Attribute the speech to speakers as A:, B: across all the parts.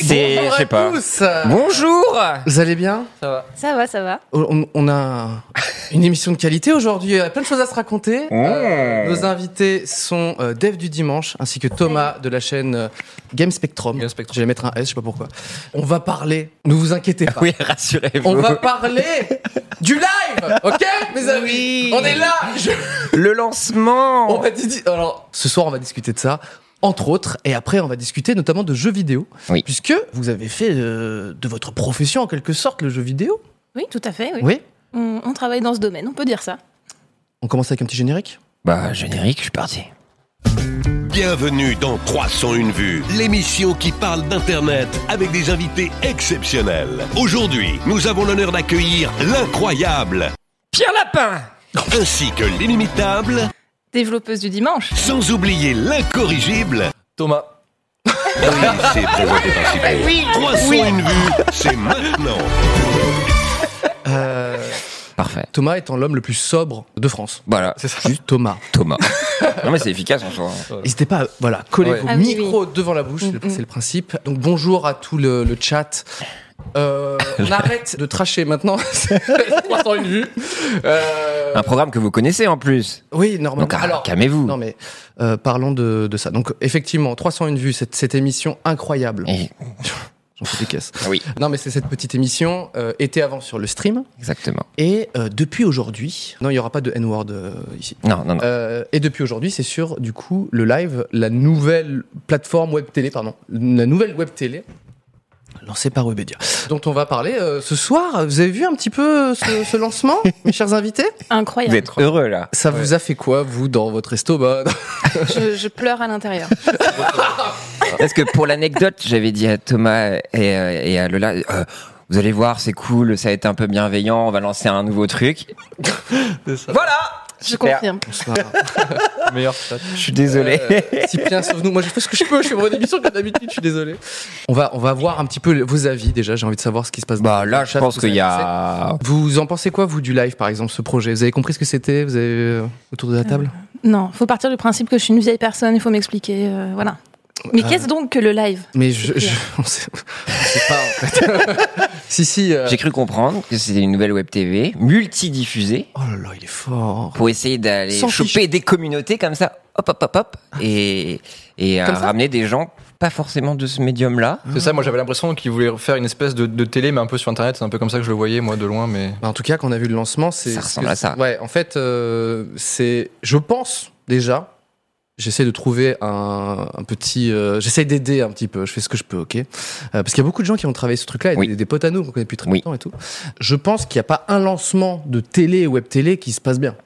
A: C'est, je sais pas. Bonjour
B: Vous allez bien
C: Ça va, ça va.
B: on, on a une émission de qualité aujourd'hui, il y a plein de choses à se
A: Mmh.
B: raconter. Euh, nos invités sont euh, Dave du Dimanche ainsi que Thomas de la chaîne euh, Game Spectrum.
A: Game Spectrum.
B: Je vais mettre un S, je sais pas pourquoi. On va parler, ne vous inquiétez pas.
A: Oui, rassurez-vous.
B: On va parler du live, ok mes amis
A: Oui.
B: On est là je-
A: Le
B: on
A: lancement
B: va dis- Alors, ce soir, on va discuter de ça. Entre autres, et après, on va discuter notamment de jeux vidéo,
A: Oui.
B: puisque vous avez fait euh, de votre profession en quelque sorte le jeu vidéo.
C: Oui, tout à fait. Oui.
B: Oui.
C: On, on travaille dans ce domaine, on peut dire ça.
B: On commence avec un petit générique.
A: Bah, générique, je suis parti.
D: Bienvenue dans 301 vues, l'émission qui parle d'Internet avec des invités exceptionnels. Aujourd'hui, nous avons l'honneur d'accueillir l'incroyable
A: Pierre Lapin
D: ainsi que l'inimitable,
C: Développeuse du dimanche.
D: sans oublier l'incorrigible.
A: Thomas.
D: Oui, c'est présenté par Cyprien. 301 vues, c'est maintenant.
B: Euh,
A: Parfait.
B: Thomas étant l'homme le plus sobre de France.
A: Voilà,
B: Juste Thomas.
A: Thomas. non mais c'est efficace en soi.
B: N'hésitez pas à voilà, coller
A: Ouais.
B: vos
C: Ah oui, mm.
B: micros devant la bouche, c'est le- c'est le principe. Donc bonjour à tout le, le chat. Euh, on arrête de tracher maintenant. 301 vues. Euh,
A: Un programme que vous connaissez en plus.
B: oui, normalement.
A: Donc ah, calmez-vous.
B: non, mais euh, parlons de, de ça. Donc effectivement, 301 vues, cette, cette émission incroyable.
A: Et-
B: J'en fais des caisses.
A: ah Oui,
B: Non, mais c'est cette petite émission, euh, était avant sur le stream.
A: exactement.
B: Et euh, depuis aujourd'hui, non, il n'y aura pas de N-word euh, ici.
A: Non, non, non.
B: Euh, et depuis aujourd'hui, c'est sur du coup le live, la nouvelle plateforme web télé, pardon, la nouvelle web télé lancée par Webedia, dont on va parler euh, ce soir. Vous avez vu un petit peu ce, ce lancement, mes chers invités
A: Vous
C: Incroyable.
A: êtes heureux là.
B: Ça vous a fait quoi, vous, dans votre estomac
C: Je, je pleure à l'intérieur.
A: Parce que pour l'anecdote, j'avais dit à Thomas et, euh, et à Lola, euh, vous allez voir, c'est cool, ça va être un peu bienveillant, on va lancer un nouveau truc. Voilà
C: Je
A: Super.
C: confirme.
B: Meilleur
A: Je suis désolé.
B: Euh, Cyprien, sauve-nous. Moi, je fais ce que je peux. Je suis mon émission comme d'habitude. Je suis désolé. On va, on va voir un petit peu vos avis déjà. J'ai envie de savoir ce qui se passe. dans
A: Bah
B: le
A: là, je
B: chat,
A: pense
B: ce que
A: qu'il y
B: ça pensez.
A: a...
B: Vous en pensez quoi, vous, du live, par exemple, ce projet Vous avez compris ce que c'était Vous avez euh, autour de la table
C: Non, faut partir du principe que je suis une vieille personne, il faut m'expliquer. euh, voilà. Mais
B: Euh.
C: qu'est-ce donc que le live
B: Mais je,
C: C'est
B: je on sait, on sait pas en fait. si si. euh,
A: J'ai cru comprendre que c'était une nouvelle web TV multidiffusée
B: Oh là là, il est fort.
A: pour essayer d'aller
B: Sans
A: choper
B: fiche.
A: des communautés comme ça, hop hop hop hop, et, et euh,
B: Comme ça
A: ramener des gens pas forcément de ce médium-là.
E: C'est
B: Ah.
E: ça, moi j'avais l'impression qu'ils voulaient faire une espèce de, de télé, mais un peu sur internet. C'est un peu comme ça que je le voyais, moi, de loin, mais.
B: Bah, en tout cas, quand on a vu le lancement, c'est
A: Ça
B: ce
A: ressemble
B: que-
A: à ça.
B: Ouais, en fait, euh, c'est. Je pense déjà. J'essaie de trouver un, un petit. euh, J'essaie d'aider un petit peu. Je fais ce que je peux, ok. Euh, parce qu'il y a beaucoup de gens qui ont travaillé ce truc-là, et
A: Oui.
B: des, des potes à nous qu'on connaît depuis très
A: Oui.
B: longtemps et tout. Je pense qu'il n'y a pas un lancement de télé web télé qui se passe bien.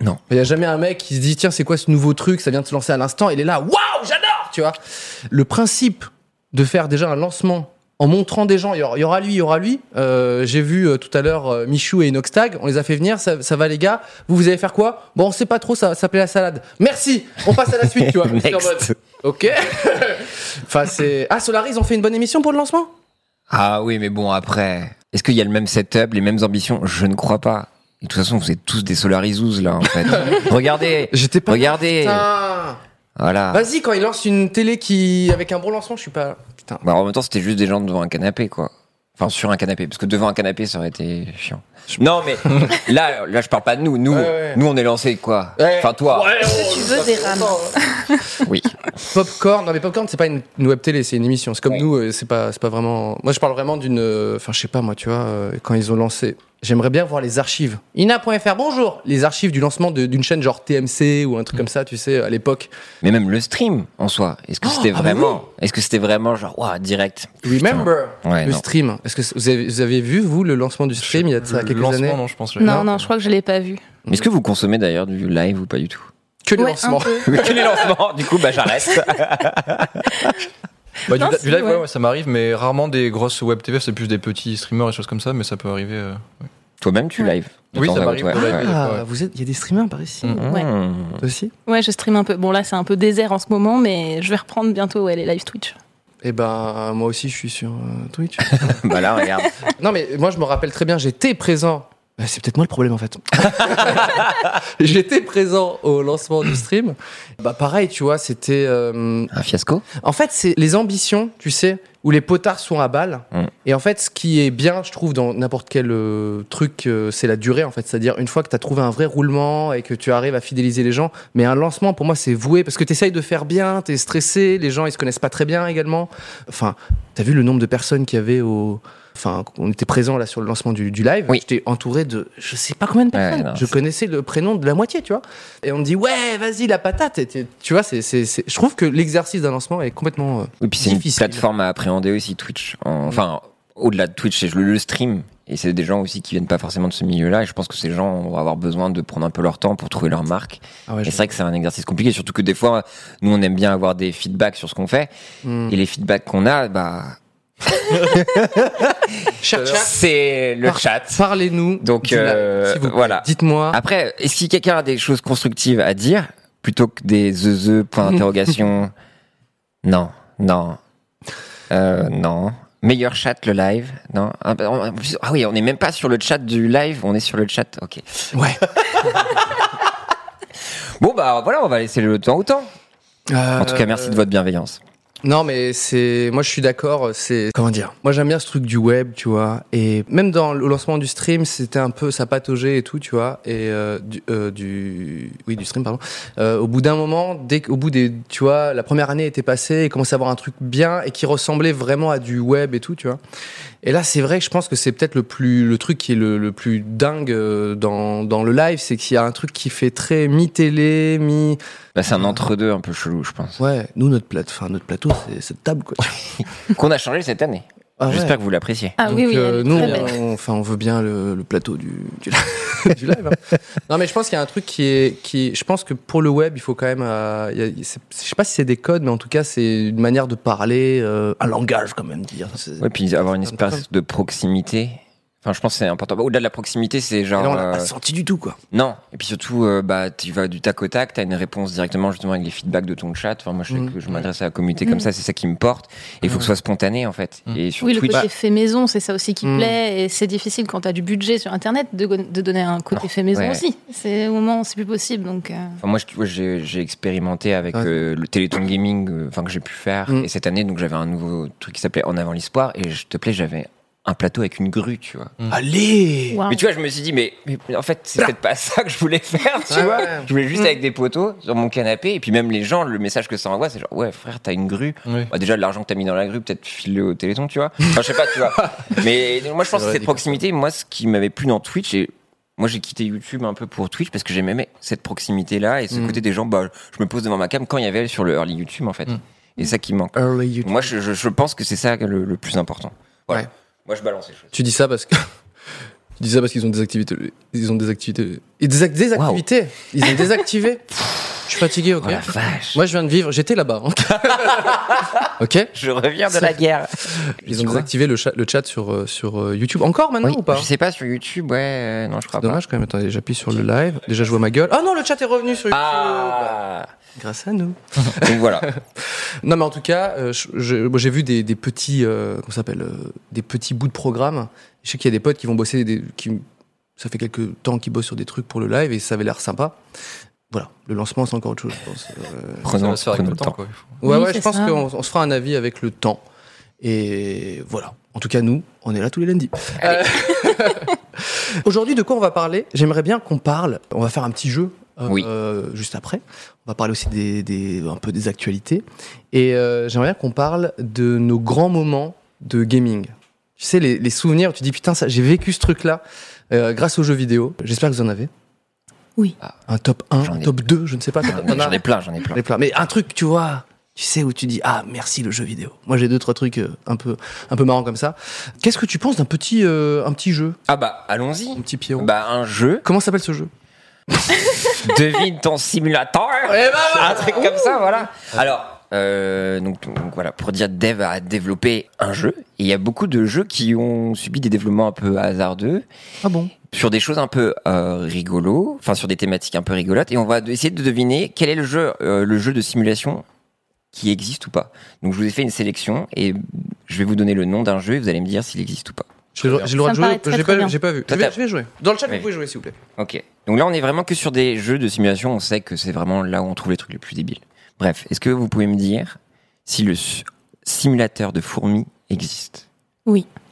A: Non.
B: Il n'y a jamais un mec qui se dit tiens c'est quoi ce nouveau truc ça vient de se lancer à l'instant. Il est là waouh j'adore tu vois. Le principe de faire déjà un lancement en montrant des gens, il y aura- il y aura lui, il y aura lui. Euh, J'ai vu euh, tout à l'heure euh, Michou et Inoxtag, on les a fait venir, ça, ça va les gars, vous vous allez faire quoi Bon, on sait pas trop, ça s'appelait la salade. Merci, on passe à la suite, tu vois.
A: Next.
B: C'est en mode, Ok. enfin, c'est. Ah, Solaris, ont fait une bonne émission pour le lancement
A: Ah oui, mais bon après, est-ce qu'il y a le même setup, les mêmes ambitions Je ne crois pas. Et de toute façon, vous êtes tous des Solarizous là en fait. regardez,
B: J'étais pas.
A: regardez,
B: Putain.
A: voilà.
B: Vas-y, quand ils lancent une télé qui. avec un bon lancement, je suis pas. Putain.
A: Bah, en même temps, c'était juste des gens devant un canapé, quoi. Enfin, sur un canapé, parce que devant un canapé, ça aurait été chiant. Non, mais là, là, je parle pas de nous. Nous,
B: Ouais, ouais.
A: nous, on est lancé quoi Enfin, toi,
C: Si tu veux des rames.
A: oui.
B: Popcorn, non mais Popcorn c'est pas une, une web télé, c'est une émission. C'est comme
A: Ouais.
B: nous, euh, c'est pas, c'est pas vraiment. Moi je parle vraiment d'une. euh, Enfin je sais pas moi, tu vois, euh, quand ils ont lancé. J'aimerais bien voir les archives. Ina.fr, bonjour Les archives du lancement de- d'une chaîne genre TMC ou un truc comme ça, tu sais, à l'époque.
A: Mais même le stream en soi, est-ce que c'était
B: ah bah
A: vraiment, est-ce que c'était vraiment genre, ouah, direct
B: Remember
A: Ouais,
B: Le
A: non.
B: stream. Est-ce que c- vous avez, vous avez vu, vous, le lancement du stream il y a de ça
E: Le
B: quelques
E: lancement,
B: années
E: non, je pense. je-
C: Non, non, je crois que je l'ai pas vu.
A: Mais est-ce que vous consommez d'ailleurs du live ou pas du tout
B: que les
C: Ouais, un
B: lancements.
C: peu.
A: que les lancements. Du coup, bah j'arrête.
E: Bah, du,
C: Non,
E: li-
C: si,
E: du live, ouais,
C: ouais.
E: ouais, ça m'arrive, mais rarement des grosses web TV, c'est plus des petits streamers et choses comme ça, mais ça peut arriver. euh, ouais.
A: Toi-même, tu live. de
E: Oui,
A: temps
E: ça
A: à
E: m'arrive
A: autre,
E: pour
A: ouais,
E: live.
A: ouais.
B: Ah, vous êtes, il y a des streamers par ici
E: Mm.
C: Ouais.
A: Mmh.
B: Toi aussi
C: Ouais, je stream un peu. Bon, là, c'est un peu désert en ce moment, mais je vais reprendre bientôt ouais, les live Twitch.
B: Eh ben, moi aussi, je suis sur euh, Twitch.
A: Bah là, regarde.
B: non, mais moi, je me rappelle très bien, j'étais présent. Euh, C'est peut-être moi le problème en fait. J'étais présent au lancement du stream. Bah pareil, tu vois, c'était euh,
A: Un fiasco
B: En fait, c'est les ambitions, tu sais, où les potards sont à balle.
A: Mm.
B: Et en fait, ce qui est bien, je trouve, dans n'importe quel euh, truc, euh, c'est la durée, en fait. C'est-à-dire, une fois que tu as trouvé un vrai roulement et que tu arrives à fidéliser les gens, mais un lancement, pour moi, c'est voué, parce que tu essayes de faire bien, tu es stressé, les gens, ils se connaissent pas très bien également. Enfin, tu as vu le nombre de personnes qu'il y avait au... Enfin, on était présents là sur le lancement du, du live.
A: Oui.
B: J'étais entouré de je sais pas combien de
A: Ouais,
B: personnes.
A: non,
B: je connaissais le prénom de la moitié, tu vois. Et on me dit ouais, vas-y la patate. Et t'es- tu vois, c'est, c'est, c'est- je trouve que l'exercice d'un lancement est complètement. euh,
A: Et puis c'est une
B: Difficile.
A: plateforme à appréhender aussi, Twitch. En- Enfin, au-delà de Twitch, c'est le, le stream. Et c'est des gens aussi qui viennent pas forcément de ce milieu-là. Et je pense que ces gens vont avoir besoin de prendre un peu leur temps pour trouver leur marque.
B: ah
A: Et c'est vrai que c'est un exercice compliqué. Surtout que des fois, nous, on aime bien avoir des feedbacks sur ce qu'on fait.
B: Hmm.
A: Et les feedbacks qu'on a, bah,
B: Cher chat,
A: c'est le
B: Par-
A: chat.
B: parlez-nous.
A: Donc,
B: du live,
A: euh,
B: s'il vous plaît.
A: voilà.
B: Dites-moi.
A: Après, est-ce que quelqu'un a des choses constructives à dire plutôt que des zeuze point d'interrogation Non, non, Euh, non. Meilleur chat le live Non. Ah, bah, on- en plus- ah oui, on n'est même pas sur le chat du live, on est sur le chat. Ok.
B: Ouais.
A: Bon bah voilà, on va laisser le temps au temps. En tout cas,
B: Euh,
A: merci de votre bienveillance.
B: Non, mais c'est. Moi, je suis d'accord. C'est. Comment dire Moi, j'aime bien ce truc du web, tu vois. Et même dans le lancement du stream, c'était un peu. Ça pataugeait et tout, tu vois. Et euh, du, euh, du- Oui, du stream, pardon. Euh, au bout d'un moment, dès qu'au bout des. Tu vois, la première année était passée et commençait à avoir un truc bien et qui ressemblait vraiment à du web et tout, tu vois. Et là, c'est vrai que je pense que c'est peut-être le plus. Le truc qui est le, le plus dingue euh, dans, dans le live, c'est qu'il y a un truc qui fait très mi-télé, mi.
A: Bah, c'est un entre-deux un peu chelou, je pense.
B: Ouais, nous, notre, plate... enfin, notre plateau, c'est cette table, quoi.
A: Qu'on a changé cette année.
B: Ah ouais.
A: J'espère que vous l'appréciez.
C: Ah oui,
B: Donc,
C: oui.
B: euh,
C: elle est
B: nous,
C: très
B: on,
C: belle.
B: on- enfin, on veut bien le, le plateau du, du live. du live, hein. Non, mais je pense qu'il y a un truc qui est, qui, est- je pense que pour le web, il faut quand même, euh, il y a- il- c'est- je sais pas si c'est des codes, mais en tout cas, c'est une manière de parler, euh, un langage quand même dire. C'est-
A: Ouais, puis avoir une
B: c'est important.
A: espèce de proximité. Enfin, je pense que c'est important. Bah, Au-delà de la proximité, c'est
B: Et
A: genre.
B: là, on l'a
A: euh,
B: pas senti du tout, quoi.
A: Non, et puis surtout, euh, bah, tu vas du tac au tac, t'as une réponse directement justement avec les feedbacks de ton chat. Enfin, moi, je sais
B: Mm.
A: que je m'adresse à la communauté comme
C: Mm.
A: ça, c'est ça qui me porte. Et il faut que ce soit spontané en fait.
E: Mm.
A: Et sur
C: Oui, le
A: Twitch,
C: côté fait maison, c'est ça aussi qui
B: Mm.
C: plaît. Et c'est difficile quand t'as du budget sur Internet de, de donner un côté fait maison
A: ouais.
C: aussi. C'est au moment où c'est plus possible. Donc, euh,
A: enfin, moi, je- tu vois, j'ai j'ai expérimenté avec
B: Ouais.
A: euh, le Téléthon Gaming, euh, enfin que j'ai pu faire.
B: Mm.
A: Et cette année, donc, j'avais un nouveau truc qui s'appelait En avant l'espoir. Et je te plaît, j'avais un plateau avec une grue, tu vois.
B: Allez!
C: waouh.
A: Mais tu vois, je me suis dit, mais, mais en fait, c'est peut-être pas ça que je voulais faire, tu
B: Ouais,
A: vois.
B: ouais. Mm.
A: Je voulais juste avec des poteaux sur mon canapé. Et puis même les gens, le message que ça envoie, c'est genre, ouais, frère, t'as une grue.
E: Oui.
A: Bah, déjà, l'argent que t'as mis dans la grue, peut-être filer au téléthon, tu vois. Enfin, je sais pas, tu vois. Mais moi, je pense que cette proximité, moi, ce qui m'avait plu dans Twitch, et moi, j'ai quitté YouTube un peu pour Twitch parce que j'aimais cette proximité-là et ce
B: Mm.
A: côté des gens, bah, je me pose devant ma cam quand il y avait sur le early YouTube, en fait.
E: Mm.
A: Et ça qui manque.
B: Early YouTube.
A: Moi, je, je- je pense que c'est ça le, le plus important. Voilà.
B: Ouais.
A: Moi, je balance les choses.
B: Tu dis ça parce que. Tu dis ça parce qu'ils ont des activités. Ils ont des activités. Ils des, ac- des
A: Wow.
B: activités. Ils ont désactivé. Je suis fatigué, ok.
A: Oh la vache.
B: Moi, je viens de vivre. J'étais là-bas. hein. ok.
A: Je reviens de la guerre.
B: Ils
A: Tu
B: ont
A: crois
B: désactivé le chat, le chat sur, euh, sur euh, YouTube. Encore maintenant
A: Oui,
B: ou pas
A: Je sais pas, sur YouTube, ouais, euh, non, je crois
B: Dommage quand même. Attendez, j'appuie sur le live. Déjà, je vois ma gueule. Ah non, le chat est revenu sur
A: pas.
B: YouTube.
A: Ah
B: Grâce à nous.
A: Donc voilà.
B: Non, mais en tout cas, euh, je- je- moi, j'ai vu des, des petits, euh, comment ça s'appelle, euh, des petits bouts de programme. Je sais qu'il y a des potes qui vont bosser, des, qui, ça fait quelques temps qu'ils bossent sur des trucs pour le live et ça avait l'air sympa. Voilà, le lancement c'est encore autre chose, je pense. Euh,
E: Ça
A: Prenons,
E: va se faire avec
A: prenons
E: le temps. quoi. Il faut-
B: Ouais,
C: Oui,
B: ouais,
C: c'est
B: je pense
C: ça.
B: qu'on on se fera un avis avec le temps. Et voilà. En tout cas, nous, on est là tous les lundis.
A: Allez.
B: Euh, Aujourd'hui, de quoi on va parler J'aimerais bien qu'on parle. On va faire un petit jeu. euh,
A: Oui.
B: euh, juste après. On va parler aussi des, des- un peu des actualités. Et euh, j'aimerais bien qu'on parle de nos grands moments de gaming. Tu sais, les, les souvenirs, où tu dis putain, ça, j'ai vécu ce truc-là euh, grâce aux jeux vidéo. J'espère que vous en avez. Ah,
C: Oui.
B: Un top 1,
A: J'en
B: un
A: ai-
B: top 2, je ne sais pas.
A: J'en
B: T'en as-
A: j'en ai plein, j'en ai plein.
B: les plats. Mais un truc, tu vois, tu sais où tu dis ah merci le jeu vidéo. Moi j'ai deux trois trucs euh, un peu un peu marrants comme ça. Qu'est-ce que tu penses d'un petit euh, un petit jeu,
A: Ah bah,
B: un
A: allons-y.
B: petit Pierrot
A: Bah, un jeu.
B: Comment s'appelle ce jeu
A: devine ton simulateur. un truc comme ça, voilà. Alors, euh, donc, donc voilà, pour dire Dev a développé un jeu. Et il y a beaucoup de jeux qui ont subi des développements un peu hasardeux
B: Ah bon
A: sur des choses un peu euh, rigolos, enfin sur des thématiques un peu rigolotes, et on va essayer de deviner quel est le jeu, euh, le jeu de simulation qui existe ou pas. Donc je vous ai fait une sélection et je vais vous donner le nom d'un jeu et vous allez me dire s'il existe ou pas.
B: J'ai le j'ai le droit
C: Ça
B: de
C: me
B: jouer,
C: paraît très,
B: j'ai
C: très
B: pas,
C: bien.
B: j'ai pas vu.
A: Toi,
B: Je vais,
A: t'as-
B: je vais jouer. Dans le chat,
A: Oui.
B: vous pouvez jouer, s'il vous plaît.
A: Ok. Donc là on est vraiment que sur des jeux de simulation. On sait que c'est vraiment là où on trouve les trucs les plus débiles. Bref, est-ce que vous pouvez me dire si le su- simulateur de fourmis existe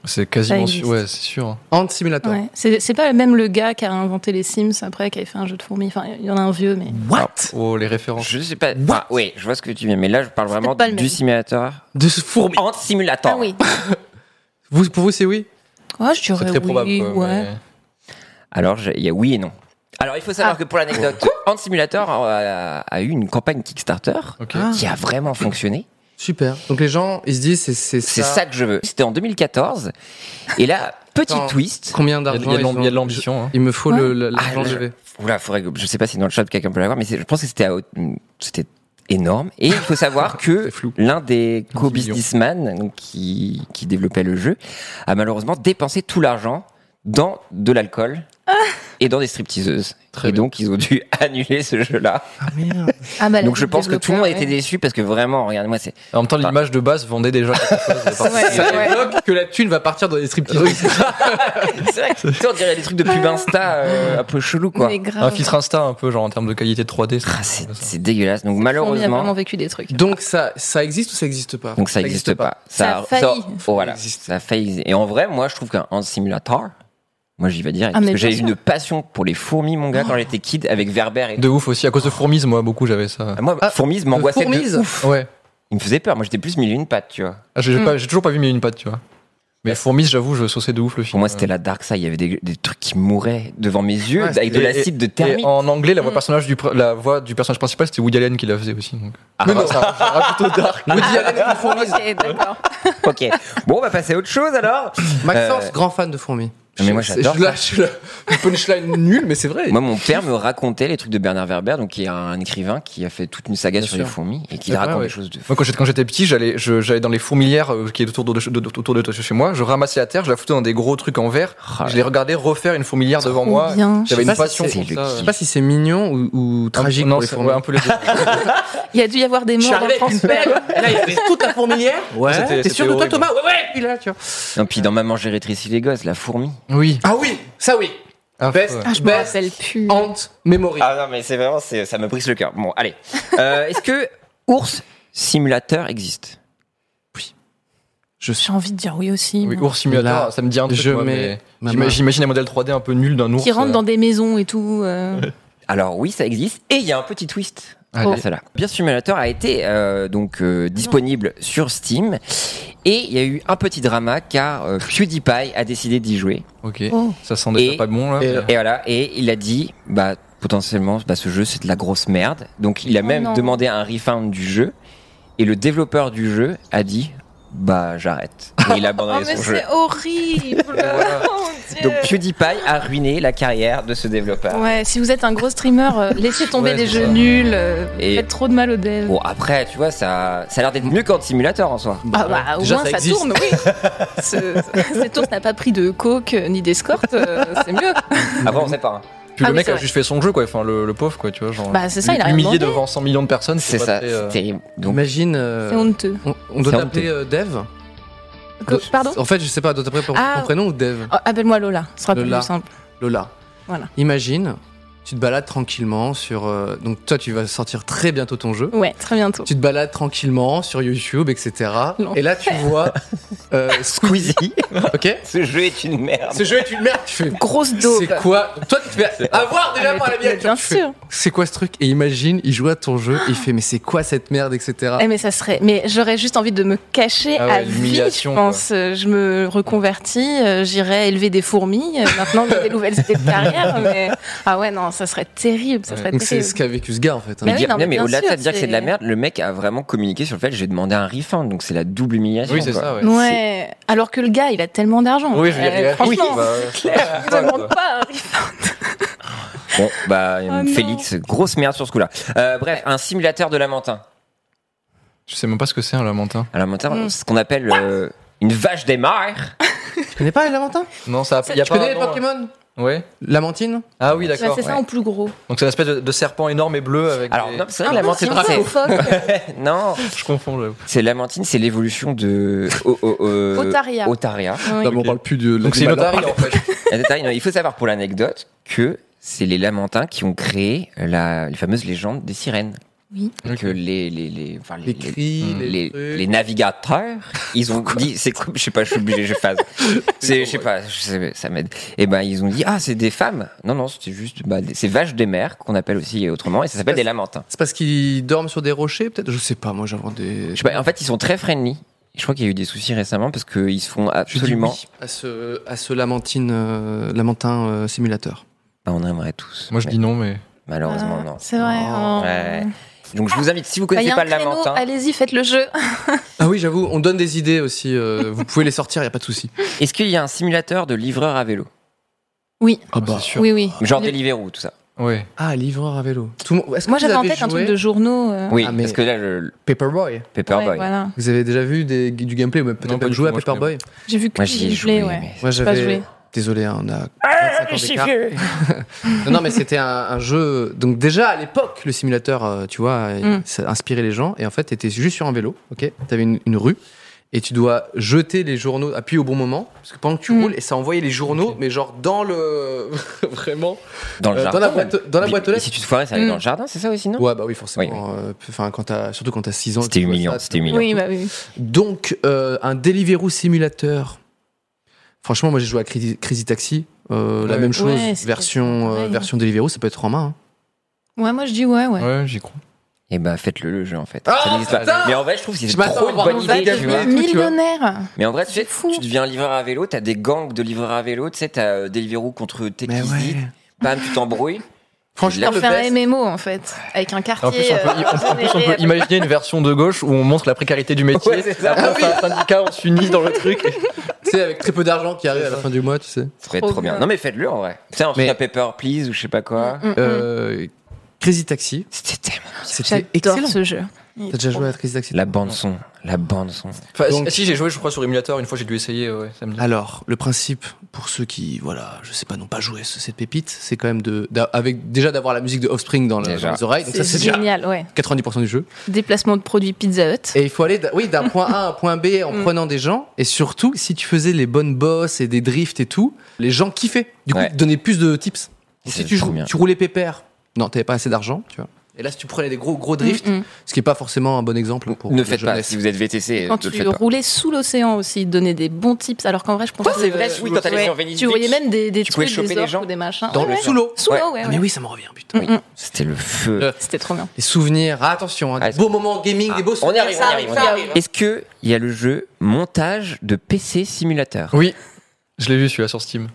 E: C'est quasiment
C: Ça
E: sûr.
C: existe.
E: Ouais, c'est sûr. hein.
B: Ant Simulator.
C: Ouais. C'est c'est pas même le gars qui a inventé les Sims après, qui avait fait un jeu de fourmis. Enfin, il y en a un vieux, mais.
B: What
E: Oh, les références.
A: Je sais pas. Enfin, oui, je vois ce que tu viens, mais là je parle vraiment
C: peut-être pas le
A: du
C: même.
A: simulateur.
B: De ce fourmi.
A: En simulateur.
C: Ah oui.
B: Vous, pour vous, c'est oui
C: Ouais, je dirais
E: C'est très
C: oui,
E: probable. quoi,
C: ouais.
E: mais-
A: Alors, j'ai- il y a oui et non. Alors, il faut savoir
C: Ah.
A: que pour l'anecdote, Ant Simulator a, a eu une campagne Kickstarter
E: Ok.
B: Ah.
A: qui a vraiment fonctionné.
B: Super. Donc les gens, ils se disent, c'est c'est
A: C'est ça que je veux. C'était en 2014. Et là, petit
B: Attends.
A: twist.
B: Combien
E: Il y a-
B: d'argent
E: il y a de l'ambi- il y a de
B: ils ont
E: l'ambition. hein.
B: Il me faut le- le-
A: Ah,
B: l'argent
A: je-
B: levé.
A: Oula, faudrait que, je sais pas si dans le chat quelqu'un peut l'avoir, mais c'est- je pense que c'était à haute- c'était énorme. Et il faut savoir que
E: C'est flou.
A: l'un des
E: 10
A: co-businessmen donc, qui, qui développait le jeu a malheureusement dépensé tout l'argent dans de l'alcool et dans des stripteaseuses.
E: Très
A: et
E: bien.
A: donc, ils ont dû annuler ce jeu-là.
B: Ah merde.
C: Ah, bah,
A: Donc
C: le
A: je pense que tout le monde a été
C: développeur,
A: déçu parce que vraiment, regardez-moi, c'est
E: En même temps, l'image de base vendait déjà quelque chose. elle est partie.
C: Ouais.
B: Ça évoque que la thune va partir dans les striptease.
A: c'est vrai. que, tu sais, on dirait des trucs de pub Insta euh, un peu chelou
C: ouais.
A: quoi.
C: Mais grave.
E: Un filtre Insta un peu, genre en termes de qualité de 3D.
A: Ah, c'est c'est dégueulasse. Donc
C: Fourmi a vraiment
A: malheureusement,
C: vécu des trucs.
B: Donc ça, ça existe ou ça existe pas
A: donc ça n'existe pas.
C: Ça a failli.
A: oh, voilà,
B: Ça existe.
A: ça a failli. Et en vrai, moi je trouve qu'un hand simulator, moi j'y vais direct.
C: Ah,
A: parce
C: mais
A: que
C: bien
A: j'ai eu
C: sûr. Oh.
A: une passion pour les fourmis mon gars quand j'étais kid avec Verber et
E: De ouf aussi, à cause de fourmis, moi, beaucoup j'avais ça.
A: Ah, Moi
B: Ah,
A: fourmis m'angoissait
B: fourmis
A: de ouf.
E: Ouais.
A: Il me faisait peur. Moi j'étais plus mille et une pattes, tu vois.
E: Ah, J'ai j'ai
C: Mm.
E: pas- j'ai toujours pas vu mille et une pattes, tu vois. Mais fourmis, j'avoue, je sauçais de ouf le film.
A: Pour moi c'était la dark side. Il y avait des, des trucs qui mouraient devant mes yeux
B: Ouais,
A: avec de
E: euh. Et-
A: l'acide de
E: et-
A: thermite.
E: Et en anglais, la voix,
C: Mm.
E: personnage du, pr- la voix du personnage principal, c'était Woody Allen qui la faisait aussi. Donc.
A: Ah,
E: Mais
A: bah,
E: non, ça rajoute au dark.
B: Woody Allen et les fourmis.
C: Ok, d'accord.
A: ok. Bon, on va passer à autre chose alors.
B: Maxence,
A: Euh,
B: grand fan de fourmis.
A: mais
B: Je-
A: moi,
B: c'est-
A: j'adore
B: Je lâche le le punchline nul, mais c'est vrai.
A: Moi, mon père me racontait les trucs de Bernard Werber, donc qui est un écrivain qui a fait toute une saga
B: Bien
A: sur
B: sûr.
A: les fourmis et qui
B: Ouais,
A: raconte
B: ouais.
A: des choses de.
E: Moi, quand j'étais, quand j'étais petit, j'allais, je- j'allais dans les fourmilières euh, qui est autour de, de- de- autour de, de chez moi. Je ramassais la terre, je la foutais dans des gros trucs en verre.
A: Ah,
E: Je les regardais refaire une fourmilière devant
C: Trop
E: moi.
C: bien.
E: J'avais
B: Je sais
E: une
B: pas
E: passion
A: si c'est-
E: pour
A: c'est
E: ça.
A: le
B: Je
E: Un-
B: sais pas si c'est mignon ou, ou tragique
E: non,
B: pour les
E: c'est-
B: fourmis.
E: ouais, un peu les deux.
C: Il y a dû y avoir des morts en France.
B: là, il y avait toute la fourmilière. Ouais.
E: C'était-
B: T'es sûr de toi,
E: c'était horrible.
B: Thomas Ouais, ouais. Puis là, tu vois.
A: Non, puis dans Maman j'ai rétréci les gosses, la fourmi.
E: Oui.
B: Ah oui, ça oui.
E: Ah,
B: Best.
E: ouais.
C: Ah, je me
B: Best.
C: rappelle plus.
B: Ant Memory.
A: Ah non, mais c'est vraiment, c'est- ça me brise le cœur. Bon, allez. Euh, Est-ce que ours simulateur existe
B: Je suis.
C: J'ai envie de dire oui aussi.
E: Oui,
C: moi.
E: ours simulator,
B: Là,
E: ça me dit un truc.
B: je
E: moi,
B: mets
E: mais
B: ma
E: j'ima-
B: main.
E: J'imagine un modèle 3D un peu nul d'un ours.
C: Qui rentre
E: euh,
C: dans des maisons et tout. euh,
A: Alors oui, ça existe. Et il y a un petit twist.
E: Allez.
A: à cela. Bien Simulator a été euh, donc euh, disponible sur Steam et il y a eu un petit drama car euh, PewDiePie a décidé d'y jouer.
E: Ok.
C: Oh.
E: Ça sent déjà
A: Et-
E: pas bon là.
B: et- euh,
E: mais-
A: Et voilà, et il a dit, bah potentiellement, bah, ce jeu c'est de la grosse merde. Donc il a
C: Oh
A: même
C: non.
A: demandé un refund du jeu. Et le développeur du jeu a dit, bah j'arrête. Et il a
C: Oh,
A: abandonné
C: mais
A: son jeu.
C: c'est horrible. Oh, mon
A: Donc
C: Dieu.
A: PewDiePie a ruiné la carrière de ce développeur.
C: Ouais, si vous êtes un gros streamer, euh, laissez tomber
E: Ouais,
C: des
E: c'est
C: jeux
E: ça.
C: nuls, euh,
A: Et-
C: faites trop de mal aux devs.
A: Bon après, tu vois, ça, ça a l'air d'être mieux qu'en simulateur en soi.
C: Ah bah, au
B: Déjà,
C: moins
B: ça
C: ça,
B: existe.
C: tourne, oui. Ce, cette ours n'a pas pris de coke euh, ni d'escorte, euh, c'est mieux.
A: Après, on sait pas. hein.
E: Puis
C: Ah
E: le
C: oui,
E: mec
C: c'est
E: a
C: vrai.
E: juste fait son jeu, quoi. Enfin, le, le pauvre, quoi, tu vois. Genre,
C: Bah, c'est ça, il a rien
E: humilié
C: demandé.
E: devant 100 millions de personnes.
A: C'est
E: pas
A: ça,
E: très, euh,
A: c'est terrible. Donc
B: Imagine. euh,
C: C'est honteux.
B: on, on doit
A: C'est
B: t'appeler euh, Dev.
C: Co- Pardon
B: En fait, je sais pas, on doit t'appeler pour
C: Ah.
B: ton prénom ou Dev
C: Oh, Appelle-moi Lola, ce sera
B: Lola.
C: plus simple.
B: Lola.
C: Voilà.
B: Imagine, tu te balades tranquillement sur. euh, donc toi, tu vas sortir très bientôt ton jeu.
C: Ouais, très bientôt.
B: Tu te balades tranquillement sur YouTube, etc.
C: L'enfer.
B: Et là, tu vois euh, Squeezie.
A: Squeezie,
B: ok.
A: ce jeu est une merde.
B: Ce jeu est une merde. Tu fais.
C: Grosse daube.
B: C'est quoi Donc Toi, tu te fais avoir déjà
C: Mais-
B: par la
C: mais
B: miniature.
C: Bien
B: tu fais,
C: sûr.
B: C'est quoi ce truc Et imagine, il joue à ton jeu, il fait mais c'est quoi cette merde, etc.
C: Eh, mais ça serait. Mais j'aurais juste envie de me cacher
E: Ah ouais,
C: à vie, je
E: l'humiliation, quoi.
C: pense. Euh, Je me reconvertis, euh, j'irai élever des fourmis. euh, Maintenant, j'ai des nouvelles idées de carrière. Mais... Ah ouais, non, ça serait terrible. Ça
E: Ouais.
C: serait
B: Donc c'est
C: terrible.
B: ce qu'a vécu ce gars en fait. hein.
A: Mais,
C: Mais Ah oui,
A: dire-
C: non,
A: non,
C: mais
A: mais
C: bien
A: au-delà de
C: sûr,
A: ça, de dire que c'est de la
C: c'est-
A: merde, le mec a vraiment communiqué sur le fait j'ai demandé un refund, donc c'est la double humiliation.
E: Oui, c'est
A: quoi.
E: ça, ouais.
C: Ouais, alors que le gars, il a tellement d'argent.
E: Oui, bah, je veux
C: Euh,
E: dire, il a-
C: franchement,
E: bah,
C: il demande pas. un refund.
A: Bon, bah,
C: Oh non.
A: Félix, grosse merde sur ce coup-là. Euh, bref, un simulateur de lamentin.
E: Je sais même pas ce que c'est hein, un lamentin.
A: Un lamentin,
C: Mm.
A: Ah, ce qu'on appelle euh, une vache des mers.
B: Tu connais pas les Lamentins
E: Non, ça a, y a
B: Tu
E: pas.
B: connais
E: un
B: les
E: nom,
B: Pokémon
E: euh, Ouais.
B: Lamentine
E: Ah oui,
C: Bah,
E: d'accord.
C: c'est ça en plus gros.
E: Donc c'est une espèce de, de serpent énorme et bleu avec.
A: Alors,
E: des-
A: non, c'est
C: Un
A: vrai,
C: peu-
A: lamentine,
C: un peu
A: c'est.
C: phoque.
A: Non,
E: je confonds. j'avoue.
A: c'est lamentine, c'est l'évolution de. au- au- au-
C: Otaria.
A: Otaria.
C: Ah Oui.
B: Non, mais on parle plus de.
E: Donc c'est une otarie en fait.
A: Un détail, non, il faut savoir pour l'anecdote que c'est les Lamentins qui ont créé la, les fameuses légendes des sirènes.
C: Oui.
A: Et Que les, les, les, enfin, les,
B: Les cris,
A: les-
B: les
A: les-
B: trucs.
A: les navigateurs, ils ont dit, c'est quoi, je sais pas, je suis obligé, je phase. C'est, je sais pas, je sais- ça m'aide. Et ben, ils ont dit, ah, c'est des femmes. Non, non, c'était juste, bah, des- c'est vaches des mers qu'on appelle aussi autrement, et ça s'appelle des Lamentins.
B: C'est parce qu'ils dorment sur des rochers, peut-être Je sais pas, moi j'invente des.
A: Je sais pas, en fait, ils sont très friendly. Je crois qu'il y a eu des soucis récemment parce qu'ils se font
B: Je dis
A: absolument.
B: oui à ce, à ce Lamentine, euh, Lamentin euh, simulateur.
A: Bah, on aimerait tous.
E: Moi je
A: mais
E: dis non, mais.
A: Malheureusement,
C: Ah,
A: non.
C: C'est vrai.
B: Oh.
C: hein.
A: Ouais. Donc je vous invite, si vous
C: Bah, y
A: connaissez
C: a
A: pas hein.
C: un
A: le
C: créneau,
A: Lamentin,
C: Allez-y, faites le jeu.
B: Ah oui, j'avoue, on donne des idées aussi. euh, vous pouvez les sortir, y a pas de souci.
A: est-ce qu'il y a un simulateur de livreur à vélo
C: Oui,
B: Ah
E: C'est sûr.
C: oui, oui.
A: Genre
C: Le-
A: Deliveroo, tout ça.
E: Ouais.
B: Ah, livreur à vélo. Tout le monde- Est-ce que
C: Moi
B: vous
C: j'avais en
B: avez
C: tête un
B: joué
C: truc de journaux. euh,
A: Oui,
B: Ah, mais-
A: parce que là, le
B: Paperboy.
A: Paperboy.
C: ouais, voilà.
B: Vous avez déjà vu des- du gameplay ou même peut-être
E: Non, pas
B: même
E: du
B: joué à
E: tout, moi, je connais
B: Paperboy
C: J'ai vu que
A: Moi, j'y ai
C: j'ai
A: joué.
C: joué, ouais.
A: mais-
B: Moi
C: J'ai pas
B: j'avais.
C: joué. Ah,
B: Désolé, hein, on a 25 ans d'écart. non, non, mais c'était un, un jeu. Donc, déjà à l'époque, le simulateur, euh, tu vois, il-
C: Mm.
B: ça inspirait les gens. Et en fait, t'étais juste sur un vélo, ok T'avais une, une rue. Et tu dois jeter les journaux, appuyer au bon moment, parce que pendant que tu
C: Mm.
B: roules, et ça envoyait les journaux, mais genre dans le. Vraiment.
A: Dans le
B: Euh,
A: jardin.
B: dans la boîte, dans la
A: Mais-
B: boîte aux
A: mais
B: lettres.
A: Si tu te foirais, ça allait
C: Mm.
A: dans le jardin, c'est ça aussi, non
B: Ouais, bah oui, forcément. euh, Enfin, quand t'as- surtout quand t'as 6 ans.
A: C'était
B: tu vois
A: humiliant,
B: ça.
A: c'était humiliant.
C: Oui, bah oui.
B: Donc, euh, un Deliveroo simulateur. Franchement, moi j'ai joué à Crazy, Crazy Taxi. euh, La
E: Ouais.
B: même chose,
C: Ouais, c'était
B: version, euh,
C: pareil.
B: version Deliveroo, ça peut être en main. hein.
C: Ouais, moi je dis ouais, ouais.
E: Ouais, j'y crois.
A: Et bah, faites-le le jeu, en fait.
B: Ah,
A: Ça n'existe pas.
B: putain
A: Mais en vrai, je trouve que c'est
B: Je
A: trop
B: m'attends
A: une
B: à
A: bonne
B: voir
C: On va
A: idée, tu vois.
C: devenir
B: tout, tu vois.
C: millionnaire.
A: Mais en vrai, tu sais,
C: fou.
A: tu deviens livreur à vélo, t'as des gangs de livreurs à vélo, tu sais, t'as euh, Deliveroo contre
B: Mais
A: Tekisi,
B: ouais.
A: bam, tu t'embrouilles.
B: Franchement,
C: On
B: le
C: fait un
B: best.
C: MMO en fait, avec un quartier.
E: En plus, on peut,
C: euh,
E: en plus, on peut
C: généré.
E: imaginer une version de gauche où on montre la précarité du métier.
A: Ouais, c'est ça.
E: Après, on fait un syndicat, on s'unit dans le truc.
B: Tu sais, avec très peu d'argent qui arrive à la fin du mois, tu sais.
A: Ça va être
C: Trop
A: trop bien.
C: bien.
A: Non, mais faites-le, en vrai. Tu sais, un truc
B: Mais-
A: à Paper Please ou je sais pas quoi.
C: Mm, mm, mm.
B: Euh, Crazy Taxi,
A: C'était tellement.
B: c'était excellent.
C: J'adore ce jeu.
B: T'as déjà joué à Crazy Taxi
A: La bande-son, la bande-son.
E: Enfin,
B: Donc-
E: si j'ai joué, je crois, sur émulateur, une fois j'ai dû essayer, ouais, ça me dit.
B: Alors, le principe, pour ceux qui, voilà, je sais pas, n'ont pas joué à ce- cette pépite, c'est quand même de, d'a- avec, déjà d'avoir la musique de Offspring dans, le-
A: Déjà.
B: dans les oreilles, donc ça c'est
C: C'est
B: déjà
C: génial, ouais.
B: 90% du jeu.
C: Déplacement de produits Pizza Hut.
B: Et il faut aller d'un- oui, d'un point A à un point B en
C: Mm.
B: prenant des gens. Et surtout, si tu faisais les bonnes bosses et des drifts et tout, les gens kiffaient. Du coup,
A: Ouais.
B: ils te donnaient plus de tips. Et
A: C'est
B: si tu,
A: trop
B: jou-
A: bien.
B: tu roulais pépère, non, t'avais pas assez d'argent, tu vois. Et là, si tu prenais des gros, gros drifts,
C: Mm, mm.
B: ce qui est pas forcément un bon exemple pour
A: ne
B: la
A: faites pas.
B: jeunesse.
A: Si vous êtes VTC, ne
C: Quand
A: le
C: tu
A: faites pas.
C: roulais sous l'océan aussi, ils donnaient des bons tips. Alors qu'en vrai, je pense
A: Ouais,
C: que
A: c'est vrai, oui, quand t'allais sur Venice
C: Tu voyais
A: Beach,
C: même des, des
A: tu pouvais
C: trucs,
A: choper
C: des
A: les
C: orques
A: gens
C: ou des machins.
B: Dans
C: Ouais,
B: le
C: ouais.
B: sous l'eau.
C: Sous
A: Ouais.
C: l'eau, ouais.
B: Ah, mais
C: ouais.
B: oui, ça me revient, putain.
C: Mm, mm.
A: C'était le feu.
B: Euh,
C: C'était trop bien.
B: Les souvenirs, ah, attention, hein,
A: Ah,
B: des beaux moments gaming, des beaux
A: on y
B: souvenirs.
A: arrive, on y arrive, on y arrive. Est-ce que il y a le jeu montage de PC simulateur
E: Oui, je l'ai vu celui-là sur Steam.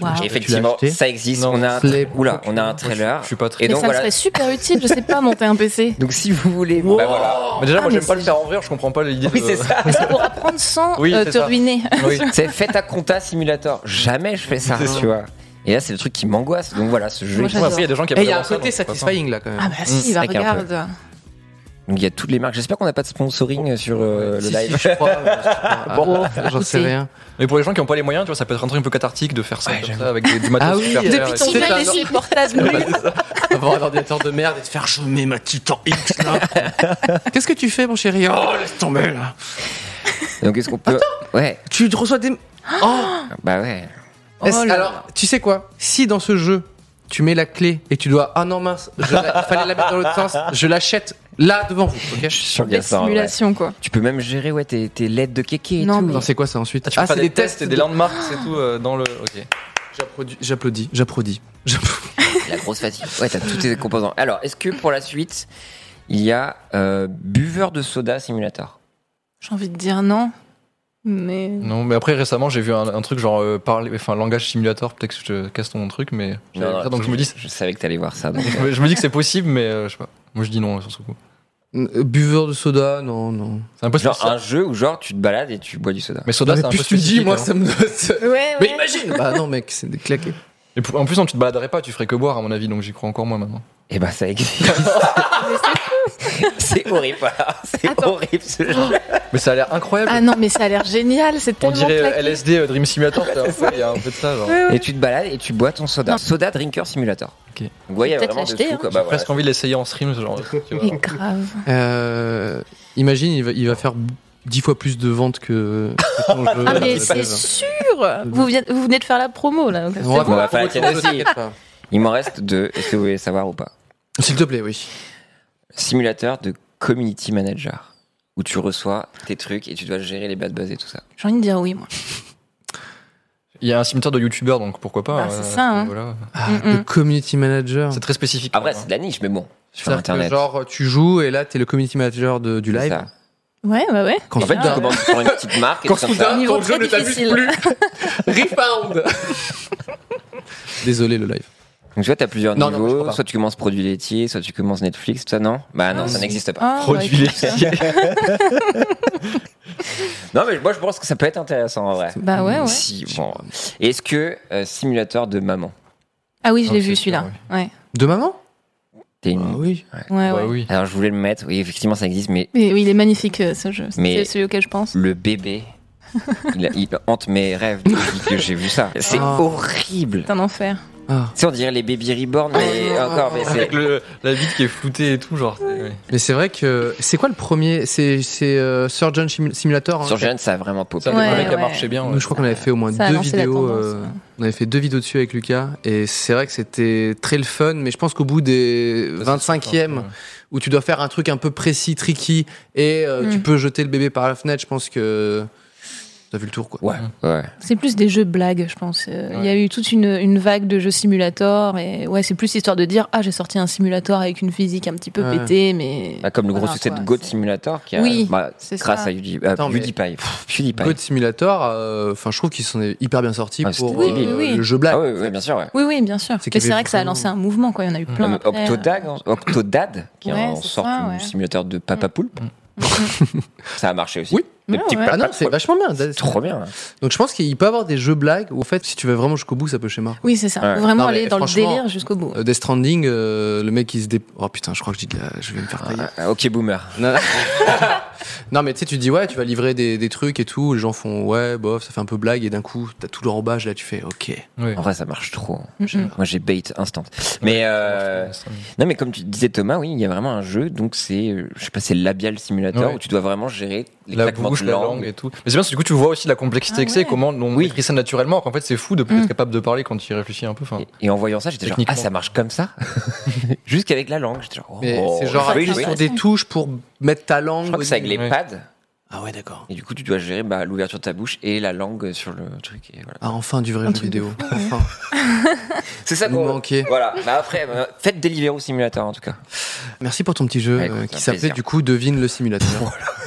E: Ah,
C: Waouh.
A: Et Effectivement,
B: acheté
A: ça existe.
E: Non,
A: on a un
B: je l'ai
A: tra-
B: pas.
A: Oula, on a un
E: Je
A: trailer.
E: suis pas très.
A: Et
C: Mais
A: donc
C: ça me
A: voilà.
C: serait super utile, je sais pas monter un PC.
A: Donc si vous voulez, bah voilà.
E: Mais déjà,
C: Ah,
E: moi
C: mais
E: j'aime pas le
C: c'est-
E: faire en verre, je comprends pas l'idée.
A: Oui,
E: de-
A: c'est ça.
C: Mais c'est pour apprendre sans
E: Oui,
C: euh, te
E: c'est ça.
A: Mm.
C: ruiner.
E: Oui.
A: C'est fait à compta simulator. Jamais je fais ça,
E: C'est ça.
A: tu vois. Et là, c'est le truc qui m'angoisse. Donc voilà, ce jeu.
C: Moi,
A: existe.
E: Ouais, après, il y a des gens qui
B: Et Eh, il y a
E: adorent
B: un
E: ça,
B: côté
E: donc c'est pas ça.
B: satisfying là quand même.
C: Ah bah si,
A: Mm,
C: bah
A: c'est vrai qu'un peu.
C: regarde.
A: Donc il y a toutes les marques. J'espère qu'on n'a pas de sponsoring euh, sur euh, le
B: Si, si,
A: live.
B: je crois, euh, bon, j'en sais
C: écoutez.
B: rien.
E: Mais pour les gens qui ont pas les moyens, tu vois, ça peut être un truc un peu cathartique de faire ça,
A: Ouais,
E: comme
A: j'avoue.
E: ça, avec des, du matos
B: Ah oui,
E: super
B: depuis
E: cher et
B: ton
E: tout.
B: C'est tel un an.
C: insupportable.
B: avoir un ordinateur de merde et te faire je mets ma Titan X là. Qu'est-ce que tu fais mon chéri Oh laisse tomber là.
A: Donc est-ce qu'on peut. Ouais,
B: Tu te reçois des Oh,
A: bah ouais.
B: Est-ce-
C: Oh là
B: alors, tu sais quoi Si dans ce jeu tu mets la clé et tu dois ah non mince, je la- fallait la mettre dans l'autre sens, je l'achète là devant vous, OK
A: Je suis sûr qu'il y
C: Des
A: a ça. en vrai.
C: simulations quoi.
A: Tu peux même gérer ouais, tes, tes LED de kéké et
C: Non,
A: tout.
C: mais-
B: Non, c'est quoi ça ensuite
E: Ah, tu peux faire des tests et des
B: de-
E: landmarks et tout euh, dans le. Ok.
B: J'applaudis, j'applaudis, j'applaudis. J'applaudis.
A: La grosse fatigue. Ouais, t'as tous tes composants. Alors, est-ce que pour la suite, il y a euh, buveur de soda simulator
C: J'ai envie de dire non. Mais.
A: Mm.
E: Non, mais après récemment, j'ai vu un, un truc genre euh, parler, enfin langage simulateur. Peut-être que je te casse ton truc, mais
A: Non, non,
E: donc je me dis,
A: Je savais que t'allais voir ça. donc.
E: je me dis que c'est possible, mais euh, je sais pas. Moi, je dis non euh, sur ce coup.
B: Euh, Buveur de soda, non non. Ah,
E: C'est un peu
A: Genre
E: spécial.
A: un jeu où genre tu te balades et tu bois du soda.
E: Mais soda, c'est un peu
B: plus tu dis
E: spécifique,
B: moi
E: hein.
B: ça me
C: Ouais, ouais.
B: Mais imagine Bah non mec, c'est des claqués.
E: Et pour- en plus, non, tu te baladerais pas, tu ferais que boire, à mon avis, donc j'y crois encore moins maintenant.
A: Eh ben, ça existe.
C: Ah,
A: c'est horrible, voilà. C'est
C: Attends.
A: horrible ce jeu.
E: Mais ça a l'air incroyable.
C: Ah non, mais ça a l'air génial, c'est
E: on
C: tellement
E: dirait
C: claqué.
E: LSD euh, Dream Simulator, t'as- ouais, il y a un peu de ça, genre.
C: Ouais, ouais.
A: Et tu te balades et tu bois ton soda. Soda Drinker Simulator.
E: Ok.
A: Donc, vous voyez, il y a
C: Peut-être
A: vraiment de
C: l'acheter,
A: tout,
C: hein.
A: quoi. Bah, voilà.
E: Presque envie de l'essayer en stream, ce genre de truc, tu vois.
C: Mais grave.
B: Euh, imagine, il va, il va faire dix fois plus de ventes que, que ton jeu. euh,
C: Ah, mais
B: de
C: c'est
B: base.
C: sûr Vous venez, vous venez de faire la promo, là. donc c'est
B: Ouais, bah,
C: bon.
A: bon, on va faire la tienne
B: t'inquiète
A: aussi.
B: pas.
A: Il m'en reste deux. Est-ce que vous voulez savoir ou pas
B: S'il te plaît, oui.
A: Simulateur de community manager où tu reçois tes trucs et tu dois gérer les bad buzz et tout ça.
C: J'ai envie de dire oui, moi.
E: Il y a un cimetière de youtubeurs, donc pourquoi pas.
C: Ah, c'est
E: euh,
C: ça, hein.
E: voilà.
B: Ah,
C: Mm-mm.
B: Le community manager.
E: C'est très spécifique. hein.
A: Après,
E: quand
A: Mm, c'est
E: même,
A: de la niche, mais bon, sur
B: C'est-à-dire que
A: Internet.
B: genre tu joues et là t'es le community manager de- du
A: c'est
B: live.
A: ça.
C: Ouais, bah ouais, ouais.
B: Quand
A: En fait,
B: soudain-
A: tu commences par une petite marque et tout
B: Quand
A: comme
B: soudain,
A: ça.
C: Niveau
B: ton jeu
C: très
B: ne t'amuse
C: difficile.
B: plus. Refound Désolé le live.
A: Donc, tu vois, t'as plusieurs
B: Non, non, je
A: niveaux.
B: crois pas.
A: soit tu commences produits laitiers, soit tu commences Netflix, tout ça, non Bah non,
C: Ah,
A: ça
C: si.
A: n'existe pas.
C: Ah,
E: hein. Produit
C: ouais.
E: laitier.
A: Non, mais moi, je pense que ça peut être intéressant en vrai.
C: Bah ouais, ouais.
A: Si, bon. Est-ce que euh, simulateur de maman
C: Ah oui, je l'ai
E: Ok,
C: vu, celui-là. Ouais,
B: De maman
A: T'es une-
B: Ah oui.
C: ouais, ouais.
E: Bah oui.
A: Alors, je voulais le mettre. Oui, effectivement, ça existe, mais
C: Mais oui, il est magnifique, euh, ce jeu. C'est
A: Mais-
C: celui auquel je pense.
A: le bébé, il, il hante mes rêves depuis que j'ai vu ça. C'est
B: Ah.
A: horrible.
C: C'est un enfer.
B: Ah.
A: Tu sais, on dirait les baby reborn, mais
B: Ah.
A: encore, mais c'est.
E: Avec le- la vie qui est floutée et tout, genre. c'est- ouais.
B: Mais c'est vrai que c'est quoi le premier C'est c'est, euh, Surgeon Simu- Simulator. hein.
A: Sur Jeanne, ça a vraiment popé.
E: C'est un des
C: Ouais,
E: premiers qui a
C: ouais.
E: marché
A: Ah
E: bien.
B: Nous, je crois qu'on avait fait au moins
C: Ça a
B: deux
C: lancé la
B: vidéos.
C: tendance,
B: euh,
C: ouais.
B: on avait fait deux vidéos dessus avec Lucas et c'est vrai que c'était très le fun. Mais je pense qu'au bout des 25e où tu dois faire un truc un peu précis, tricky et euh,
C: Mm.
B: tu peux jeter le bébé par la fenêtre, je pense que t'as vu le tour quoi.
A: Ouais, ouais.
C: C'est plus des jeux blagues, je pense. Euh, Il y a
E: Ouais.
C: eu toute une, une vague de jeux simulateurs. Et ouais, c'est plus histoire de dire Ah, j'ai sorti un simulator avec une physique un petit peu
B: Ouais.
C: pétée, mais.
A: Bah, comme le gros
C: Voilà,
A: succès de
C: quoi,
A: Goat
C: c'est-
A: Simulator, qui a,
C: Oui,
A: bah,
C: c'est
A: grâce
C: ça.
A: à Udip- euh,
B: Attends, mais-
A: PewDiePie. Pff, PewDiePie.
B: Code Simulator, euh, enfin je trouve qu'ils s'en est hyper bien sortis
A: Ah,
B: pour
A: c'était
B: euh,
A: débile.
C: Oui, oui.
B: le jeu blague.
A: Ah oui, oui, bien sûr, ouais.
C: Oui, oui, bien sûr.
B: C'est qu'il y
C: Mais c'est
B: avait
C: vrai que ça a
B: beaucoup-
C: lancé un mouvement, quoi. Il y en a eu plein.
A: Comme
C: après.
A: Octodad, en- Octodad, qui est
C: Ouais,
A: en
C: c'est
A: sorte
C: ça,
A: du
C: ouais.
A: simulateur de Papa Poulpe. ça a marché aussi.
B: Oui.
A: Des
C: Ouais,
A: petits
C: ouais.
B: Ah
A: papas
B: non, c'est
A: Poulpe.
B: vachement bien. c'est-
A: Trop bien.
B: Donc je pense qu'il peut y avoir des jeux blagues où en fait si tu vas vraiment jusqu'au bout ça peut schéma.
C: euh. Oui, c'est ça.
A: Ouais.
C: Faut Vraiment
B: Non, mais
C: aller dans le
B: franchement,
C: délire jusqu'au bout.
B: Euh, Death Stranding, euh, le mec il se dé... Oh putain je crois que je dis de la- je vais me faire tailler.
A: Ah, ok, boomer.
B: Non, Non, mais tu sais tu te dis ouais tu vas livrer des, des trucs et tout, les gens font ouais bof ça fait un peu blague et d'un coup t'as tout le rembage là tu fais ok.
A: En vrai, ça marche trop.
C: Mm-mm.
A: Moi, j'ai bait instant. Mais euh, non, mais comme tu disais Thomas, oui, il y a vraiment un jeu. Donc c'est, euh, je sais pas, c'est labial simulateur
E: Ouais.
A: où tu dois vraiment gérer les
E: la
A: claquements
E: bouche,
A: de
E: la langue et tout. Mais c'est bien parce que du coup, tu vois aussi la complexité
C: Ah
E: que c'est,
C: ouais.
E: comment on
A: Oui.
E: maîtrise ça naturellement. alors qu'en fait, c'est fou de plus
C: Mm.
E: être capable de parler quand tu y réfléchis un peu. Enfin,
A: Et, et en voyant ça, j'étais genre, ah,
E: Techniquement.
A: ça marche comme ça Jusqu'avec la langue. J'étais genre, oh,
B: Mais c'est genre
A: oui,
B: appuyer
A: oui.
B: sur des touches pour mettre ta langue.
A: Je crois que c'est avec les
E: Ouais.
A: pads.
B: Ah ouais d'accord.
A: Et du coup, tu dois gérer bah, l'ouverture de ta bouche et la langue sur le truc. et voilà.
B: Ah enfin du vrai jeu
C: truc de
B: vidéo.
C: fou,
B: Enfin.
A: C'est ça
B: Nous
A: qu'on
B: manquait.
A: Voilà. Bah après, bah, faites Deliveroo Simulator en tout cas.
B: Merci pour ton petit jeu
A: Ouais,
B: euh,
A: écoute,
B: qui
A: un
B: s'appelait
A: plaisir.
B: du coup devine le simulateur.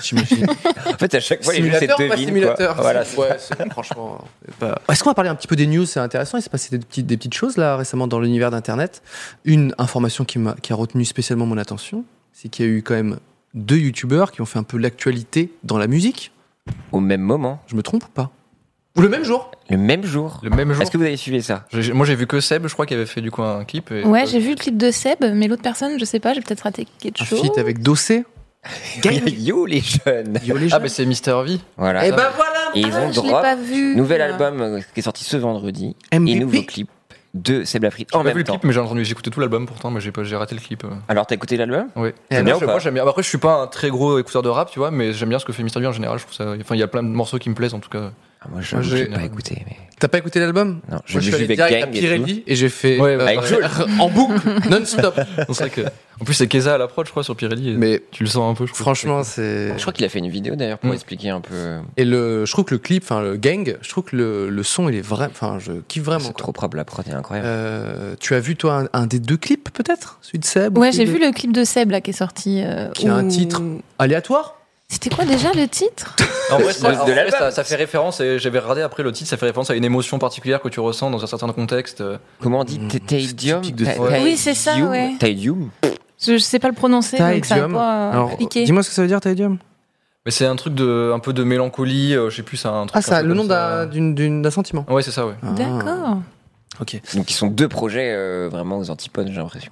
B: J'imagine.
A: En fait, à chaque fois, les jeux, c'est
B: simulateur, pas
A: devine. quoi.
B: simulateur.
A: Voilà,
B: C'est-
A: c'est
B: ouais, c'est- franchement. c'est pas- Est-ce qu'on va parler un petit peu des news C'est intéressant. Il s'est passé des petites, des petites choses là récemment dans l'univers d'Internet. Une information qui, m'a- qui a retenu spécialement mon attention, c'est qu'il y a eu quand même deux youtubeurs qui ont fait un peu l'actualité dans la musique.
A: Au même moment,
B: Je me trompe ou pas Ou le même jour
A: le même jour.
E: le même jour.
A: Est-ce que vous avez suivi ça
E: J'ai- Moi, j'ai vu que Seb, je crois, qui avait fait du coup un clip.
B: euh,
E: et- euh,
C: Ouais, j'ai vu le clip de Seb, mais l'autre personne, je sais pas, j'ai peut-être raté quelque
B: Un
C: chose.
B: feat avec Dossé.
A: Yo les jeunes
B: Yo, les
E: Ah,
B: gens.
E: mais c'est Mister V.
A: Voilà.
B: Eh ben voilà
A: Et ils
C: Ah,
A: ont
C: je l'ai
A: drop.
C: pas vu.
A: Nouvel album euh, qui est sorti ce vendredi. Et
B: MVP.
A: nouveau clip de Seb Lafrite
E: J'ai
A: en
E: pas vu
A: même
E: le
A: temps.
E: clip, mais j'ai entendu, j'ai écouté tout l'album pourtant, mais j'ai pas, j'ai raté le clip. euh.
A: Alors, t'as écouté l'album
E: Oui.
B: Eh,
E: J'aime
A: bien
E: bien,
A: ou pas
E: moi, j'aime bien. Après, je suis pas un très gros écouteur de rap, tu vois, mais j'aime bien ce que fait Mister V en général. Je trouve ça. Enfin, il y a plein de morceaux qui me plaisent en tout cas.
A: Ah, Moi, je
B: Moi, j'ai-
A: l'ai pas écouté. mais-
B: T'as pas écouté l'album
A: Non, je
B: Moi, je
A: l'ai
B: suis
A: vu
B: allé
A: avec
B: direct à
A: Gang et tout.
B: Pirelli et j'ai fait
E: Ouais,
B: euh,
A: Avec Jules.
B: en boucle non-stop.
E: C'est vrai que. En plus, c'est Keza à la prod, je crois, sur Pirelli. et
B: Mais
E: Tu le sens un peu, je trouve.
B: franchement, c'est
A: Je crois qu'il a fait une vidéo d'ailleurs pour
E: Mm.
A: expliquer un peu.
B: et le je trouve que le clip, enfin le gang, je trouve que le, le son il est vrai, enfin je kiffe vraiment.
A: C'est
B: quoi.
A: trop propre, la prod est incroyable.
B: Euh, tu as vu toi un, un des deux clips peut-être, celui de Seb ou
C: Ouais,
B: celui
C: j'ai
B: de-
C: vu le clip de Seb là qui est sorti. euh,
B: Qui a un
C: où-
B: titre. aléatoire.
C: C'était quoi déjà le titre
E: En vrai, ça,
A: De- de
E: en vrai,
A: l'album.
E: ça- ça fait référence, et j'avais regardé après le titre, ça fait référence à une émotion particulière que tu ressens dans un certain contexte. euh.
A: Comment on dit
B: Mm,
A: T- Taidium
B: typique de-
A: Ta-
E: Ouais.
C: Oui, c'est ça,
A: Taidium
C: ouais.
A: Taidium
C: je, je sais pas le prononcer, donc ça va
B: Taidium.
C: pas euh,
B: Alors
C: cliquer.
B: dis-moi ce que ça veut dire Taidium.
E: Mais c'est un truc de, un peu de mélancolie, euh, je sais plus, c'est un truc.
B: Ah ça,
E: un peu
B: le
E: comme
B: nom
E: ça.
B: d'un d'une- d'une- d'un sentiment.
C: Ah.
E: Ouais, c'est ça, ouais.
B: Ah.
C: D'accord.
E: Ok.
A: Donc ils sont deux projets euh, vraiment aux antipodes, j'ai l'impression.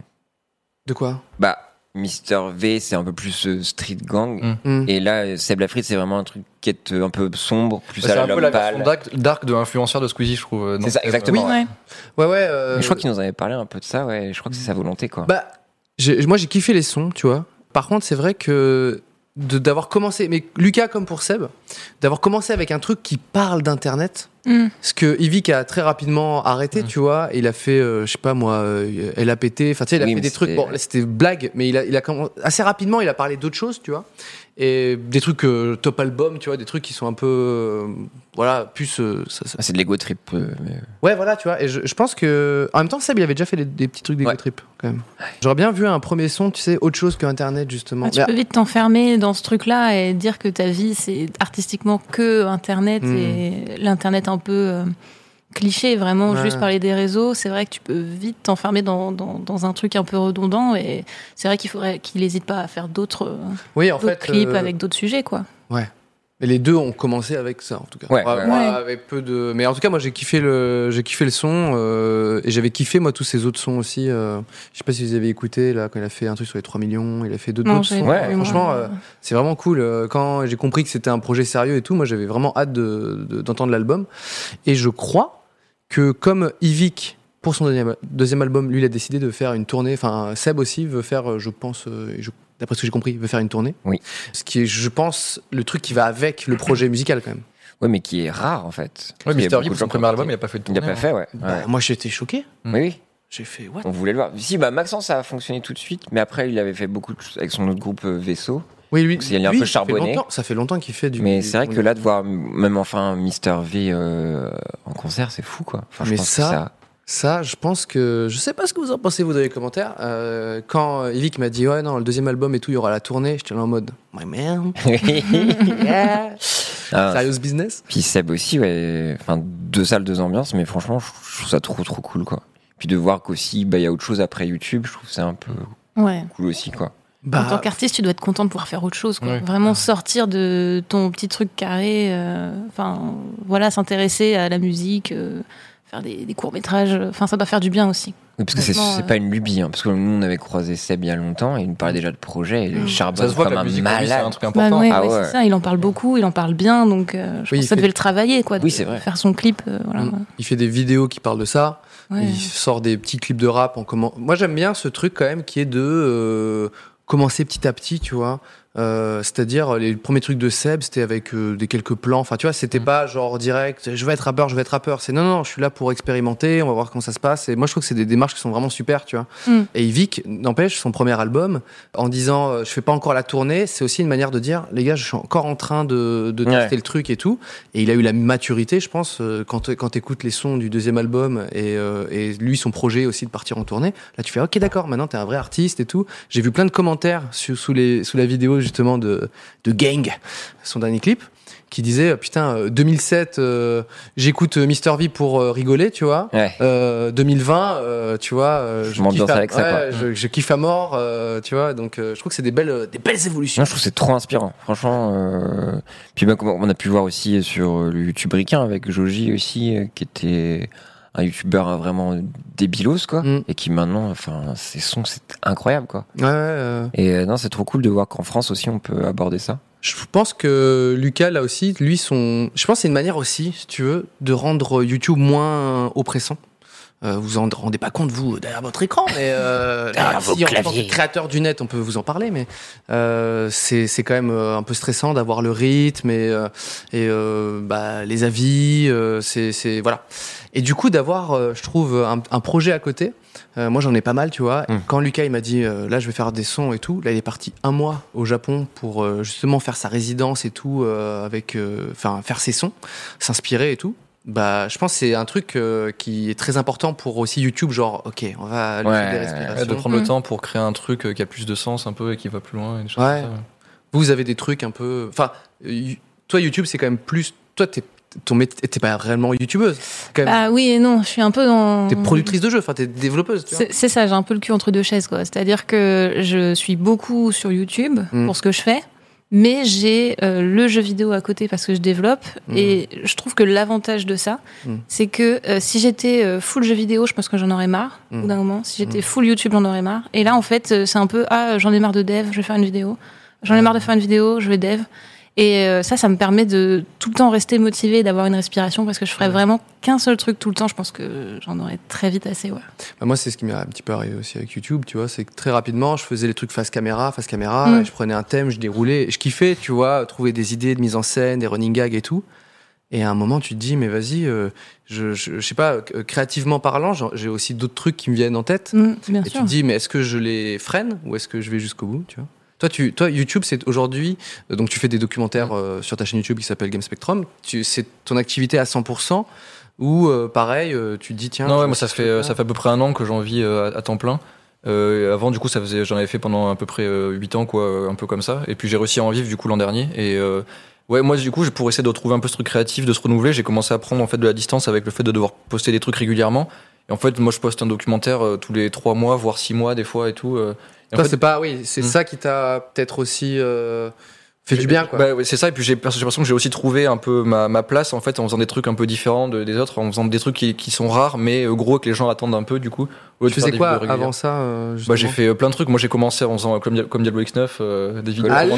B: De quoi
A: Bah, Mister V, c'est un peu plus euh, street gang.
E: Mm.
B: Hmm.
A: Et là, euh, Seb Lafrite, c'est vraiment un truc qui est euh, un peu sombre, plus
E: C'est
A: à
E: un peu
A: l'homme
E: la
A: pâle.
E: version dark, dark de l'influenceur de Squeezie, je trouve. euh, dans
A: C'est ça,
E: ce-
A: exactement.
B: Oui,
A: ouais.
B: Ouais, ouais. euh,
A: Mais Je crois qu'il nous en avait parlé un peu de ça, ouais. Je crois que c'est sa volonté, quoi.
B: Bah, j'ai- moi j'ai kiffé les sons, tu vois. Par contre, c'est vrai que de- d'avoir commencé, mais Lucas comme pour Seb, d'avoir commencé avec un truc qui parle d'internet,
C: Mm.
B: ce que Yvick a très rapidement arrêté,
E: Mm.
B: tu vois. Il a fait, euh, je sais pas moi, euh, LAPT, enfin tu sais, il a
A: Oui,
B: fait
A: mais
B: des trucs.
A: c'était-
B: Bon, là, c'était blague, mais il a, il a commen- assez rapidement, il a parlé d'autres choses, tu vois. Et des trucs euh, top album, tu vois, des trucs qui sont un peu, euh, voilà, plus. euh, ça- ça-
A: Ah, c'est de l'ego trip. euh, mais-
B: Ouais, voilà, tu vois. Et je, je pense que. En même temps, Seb, il avait déjà fait des, des petits trucs d'ego
A: Ouais.
B: trip, quand même. J'aurais bien vu un premier son, tu sais, autre chose que Internet, justement.
C: Ah, tu
B: Mais-
C: peux vite t'enfermer dans ce truc-là et dire que ta vie, c'est artistiquement que Internet
B: Mm.
C: et l'Internet un peu euh, cliché, vraiment
B: Ouais.
C: juste parler des réseaux. C'est vrai que tu peux vite t'enfermer dans, dans, dans un truc un peu redondant et c'est vrai qu'il faudrait qu'il n'hésite pas à faire d'autres euh,
B: oui, en
C: d'autres
B: fait.
C: clips
B: euh,
C: avec d'autres sujets, quoi.
B: mais les deux ont commencé avec ça, en tout cas.
A: Ouais,
B: Moi,
A: ouais,
B: moi,
C: ouais.
B: Avec peu de. Mais en tout cas, moi, j'ai kiffé le, j'ai kiffé le son euh, et j'avais kiffé moi tous ces autres sons aussi. euh, Je sais pas si vous avez écouté là quand il a fait un truc sur les 3 millions, il a fait d'autres d'autres
C: j'avais
B: sons.
A: ouais,
C: pas vu, moi.
B: franchement, euh, C'est vraiment cool. euh, Quand j'ai compris que c'était un projet sérieux et tout, moi j'avais vraiment hâte de- de- d'entendre l'album. Et je crois que comme Ivic, pour son deuxième, deuxième album, lui il a décidé de faire une tournée. Enfin, Seb aussi veut faire, euh, je pense, euh, je- d'après ce que j'ai compris, il veut faire une tournée.
A: Oui.
B: Ce qui est, je pense, le truc qui va avec le projet musical quand même.
A: Ouais, mais qui est rare, en fait. Il y
E: Ouais,
A: a
E: Mister
A: beaucoup
E: V,
A: de
E: pour son
A: gens
E: premier
A: qui-
E: album, il a pas fait de
A: Il l'a
E: tournée. hein.
A: pas fait, ouais.
B: Bah,
A: Ouais.
B: moi j'étais choqué.
E: mm.
A: Oui, oui.
B: J'ai fait what
A: On voulait le voir. Si, bah, Maxence, ça a fonctionné tout de suite, mais après, il avait fait beaucoup de choses avec son autre groupe euh, Vaisseau.
B: Oui, lui,
A: Donc, il a un peu
B: ça fait
A: charbonné.
B: longtemps- Ça fait longtemps qu'il fait du.
A: Mais
B: du-
A: c'est vrai que là, de voir m- même enfin Mister V euh, en concert, c'est fou, quoi. Enfin, je
B: Mais
A: pense que
B: ça-
A: ça...
B: Ça, je pense que. Je sais pas ce que vous en pensez, vous, dans les commentaires. Euh, quand Yvick m'a dit, ouais, non, le deuxième album et tout, il y aura la tournée, j'étais là en mode, my man, yeah.
A: Ah,
B: serious business.
A: Puis Seb aussi, ouais. Enfin, deux salles, deux ambiances, mais franchement, je je trouve ça trop, trop cool, quoi. Puis de voir qu'aussi, bah, il y a autre chose après YouTube, je trouve ça un peu
C: Ouais.
A: cool aussi, quoi.
B: Bah,
C: en tant qu'artiste, tu dois être content de pouvoir faire autre chose. Quoi.
E: Ouais.
C: Vraiment sortir de ton petit truc carré. euh, Enfin, voilà, s'intéresser à la musique, euh, faire des, des courts métrages. Enfin, ça doit faire du bien aussi.
A: Oui, parce que c'est
C: Franchement,
A: c'est
C: euh.
A: pas une lubie, hein, parce que nous, on avait croisé Seb il y a longtemps, et il nous parlait déjà de projet, et il
E: Ça
A: charbonne
E: se voit que
A: comme
E: la
A: un
E: musique, pour lui, c'est un
A: malade.
E: truc important.
C: Bah ouais,
A: Ah
C: ouais,
A: ouais.
C: c'est ça. Il en parle beaucoup, il en parle bien, donc euh, je
B: Oui,
C: pense
B: il
C: que ça
B: fait-
C: devait le travailler, quoi. de
A: Oui, c'est vrai.
C: Faire son clip, euh, voilà.
B: Il fait des vidéos qui parlent de ça.
C: Ouais.
B: Il sort des petits clips de rap. En comment... Moi, j'aime bien ce truc quand même qui est de euh, commencer petit à petit, tu vois. Euh, C'est-à-dire, les premiers trucs de Seb, c'était avec euh, des quelques plans. Enfin, tu vois, c'était pas genre direct, je vais être rappeur, je vais être rappeur. C'est non, non, je suis là pour expérimenter, on va voir comment ça se passe. Et moi, je trouve que c'est des démarches qui sont vraiment super, tu vois.
C: Mm.
B: Et Yvick, n'empêche, son premier album, en disant, euh, je fais pas encore la tournée, c'est aussi une manière de dire, les gars, je suis encore en train de, de
A: Ouais.
B: tester le truc et tout. Et il a eu la maturité, je pense, euh, quand t- quand t'écoutes les sons du deuxième album et, euh, et lui son projet aussi de partir en tournée. Là, tu fais ok, d'accord, maintenant t'es un vrai artiste et tout. J'ai vu plein de commentaires sous, sous les sous la vidéo justement de de Gang, son dernier clip, qui disait putain euh, 2007, euh, j'écoute Mister V pour euh, rigoler, tu vois.
A: Ouais.
B: Euh, 2020, euh, tu vois, euh,
A: Je m'ambiance
B: kiffe à-
A: avec ça, quoi.
B: ouais, je, je kiffe à mort, euh, tu vois. Donc, euh, je trouve que c'est des belles, euh, des belles évolutions.
A: Non, je trouve que c'est trop inspirant, franchement. euh, Puis ben, comme on a pu voir aussi sur euh, le YouTube ricain avec Joji aussi, euh, qui était un youtubeur euh, vraiment débilos, quoi.
B: Mm.
A: Et qui maintenant, enfin, ses sons, c'est incroyable, quoi.
B: Ouais, ouais, euh,
A: Et euh, non, c'est trop cool de voir qu'en France aussi, on peut aborder ça.
B: Je pense que Lucas, là aussi, lui, son. Je pense que c'est une manière aussi, si tu veux, de rendre YouTube moins oppressant. Euh, vous en rendez pas compte, vous, derrière votre écran, mais euh,
A: Derrière vos
B: en tant que
A: claviers.
B: créateur du net, on peut vous en parler, mais euh, c'est c'est quand même euh, un peu stressant d'avoir le rythme et, euh, et euh, bah, les avis. euh, c'est c'est- voilà. Et du coup, d'avoir, euh, je trouve, un, un projet à côté. euh, moi, j'en ai pas mal, tu vois.
E: Mmh.
A: Mm.
B: Quand Lucas, il m'a dit, euh, là, je vais faire des sons et tout. Là, il est parti un mois au Japon pour euh, justement faire sa résidence et tout, euh, avec, euh, enfin, faire ses sons, s'inspirer et tout. Bah, je pense que c'est un truc euh, qui est très important pour aussi YouTube, genre, ok, on va laisser
A: Ouais,
B: des
A: ouais,
E: Ouais, de
B: respirations.
E: prendre le
C: Mm.
E: temps pour créer un truc euh, qui a plus de sens un peu et qui va plus loin. Et des choses
B: Ouais.
E: comme ça,
B: Vous avez des trucs un peu. Enfin, euh, you- toi, YouTube, c'est quand même plus. Toi, t'es ton métier- t'es pas réellement youtubeuse. Quand même.
C: Bah oui et non, je suis un peu dans.
B: t'es productrice de jeux, enfin, t'es développeuse. Tu vois.
C: Bah, euh, C'est c'est ça, j'ai un peu le cul entre deux chaises, quoi. C'est-à-dire que je suis beaucoup sur YouTube
B: Mm.
C: pour ce que je fais, Mais j'ai euh, le jeu vidéo à côté parce que je développe. Et je trouve que l'avantage de ça,
B: Mm.
C: c'est que euh, si j'étais euh, full jeu vidéo, je pense que j'en aurais marre.
B: Mm.
C: Au bout d'un moment, si j'étais full YouTube, j'en aurais marre. Et là, en fait, euh, c'est un peu ah, j'en ai marre de dev, je vais faire une vidéo. J'en ai marre de faire une vidéo, je vais dev. Et euh, ça, ça me permet de tout le temps rester motivé, d'avoir une respiration parce que je ferais vraiment qu'un seul truc tout le temps. Je pense que j'en aurais très vite assez. Ouais.
B: Bah, moi, c'est ce qui m'est un petit peu arrivé aussi avec YouTube, tu vois. C'est que très rapidement, je faisais les trucs face caméra, face caméra,
C: Mm.
B: et je prenais un thème, je déroulais, et je kiffais, tu vois, trouver des idées de mise en scène, des running gags et tout. Et à un moment, tu te dis, mais vas-y, euh, je, je, je sais pas, euh, créativement parlant, genre, j'ai aussi d'autres trucs qui me viennent en tête.
C: Mm, bien
B: et
C: sûr.
B: tu te dis, mais est-ce que je les freine ou est-ce que je vais jusqu'au bout, tu vois toi, tu, toi, YouTube, c'est aujourd'hui. euh, Donc, tu fais des documentaires euh, sur ta chaîne YouTube qui s'appelle Game Spectrum. Tu- C'est ton activité à 100% ou euh, pareil, euh, tu te dis tiens.
E: Non,
B: je
E: ouais,
B: vais
E: moi ça
B: faire ce
E: fait, euh,
B: truc-là.
E: ça fait à peu près un an que j'en vis euh, à, à temps plein. Euh, avant, du coup, ça faisait, j'en avais fait pendant à peu près 8 ans, quoi, euh, un peu comme ça. Et puis j'ai réussi à en vivre, du coup, l'an dernier. Et euh, ouais, moi, du coup, pour essayer de retrouver un peu ce truc créatif, de se renouveler, j'ai commencé à prendre en fait de la distance avec le fait de devoir poster des trucs régulièrement. Et en fait, moi, je poste un documentaire euh, tous les 3 mois, voire 6 mois, des fois et tout. euh. Et en
B: Toi,
E: fait,
B: c'est pas, oui, c'est
E: Mm.
B: ça qui t'a peut-être aussi euh, fait du
E: J'ai-
B: bien, quoi.
E: Bah ouais, c'est ça. Et puis j'ai j'ai l'impression que j'ai aussi trouvé un peu ma, ma place en fait en faisant des trucs un peu différents de- des autres, en faisant des trucs qui, qui sont rares mais euh, gros que les gens attendent un peu. Du coup, au lieu
B: tu
E: de faire
B: faisais
E: des
B: quoi
E: vidéos régulières.
B: avant ça euh,
E: Bah,
B: justement
E: j'ai fait euh, plein de trucs. Moi, j'ai commencé en faisant euh, comme, Dia- comme Diablo X9, euh, des vidéos.
B: Allez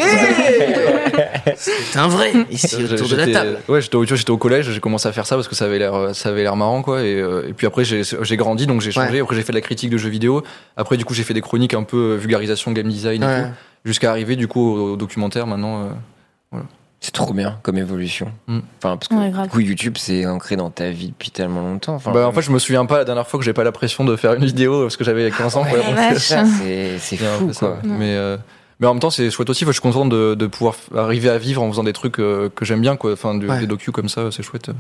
F: C'est un vrai, ici,
E: Euh,
F: autour de la
E: j'étais-
F: table.
E: Ouais, j'étais au, tu vois, j'étais au collège, j'ai commencé à faire ça parce que ça avait l'air, euh, ça avait l'air marrant, quoi. Et, euh, et puis après, j'ai j'ai grandi, donc j'ai changé.
B: Ouais.
E: Après, j'ai fait de la critique de jeux vidéo. Après, du coup, j'ai fait des chroniques un peu euh, vulgarisation, game design, et
B: Ouais.
E: tout, jusqu'à arriver du coup au, au documentaire. Maintenant, euh,
A: C'est trop bien comme évolution.
E: Mm.
A: Enfin, parce que
C: Ouais, grave.
A: du coup, YouTube, c'est ancré dans ta vie depuis tellement longtemps. Enfin,
E: bah, en fait, je me souviens pas la dernière fois que j'ai pas la pression de faire une vidéo euh, parce que j'avais 15 ans. quoi.
C: La Ah, vache.
A: c'est c'est
E: C'est un
A: fou,
E: peu ça,
A: quoi.
E: ouais.
C: Ouais.
E: Mais, euh, mais en même temps, c'est chouette aussi. Enfin, Je suis content de, de pouvoir f- arriver à vivre en faisant des trucs euh, que j'aime bien, quoi. Enfin, du-
B: Ouais.
E: des docus comme ça, c'est chouette. Enfin,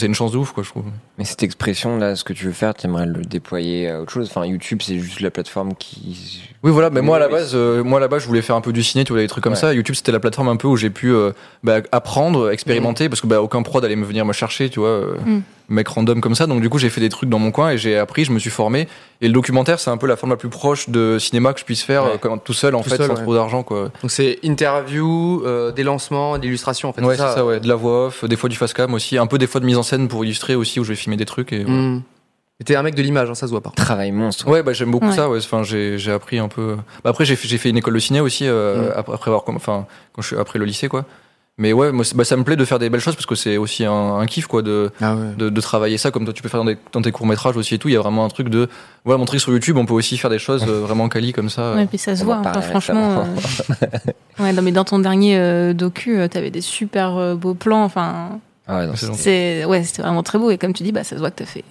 E: C'est une chance de ouf, quoi, je trouve.
A: Mais cette expression-là, ce que tu veux faire, t'aimerais le déployer à autre chose. Enfin, YouTube, c'est juste la plateforme qui.
E: Oui, voilà. Mais
A: Oui,
E: moi, à la
A: oui.
E: base, euh, moi, à la base, je voulais faire un peu du ciné, tu vois, des trucs comme
A: Ouais.
E: ça. YouTube, c'était la plateforme un peu où j'ai pu euh, bah, apprendre, expérimenter, parce que bah, aucun prod allait me venir me chercher, tu vois, euh,
C: Mm.
E: mec random comme ça. Donc, du coup, j'ai fait des trucs dans mon coin et j'ai appris, je me suis formé. Et le documentaire, c'est un peu la forme la plus proche de cinéma que je puisse faire
A: Ouais.
E: euh, comme- tout seul, en
B: Tout
E: fait,
B: seul,
E: sans
B: ouais.
E: trop d'argent, quoi.
B: Donc, c'est interview, euh, des lancements, des illustrations, en fait.
E: Ouais,
B: c'est
E: c'est ça, ouais. De la voix off, des fois du face cam aussi, un peu des fois de mise en scène pour illustrer aussi où je vais filmer des trucs. Et,
B: Mm. Et T'es un mec de l'image, hein, ça se voit pas.
A: Travail monstre.
E: Ouais, bah, j'aime beaucoup
C: Ouais.
E: ça. Ouais. Enfin, j'ai, j'ai appris un peu. Bah, après, j'ai, fait- j'ai fait une école de ciné aussi euh,
B: Mm.
E: après, après avoir, comm- enfin, quand je suis après le lycée, quoi. Mais ouais, moi, c'est- bah, ça me plaît de faire des belles choses parce que c'est aussi un, un kiff, quoi, de,
B: Ah ouais.
E: de, de travailler ça comme toi tu peux faire dans, des- dans tes courts métrages aussi et tout. Il y a vraiment un truc de, voilà, montrer que sur YouTube, on peut aussi faire des choses euh, vraiment quali comme ça.
C: Ouais, puis ça se
A: on
C: voit,
A: en
C: enfin,
A: parlait
C: franchement. euh, ouais, non, mais dans ton dernier euh, docu, euh, t'avais des super euh, beaux plans. Enfin,
A: Ah ouais, non,
E: C'est
A: c'est-
E: gentil.
C: c'est ouais, c'était vraiment très beau. Et comme tu dis, bah, ça se voit que t'as fait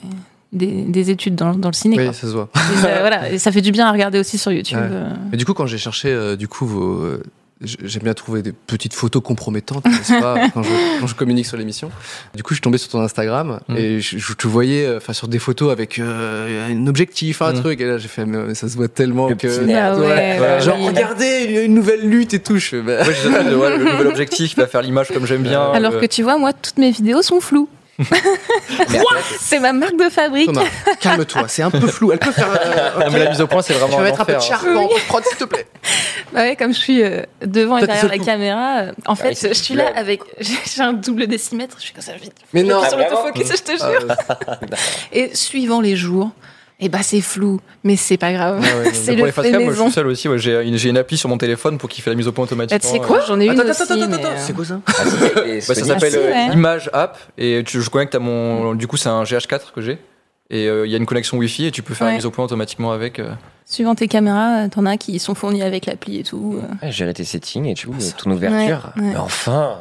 C: des, des études dans, dans le ciné.
B: Oui,
C: quoi.
B: ça se voit.
C: Et ça, voilà, et ça fait du bien à regarder aussi sur YouTube.
B: Ouais.
C: euh.
B: Mais du coup, quand j'ai cherché, euh, du coup, vos, euh, j- j'aime bien trouver des petites photos compromettantes, n'est-ce pas, quand je, quand je communique sur l'émission. Du coup, je suis tombé sur ton Instagram
E: Mm.
B: et je, je te voyais, euh, enfin, sur des photos avec euh, un objectif, un
E: Mm.
B: truc. Et là, j'ai fait, mais, mais ça se voit tellement
A: Le
B: que.
A: petit
C: Bah ouais,
B: Ouais.
C: bah
B: Genre,
C: oui.
B: regardez, une, une nouvelle lutte et tout. Je fais, bah,
E: Ouais, j'ai hâte de, ouais, le nouvel objectif, de faire l'image comme j'aime bien.
C: Alors
E: euh,
C: que tu vois, moi, toutes mes vidéos sont floues. c'est ma marque de fabrique.
B: Thomas, calme-toi, c'est un peu flou. Elle peut faire. euh,
E: Ah, mais la mise au point, c'est vraiment.
B: Tu peux
E: un
B: mettre un peu de
E: enfer, hein.
B: charpent, prod, s'il te plaît.
C: Bah ouais, comme je suis euh, devant et
B: Toi, t'es
C: derrière
B: seul
C: la
B: coup.
C: caméra, euh, en fait,
A: c'est
C: je suis là
A: bleu.
C: avec j'ai un double décimètre, je suis comme ça vite.
B: Mais non.
C: sur l'autofocus, je te
B: Ah,
C: jure. Et suivant les jours, et bah c'est flou, mais c'est pas grave.
B: Ah ouais, ouais.
C: c'est
E: Pour
C: le
E: les
C: fait
E: facecam, je
C: maison.
E: suis seul aussi. ouais, j'ai une, j'ai une appli sur mon téléphone pour qu'il fait la mise au point
C: Ah,
E: automatiquement. euh,
C: tu sais quoi, j'en ai une
B: Attends,
C: aussi.
B: attends, attends,
C: mais,
B: attends,
C: euh,
B: c'est quoi ça
A: Ah, c'était les
E: Bah, ça
A: Sony.
E: s'appelle
C: Ah, si,
E: euh,
C: ouais.
E: Image App et tu, je connecte à mon. Du coup, c'est un GH4 que j'ai et euh, il y a une connexion Wi-Fi et tu peux faire la
C: Ouais.
E: mise au point automatiquement avec. euh.
C: Suivant tes caméras, euh, t'en as qui sont fournis avec l'appli et tout. euh.
A: Ouais, Gérer tes settings et tout, euh, ton ouverture.
C: Ouais, ouais.
A: Mais enfin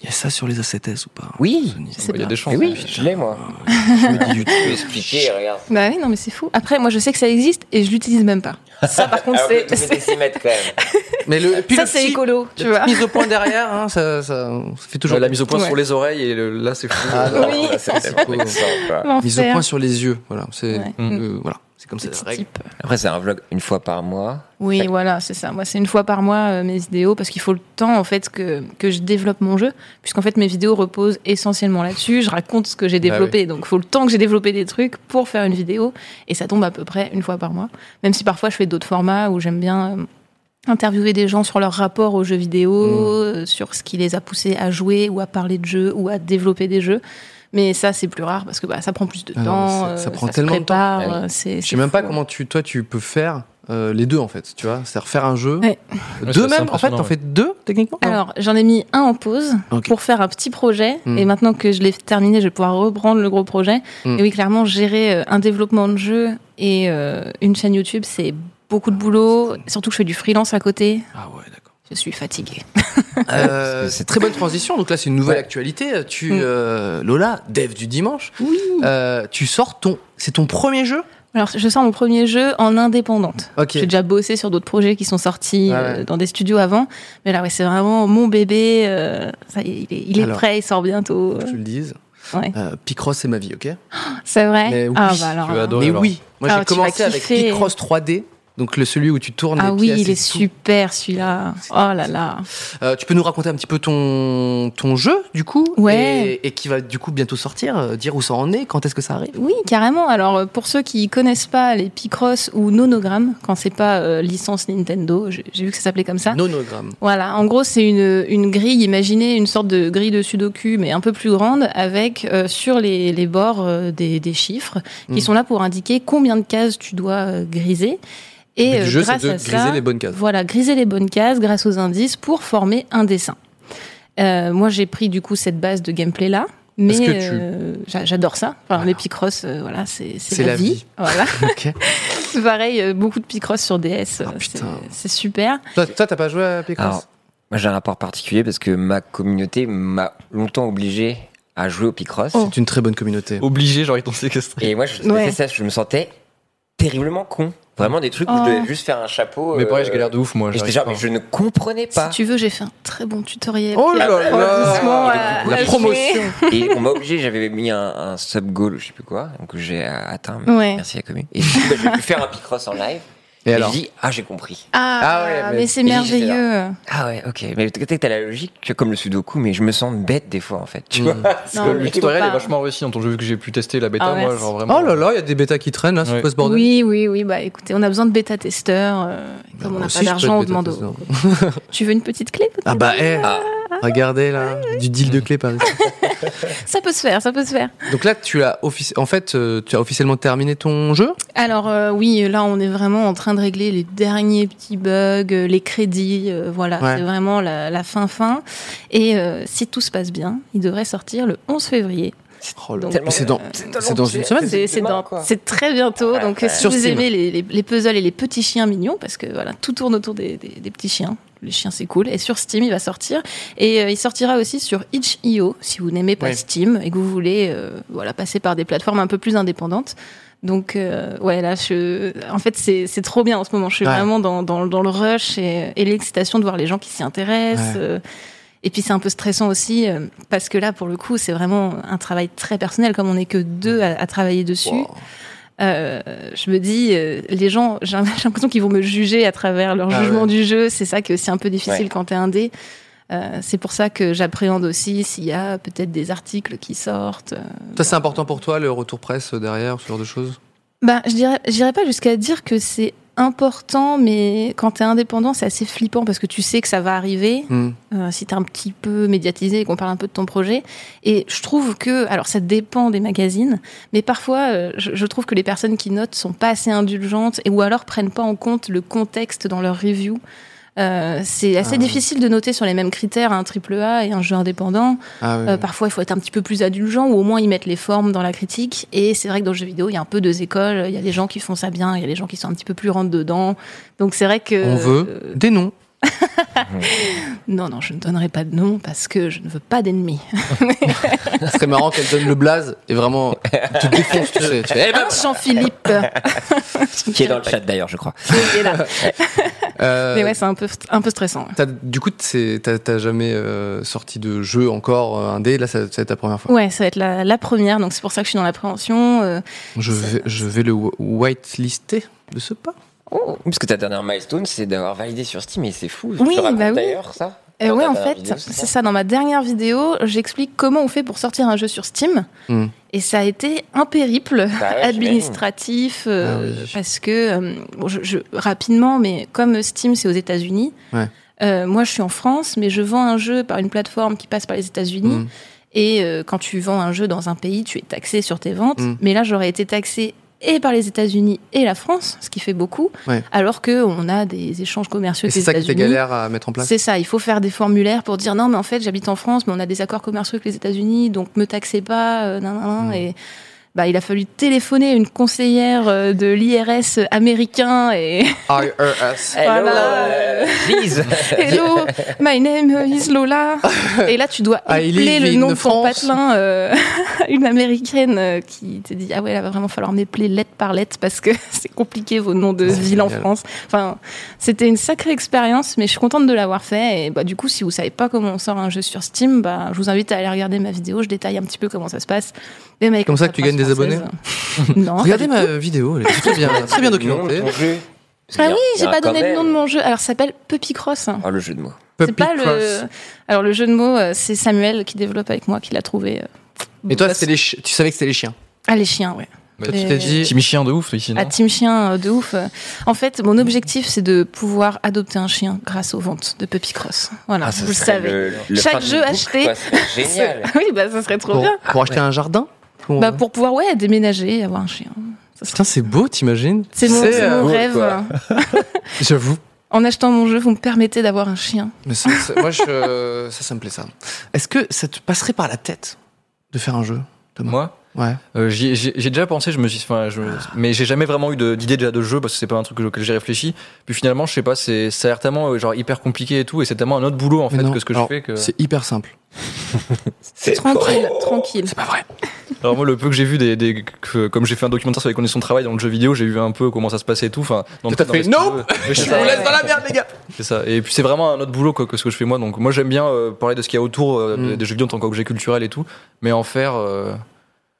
F: Il y a ça sur les A7S ou pas
A: Oui
F: Sony.
C: Je sais
E: Il y a
C: pas.
E: des
A: Mais
E: chances.
A: oui, je l'ai, moi. Je peux expliquer, regarde.
C: Bah oui, non, mais c'est fou. Après, moi, je sais que ça existe et je l'utilise même pas. Ça, par contre,
A: Alors que
C: c'est.
A: Ah, tous mes décimètres, quand même.
B: Mais le, et puis
C: Ça,
B: le
C: c'est
B: petit-
C: écolo,
B: la
C: tu
B: petite
C: vois.
B: mise au point derrière, hein, ça, ça, ça fait toujours
E: Toujours la mise au point
C: Ouais.
E: sur les oreilles et le- là, c'est fou.
B: Ah, non.
C: Oui.
A: C'est tellement excitant, quoi.
C: L'enfer.
B: Mise au point sur les yeux, voilà. C'est
C: Ouais.
B: euh, voilà, c'est comme ça.
C: Petit
B: la règle.
C: type.
A: Après, c'est un vlog une fois par mois.
C: Oui,
A: Tac.
C: voilà, c'est ça. Moi, c'est une fois par mois euh, mes vidéos parce qu'il faut le temps en fait que, que je développe mon jeu, puisqu'en fait mes vidéos reposent essentiellement là-dessus. Je raconte ce que j'ai
E: Bah
C: développé, donc il faut le temps que j'ai développé des trucs pour faire une vidéo, et ça tombe à peu près une fois par mois. Même si parfois je fais d'autres formats où j'aime bien euh, interviewer des gens sur leur rapport aux jeux vidéo,
B: Mmh.
C: euh, sur ce qui les a poussés à jouer ou à parler de jeux ou à développer des jeux. Mais ça, c'est plus rare parce que bah, ça prend plus de
B: Ah non,
C: temps.
B: ça- ça
C: euh,
B: prend
C: se
B: tellement de temps.
C: prépare,
A: Ah oui.
C: euh, c'est-
B: Je
C: c'est
B: sais même
C: fou,
B: pas
C: ouais.
B: comment tu, toi, tu peux faire euh, les deux en fait. Tu vois, c'est-à-dire faire un jeu.
C: Ouais.
E: Ouais,
B: Deux
E: c'est
B: même.
E: assez
B: En fait,
E: impressionnant,
B: t'en
E: ouais.
B: fais deux techniquement. Non.
C: Alors, j'en ai mis un en pause
B: Ok.
C: pour faire un petit projet.
B: Mm.
C: Et maintenant que je l'ai terminé, je vais pouvoir reprendre le gros projet.
B: Mm.
C: Et oui, clairement, gérer euh, un développement de jeu et euh, une chaîne YouTube, c'est beaucoup de boulot. Surtout que je fais du freelance à côté.
F: Ah ouais, d'accord.
C: Je suis fatiguée.
B: Euh,
A: Parce que
B: c'est très bonne transition. Donc là, c'est une nouvelle actualité. Tu,
C: Mm.
B: euh, Lola, dev du dimanche, euh, tu sors ton. C'est ton premier jeu
C: Alors, je sors mon premier jeu en indépendante.
B: Ok.
C: J'ai déjà bossé sur d'autres projets qui sont sortis
B: Ouais,
C: euh,
B: ouais.
C: dans des studios avant. Mais là, ouais, c'est vraiment mon bébé. euh, ça, il est, il est
B: Alors.
C: prêt, il sort bientôt.
B: Faut que tu le dises.
C: Ouais.
B: Euh, Picross, c'est ma vie, ok
C: C'est vrai
B: Mais oui,
C: Ah, bah alors.
E: tu vas adorer.
B: Mais
E: alors.
B: oui, moi
C: Alors,
B: j'ai
C: tu vas
B: commencé avec
C: kiffer.
B: Picross 3D. Donc le celui où tu tournes
C: Ah
B: les
C: oui,
B: pièces
C: il
B: et
C: est
B: tout.
C: super celui-là. Oh là là.
B: Euh, tu peux nous raconter un petit peu ton ton jeu du coup
C: Ouais.
B: et, et qui va du coup bientôt sortir, euh, dire où ça en est, quand est-ce que ça arrive
C: Oui, carrément. Alors, euh, pour ceux qui connaissent pas les Picross ou Nonogram, quand c'est pas euh, licence Nintendo, j'ai j'ai vu que ça s'appelait comme ça.
B: Nonogramme.
C: Voilà, en gros, c'est une, une grille, imaginez une sorte de grille de sudoku, mais un peu plus grande, avec euh, sur les, les bords euh, des, des chiffres qui
B: Mhm.
C: sont là pour indiquer combien de cases tu dois euh, griser. Et
B: Le
C: euh,
B: jeu, c'est
C: grâce
B: de
C: à
B: griser
C: ça,
B: les bonnes cases.
C: Voilà, griser les bonnes cases grâce aux indices pour former un dessin. Euh, moi, j'ai pris du coup cette base de gameplay là. Mais
B: Est-ce que tu-
C: euh, j'a- j'adore ça. Enfin, Les Picross, euh, voilà, c'est
B: C'est
C: c'est
B: la
C: la vie.
B: vie.
C: Voilà.
B: Ok. Ah,
C: C'est Pareil, euh, beaucoup de Picross sur DS. euh, c'est-
B: putain.
C: c'est super.
B: Toi, toi, t'as pas joué à Picross
A: Alors, moi, j'ai un rapport particulier parce que ma communauté m'a longtemps obligé à jouer au Picross.
B: C'est une très bonne communauté.
E: Obligé, genre ils t'ont séquestré.
A: Et moi, je
C: Oh. Ouais.
A: c'est ça, je me sentais terriblement con. Vraiment des trucs où
C: Oh.
A: je devais juste faire un chapeau.
E: Mais pareil,
A: euh,
E: je galère de ouf, moi.
A: et j'étais
E: j'arrive
A: genre,
E: pas.
A: mais je ne comprenais pas.
C: Si tu veux, j'ai fait un très bon tutoriel.
B: Oh là Ah, là
C: Applaudissements à-
A: La
C: à Julie.
B: promotion.
A: Et on m'a obligé, j'avais mis un, un sub goal, je sais plus quoi, donc j'ai euh, atteint.
C: Ouais.
A: Merci à la commune. Et je me suis dit, bah, je vais faire un Picross en live.
B: Et
A: Et,
B: alors
A: je dis, ah, j'ai compris.
C: Ah,
B: Ah ouais, mais-
C: mais, c'est
A: Et j'étais
C: merveilleux.
A: Ah ouais, ok. Mais peut-être que t'as la logique, tu vois, comme le sudoku, mais je me sens bête des fois, en fait. Tu vois
C: Mm. Non, mais
E: Le
C: tu peux
E: tutoriel
C: pas.
E: est vachement réussi dans ton jeu vu que j'ai pu tester la bêta,
C: Ah,
E: moi,
C: merci.
E: genre vraiment.
B: Oh là là, il y a des bêtas qui traînent là, c'est
E: Ouais.
B: quoi ce bordel
C: Oui, oui, oui. Bah écoutez, on a besoin de bêta-testeurs. euh,
B: Bah,
C: comme
B: moi
C: on n'a
B: aussi, je
C: pas
B: peux
C: d'argent, on
B: être
C: demande.
B: bêta-testeur.
C: au- Tu veux une petite clé peut-être
B: Ah bah, eh, regardez là, du deal de clé par ici.
C: Ça peut se faire, ça peut se faire.
B: Donc là, tu as offici- en fait, euh, tu as officiellement terminé ton jeu.
C: Alors euh, oui, là on est vraiment en train de régler les derniers petits bugs, euh, les crédits, euh, voilà,
B: Ouais.
C: c'est vraiment la, la fin fin. Et euh, si tout se passe bien, il devrait sortir le 11 février.
B: Oh là.
C: Donc,
B: Mais c'est dans, c'est dans une semaine.
C: C'est c'est dans- c'est très bientôt. Donc si
B: Sur
C: vous
B: Steam.
C: aimez les, les- les puzzles et les petits chiens mignons, parce que voilà, tout tourne autour des, des- des petits chiens. Les chiens, c'est cool. Et sur Steam, il va sortir. Et euh, il sortira aussi sur itch.io, si vous n'aimez pas
B: Ouais.
C: Steam et que vous voulez euh, voilà, passer par des plateformes un peu plus indépendantes. Donc, euh, ouais, là, je... en fait, c'est c'est trop bien en ce moment. Je suis
B: Ouais.
C: vraiment dans, dans, dans le rush et, et l'excitation de voir les gens qui s'y intéressent.
B: Ouais.
C: euh, et puis c'est un peu stressant aussi euh, parce que là, pour le coup, c'est vraiment un travail très personnel. Comme on n'est que deux à, à travailler dessus, euh, je me dis, euh, les gens, j'ai j'ai l'impression qu'ils vont me juger à travers leur
B: Ah
C: jugement
B: ouais.
C: du jeu. C'est ça que c'est un peu difficile
A: Ouais.
C: quand t'es indé. Euh, c'est pour ça que j'appréhende aussi s'il y a peut-être des articles qui sortent.
B: Ça, c'est important pour toi le retour presse derrière, ce genre de choses.
C: Ben, je dirais, j'irais pas jusqu'à dire que c'est important, mais quand t'es indépendant, c'est assez flippant parce que tu sais que ça va arriver.
B: Hmm.
C: euh, si t'es un petit peu médiatisé et qu'on parle un peu de ton projet. Et je trouve que, alors ça dépend des magazines, mais parfois euh, je, je trouve que les personnes qui notent sont pas assez indulgentes et ou alors prennent pas en compte le contexte dans leur review. Euh, c'est assez
B: Ah.
C: difficile de noter sur les mêmes critères un triple A et un jeu indépendant.
B: Ah oui.
C: Euh, parfois, il faut être un petit peu plus indulgent ou au moins y mettre les formes dans la critique. Et c'est vrai que dans le jeu vidéo, il y a un peu deux écoles. Il y a les gens qui font ça bien, il y a les gens qui sont un petit peu plus rentre dedans. Donc c'est vrai que
B: On veut
C: euh,
B: des noms.
C: non, non, je ne donnerai pas de nom parce que je ne veux pas d'ennemis.
B: Ce serait marrant qu'elle donne le blaze et vraiment elle te défonce, tu sais. Tu fais, eh ben,
C: Hein, Jean-Philippe
A: Qui est dans le chat d'ailleurs, je crois.
C: Il est là.
B: euh,
C: Mais ouais, c'est un peu, un peu stressant.
B: t'as- du coup, c'est- t'as t'as jamais euh, sorti de jeu encore euh, indé. Là, ça, ça va être ta première fois.
C: Ouais, ça va être la, la première, donc c'est pour ça que je suis dans l'appréhension. euh.
B: Je vais, je vais le wh- whitelister de ce pas.
A: Parce que ta dernière milestone, c'est d'avoir validé sur Steam, et c'est fou.
C: Oui,
A: tu le racontes
C: bah oui.
A: d'ailleurs, ça
C: Euh,
A: Dans
C: ouais,
A: ta
C: en
A: dernière
C: fait,
A: vidéo, c'est
C: c'est ça. Dans ma dernière vidéo, j'explique comment on fait pour sortir un jeu sur Steam.
B: Hmm.
C: Et ça a été un périple
A: Bah ouais,
C: administratif euh, parce que euh, bon, je, je- rapidement, mais comme Steam c'est aux États-Unis,
B: Ouais.
C: euh, moi je suis en France, mais je vends un jeu par une plateforme qui passe par les États-Unis.
B: Hmm.
C: Et euh, quand tu vends un jeu dans un pays, tu es taxé sur tes ventes.
B: Mm.
C: Mais là, j'aurais été taxé et par les États-Unis et la France, ce qui fait beaucoup,
B: Ouais.
C: alors que on a des échanges commerciaux
B: Et
C: avec
B: c'est
C: les
B: ça qui fait
C: États-Unis.
B: galère à mettre en place.
C: C'est ça, il faut faire des formulaires pour dire non, mais en fait, j'habite en France, mais on a des accords commerciaux avec les États-Unis, donc me taxez pas, euh, nan, nan, nan.
B: Mm.
C: Et bah, il a fallu téléphoner à une conseillère euh, de l'IRS américain et
B: IRS.
A: Hello,
C: Voilà.
A: euh, please.
C: Hello, my name is Lola. Et là, tu dois
B: I live
C: épeler le
B: in
C: nom de ton
B: France.
C: patelin euh, à une américaine euh, qui te dit Ah ouais, là, va vraiment falloir m'épeler lettre par lettre parce que c'est compliqué vos noms de
B: C'est
C: villes en
B: génial.
C: France. Enfin, c'était une sacrée expérience, mais je suis contente de l'avoir fait. Et bah, du coup, si vous savez pas comment on sort un jeu sur Steam, bah, je vous invite à aller regarder ma vidéo. Je détaille un petit peu comment ça se passe. Même avec
B: Comme
C: la
B: ça que tu
C: traduction
B: gagnes des
C: française. Non.
B: Regardez
C: pas du tout.
B: ma vidéo, elle est très bien, très bien documentée.
A: Non, ton jeu. Parce qu'il
C: Ah
A: y a-
C: oui,
A: il y
C: j'ai
A: a
C: pas
A: quand
C: donné le nom de
A: même-
C: mon jeu. Alors, ça s'appelle Puppy Cross.
A: Oh, le jeu de mots.
C: C'est pas le. Alors le jeu de mots, euh, c'est Samuel qui développe avec moi, qui l'a trouvé. euh,
B: Et toi,
C: boss.
B: c'était les chi- tu savais que c'était les chiens.
C: Ah les chiens, ouais.
E: euh,
B: Toi, tu
C: Et-
B: t'es dit.
E: Petit chien de ouf, ici.
C: À Team Chien euh, de ouf. euh. En fait, mon objectif, c'est de pouvoir adopter un chien grâce aux ventes de Puppy Cross. Voilà,
A: Ah, ça
C: vous le
A: serait
C: savez.
A: le- le
C: Chaque
A: fin d'une
C: jeu
A: boucle,
C: acheté,
A: quoi, ce serait Génial.
C: oui, bah ça serait trop
B: Pour,
C: bien.
B: pour acheter un jardin Pour-
C: Bah pour pouvoir ouais déménager, et avoir un chien. Ça serait-
B: Putain, c'est beau, t'imagines
C: C'est mon, c'est mon
B: euh,
A: beau,
C: rêve.
A: quoi.
B: J'avoue.
C: En achetant mon jeu, vous me permettez d'avoir un chien.
B: Mais ça, ça- moi, je, euh, ça, ça me plaît, ça. Est-ce que ça te passerait par la tête de faire un jeu
E: Moi
B: Ouais.
E: Euh, j'y- J'ai j'ai déjà pensé, je me suis, enfin, je,
B: Ah.
E: mais j'ai jamais vraiment eu de- d'idée déjà de jeu parce que c'est pas un truc auquel j'ai réfléchi. Puis finalement, je sais pas, c'est ça a l'air tellement euh, genre hyper compliqué et tout, et c'est tellement un autre boulot en
B: Mais
E: fait
B: non.
E: que ce que
B: Alors,
E: je fais. Que...
B: C'est hyper simple.
A: C'est
C: Tranquille, tranquille.
B: pas vrai.
E: Alors moi, le peu que j'ai vu des, des- que- comme j'ai fait un documentaire sur les conditions de travail dans le jeu vidéo, j'ai vu un peu comment ça se passait et tout. Enfin, dans le
B: T'as fait,
E: dans
B: Nope
E: les studios.
B: Je vous laisse dans la merde, les gars
E: C'est ça. Et puis c'est vraiment un autre boulot quoi, que ce que je fais moi. Donc moi j'aime bien euh, parler de ce qu'il y a autour euh,
B: Mm.
E: des, des jeux vidéo en tant qu'objet culturel et tout, mais en faire, euh,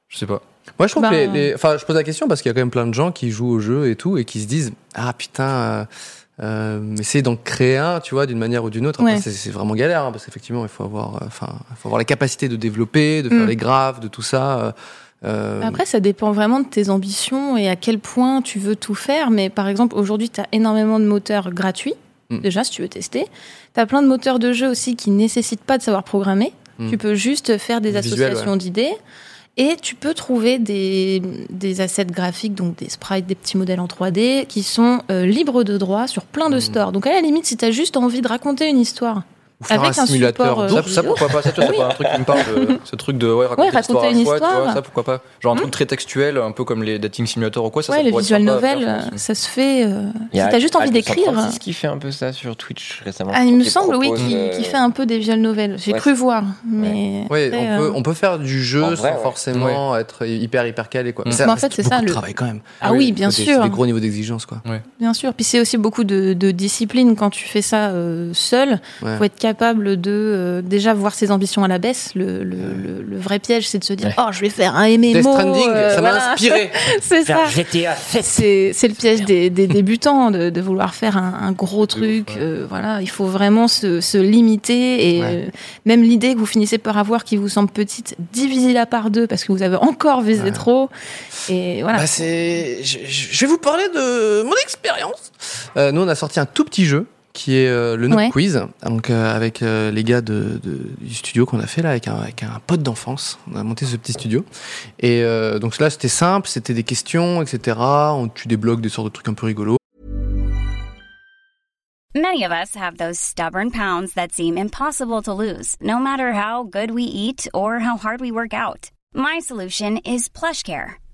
E: je sais pas.
B: Moi, je trouve
C: Bah,
B: que les, les- Enfin, je pose la question parce qu'il y a quand même plein de gens qui jouent au jeu et tout et qui se disent Ah putain, euh, euh, essayer d'en créer un, tu vois, d'une manière ou d'une autre. Après,
C: Ouais.
B: c'est- c'est vraiment galère hein, parce qu'effectivement, il faut avoir, euh, enfin, il faut avoir la capacité de développer, de faire
C: Mm.
B: les graphes, de tout ça. euh,
C: Après, ça dépend vraiment de tes ambitions et à quel point tu veux tout faire. Mais par exemple, aujourd'hui, tu as énormément de moteurs gratuits,
E: Hmm.
B: Mm.
C: déjà, si tu veux tester. Tu as plein de moteurs de jeu aussi qui nécessitent pas de savoir programmer.
E: Hmm.
B: Mm.
C: Tu peux juste faire des
B: Le visuel,
C: associations d'idées. Et tu peux trouver des, des assets graphiques, donc des sprites, des petits modèles en 3D, qui sont euh, libres de droit sur plein de
E: Hmm.
B: Mm.
C: stores. Donc à la limite, si tu as juste envie de raconter une histoire,
B: ou faire
C: avec
B: un
C: un
B: simulateur
C: support, euh,
B: d'ours.
E: Ça, ça, pourquoi pas Ça, tu
B: Ah
E: vois, c'est pas un truc qui me parle de ce truc de ouais, raconter,
C: Ouais, raconter
E: l'histoire à
C: une
E: soi, tu vois,
C: histoire. Hmm
E: ça, pourquoi pas Genre un truc très textuel, un peu comme les dating simulators ou quoi. Ça,
C: ouais,
E: ça
C: le
E: pourrait être
C: visual
E: sympa à faire,
C: novel,
E: je pense.
C: ça se fait. euh,
A: Il y a
C: si tu as juste envie
A: Al-
C: d'écrire. hein.
A: 236 qui fait un peu ça sur Twitch récemment.
C: Ah, il me
A: Qui
C: semble, oui,
A: propose,
C: qui,
A: euh,
C: qui fait un peu des visual novels. J'ai
A: ouais,
C: cru voir, mais.
B: Oui,
C: après,
B: on
C: euh,
B: peut, on peut faire du jeu
A: En vrai,
B: sans
A: ouais.
B: forcément être hyper hyper calé quoi.
E: Mm.
C: Mais en fait, c'est
B: beaucoup
C: ça,
B: de
C: le-
B: travail quand même.
C: Ah oui, bien
B: C'est des-
C: sûr.
B: C'est des gros niveaux d'exigence quoi.
C: Bien sûr. Puis c'est aussi beaucoup de, de discipline quand tu fais ça euh, seul.
B: Ouais.
C: Faut être capable de euh, déjà voir ses ambitions à la baisse. Le, le, le- le vrai piège, c'est de se dire
A: Ouais.
C: oh, je vais faire un MMO.
B: Death Stranding,
C: euh,
B: ça m'a
C: voilà.
B: inspiré.
C: c'est ça.
A: GTA 7.
C: C'est c'est le piège des, des débutants de, de vouloir faire un, un gros truc. euh, voilà, il faut vraiment se, se limiter et
B: Ouais.
C: euh, même l'idée que vous finissez par avoir qui vous semble petite, divisez-la par deux parce que vous avez encore visé
B: Ouais.
C: trop. Et voilà.
B: Bah, c'est, je, je- je vais vous parler de mon expérience. Euh, nous on a sorti un tout petit jeu qui est euh, le Noob
C: Ouais.
B: Quiz, donc euh, avec euh, les gars de, de- du studio qu'on a fait là avec un, avec un pote d'enfance. On a monté ce petit studio et euh, donc là c'était simple, c'était des questions, etc. On, tu débloques des sortes de trucs un peu rigolos.
G: Many of us have those stubborn pounds that seem impossible to lose, no matter how good we eat or how hard we work out. My solution is PlushCare.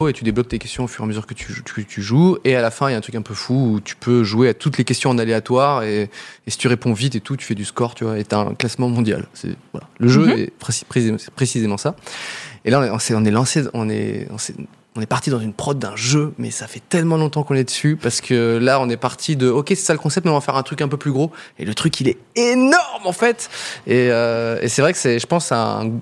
B: Oh, et tu débloques tes questions au fur et à mesure que tu, tu- tu joues. Et à la fin, il y a un truc un peu fou où tu peux jouer à toutes les questions en aléatoire. Et, et si tu réponds vite et tout, tu fais du score, tu vois. Et t'as un classement mondial. C'est voilà. Le jeu
C: Mhm.
B: est précis- précis- c'est précisément ça. Et là, on est, on s'est- on est lancé, on est, on s'est- on est, on est parti dans une prod d'un jeu, mais ça fait tellement longtemps qu'on est dessus parce que là, on est parti de OK, c'est ça le concept, mais on va faire un truc un peu plus gros. Et le truc, il est énorme en fait. Et, euh, et c'est vrai que c'est, je pense, un,